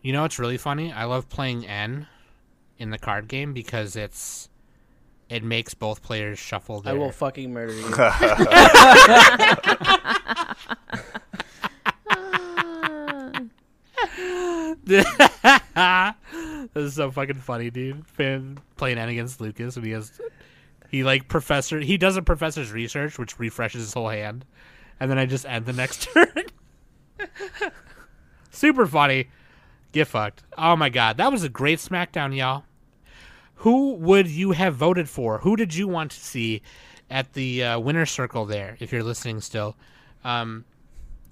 Speaker 4: You know what's really funny? I love playing N in the card game because it's it makes both players shuffle
Speaker 6: I
Speaker 4: their
Speaker 6: will fucking murder you.
Speaker 2: Ah.
Speaker 4: This is so fucking funny, dude. Fan playing N against Lucas and he has he like professor he does a professor's research which refreshes his whole hand. And then I just end the next turn. Super funny. Get fucked. Oh my god. That was a great SmackDown, y'all. Who would you have voted for? Who did you want to see at the uh, winner circle there, if you're listening still? Um,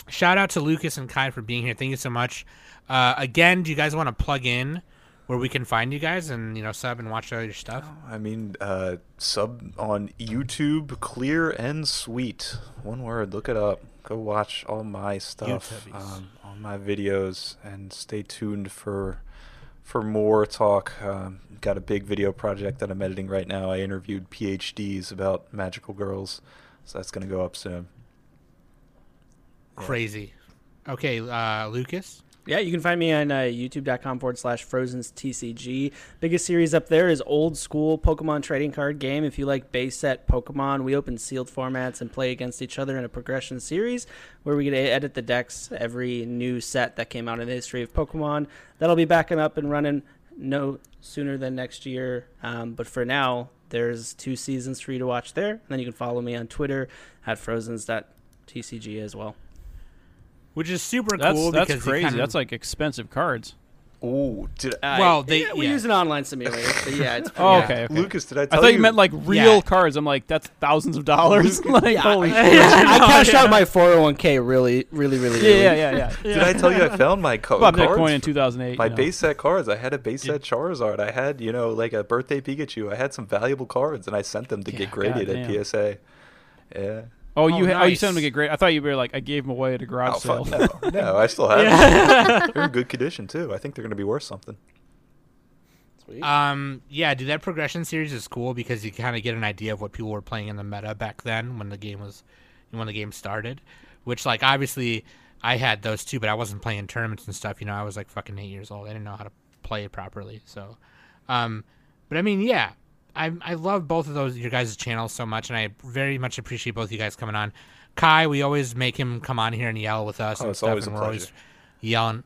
Speaker 4: shout out to Lucas and Kai for being here. Thank you so much. Uh, again, do you guys want to plug in where we can find you guys and you know sub and watch all your stuff?
Speaker 7: Oh,
Speaker 5: I mean, uh, sub on YouTube, clear and sweet. One word. Look it up. Go watch all my stuff,
Speaker 4: YouTubies.
Speaker 5: um, all my videos, and stay tuned for for more talk. Um, got a big video project that I'm editing right now. I interviewed PhDs about magical girls, so that's gonna go up soon.
Speaker 4: Crazy. Okay, uh, Lucas.
Speaker 6: Yeah, you can find me on uh, youtube.com forward slash Frozen's TCG. Biggest series up there is old school Pokemon trading card game. If you like base set Pokemon, we open sealed formats and play against each other in a progression series where we get to edit the decks every new set that came out in the history of Pokemon. That'll be backing up and running no sooner than next year. Um, but for now, there's two seasons for you to watch there. And then you can follow me on Twitter at Frozen's.tcg as well.
Speaker 4: Which is super
Speaker 7: That's
Speaker 4: cool
Speaker 7: that's
Speaker 4: because you
Speaker 7: crazy.
Speaker 4: kinda-
Speaker 7: That's like expensive cards.
Speaker 5: Oh, did I,
Speaker 4: well they
Speaker 6: Yeah, we
Speaker 4: yeah.
Speaker 6: use an online simulator, so yeah, it's
Speaker 7: Oh,
Speaker 4: Yeah.
Speaker 7: okay, okay.
Speaker 5: Lucas, did I
Speaker 7: I
Speaker 5: tell
Speaker 7: thought you meant like real
Speaker 4: Yeah.
Speaker 7: cards. I'm like that's thousands of dollars. like holy shit.
Speaker 6: I cashed out my 401k really, really, really
Speaker 7: Yeah, yeah, yeah, yeah.
Speaker 5: Did I tell you I found my co-
Speaker 7: Bought
Speaker 5: cards
Speaker 7: Bitcoin in
Speaker 5: for-
Speaker 7: 2008.
Speaker 5: my
Speaker 7: you know.
Speaker 5: base set cards. I had a base set Charizard. I had, you know, like a birthday Pikachu. I had some valuable cards, and I sent them to
Speaker 4: Yeah,
Speaker 5: get graded at
Speaker 7: goddamn.
Speaker 5: PSA. Yeah.
Speaker 7: Oh,
Speaker 4: Oh,
Speaker 7: you ha- oh, you
Speaker 4: nice.
Speaker 7: sent them to get great. I thought you were like I gave them away at a garage
Speaker 5: Oh,
Speaker 7: sale.
Speaker 5: fuck, no, no, I still have them. They're in good condition too. I think they're going to be worth something.
Speaker 4: Um, yeah, dude, that progression series is cool because you kind of get an idea of what people were playing in the meta back then when the game was, when the game started. Which, like, obviously, I had those too, but I wasn't playing tournaments and stuff. You know, I was like fucking eight years old. I didn't know how to play it properly. So, um, but I mean, yeah, I I love both of those your guys' channels so much, and I very much appreciate both you guys coming on. Kai, we always make him come on here and yell with us.
Speaker 5: Oh,
Speaker 4: and
Speaker 5: it's
Speaker 4: stuff,
Speaker 5: always
Speaker 4: and
Speaker 5: a
Speaker 4: we're always
Speaker 5: pleasure.
Speaker 4: yelling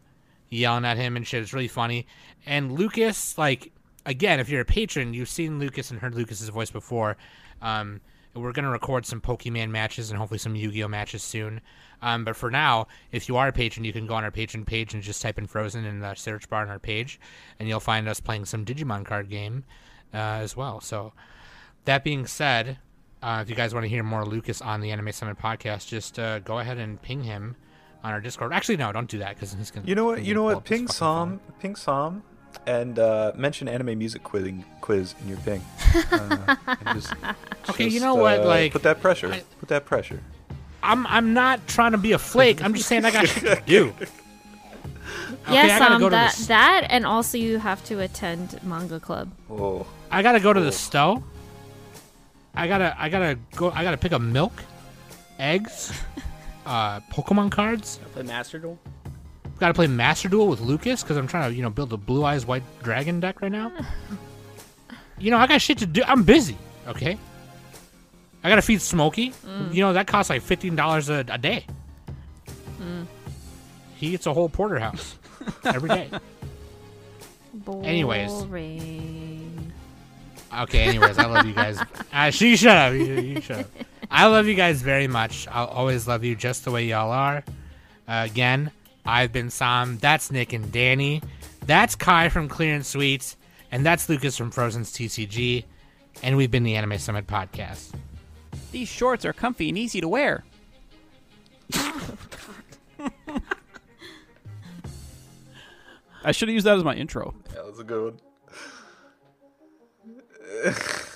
Speaker 4: yelling at him and shit. It's really funny. And Lucas, like again, if you're a patron, you've seen Lucas and heard Lucas's voice before. Um, we're gonna record some Pokemon matches and hopefully some Yu-Gi-Oh matches soon. Um, but for now, if you are a patron, you can go on our patron page and just type in Frozen in the search bar on our page, and you'll find us playing some Digimon card game. uh, as well. So, that being said, uh, if you guys want to hear more Lucas on the Anime Summit podcast, just uh, go ahead and ping him on our Discord. Actually, no, don't do that because he's gonna.
Speaker 5: You know what?
Speaker 4: he's
Speaker 5: You
Speaker 4: gonna
Speaker 5: know
Speaker 4: pull up
Speaker 5: what?
Speaker 4: his
Speaker 5: Ping
Speaker 4: fucking
Speaker 5: Som, ping Som, and uh, mention anime music quizzing quiz in your ping. Uh, and just,
Speaker 4: Okay, you
Speaker 5: just,
Speaker 4: know what,
Speaker 5: uh,
Speaker 4: like,
Speaker 5: put that pressure.
Speaker 4: I-
Speaker 5: put that pressure.
Speaker 4: phone. I'm I'm not trying to be a flake. I'm just saying I got shit to do. Okay, I
Speaker 2: yes,
Speaker 4: gotta
Speaker 2: um,
Speaker 4: go to
Speaker 2: that
Speaker 4: the, s-
Speaker 2: that, and also you have to attend manga club.
Speaker 5: Oh,
Speaker 4: I gotta go to the stove. I gotta I gotta go. I gotta pick up milk, eggs, uh, Pokemon cards.
Speaker 6: Play Master Duel.
Speaker 4: Got to play Master Duel with Lucas because I'm trying to, you know, build a Blue Eyes White Dragon deck right now. you know, I got shit to do. I'm busy. Okay. I got to feed Smokey. You know, that costs like fifteen dollars a a day. He eats a whole porterhouse every day.
Speaker 2: Boring.
Speaker 4: Anyways. Okay, anyways, I love you guys. Uh, she shut up. You, you shut up. I love you guys very much. I'll always love you just the way y'all are. Uh, again, I've been Sam. That's Nick and Danny. That's Kai from Clearance Suites. And that's Lucas from Frozen's TCG. And we've been the Anime Summit Podcast.
Speaker 7: These shorts are comfy and easy to wear. I should have used that as my intro.
Speaker 5: that was a good one.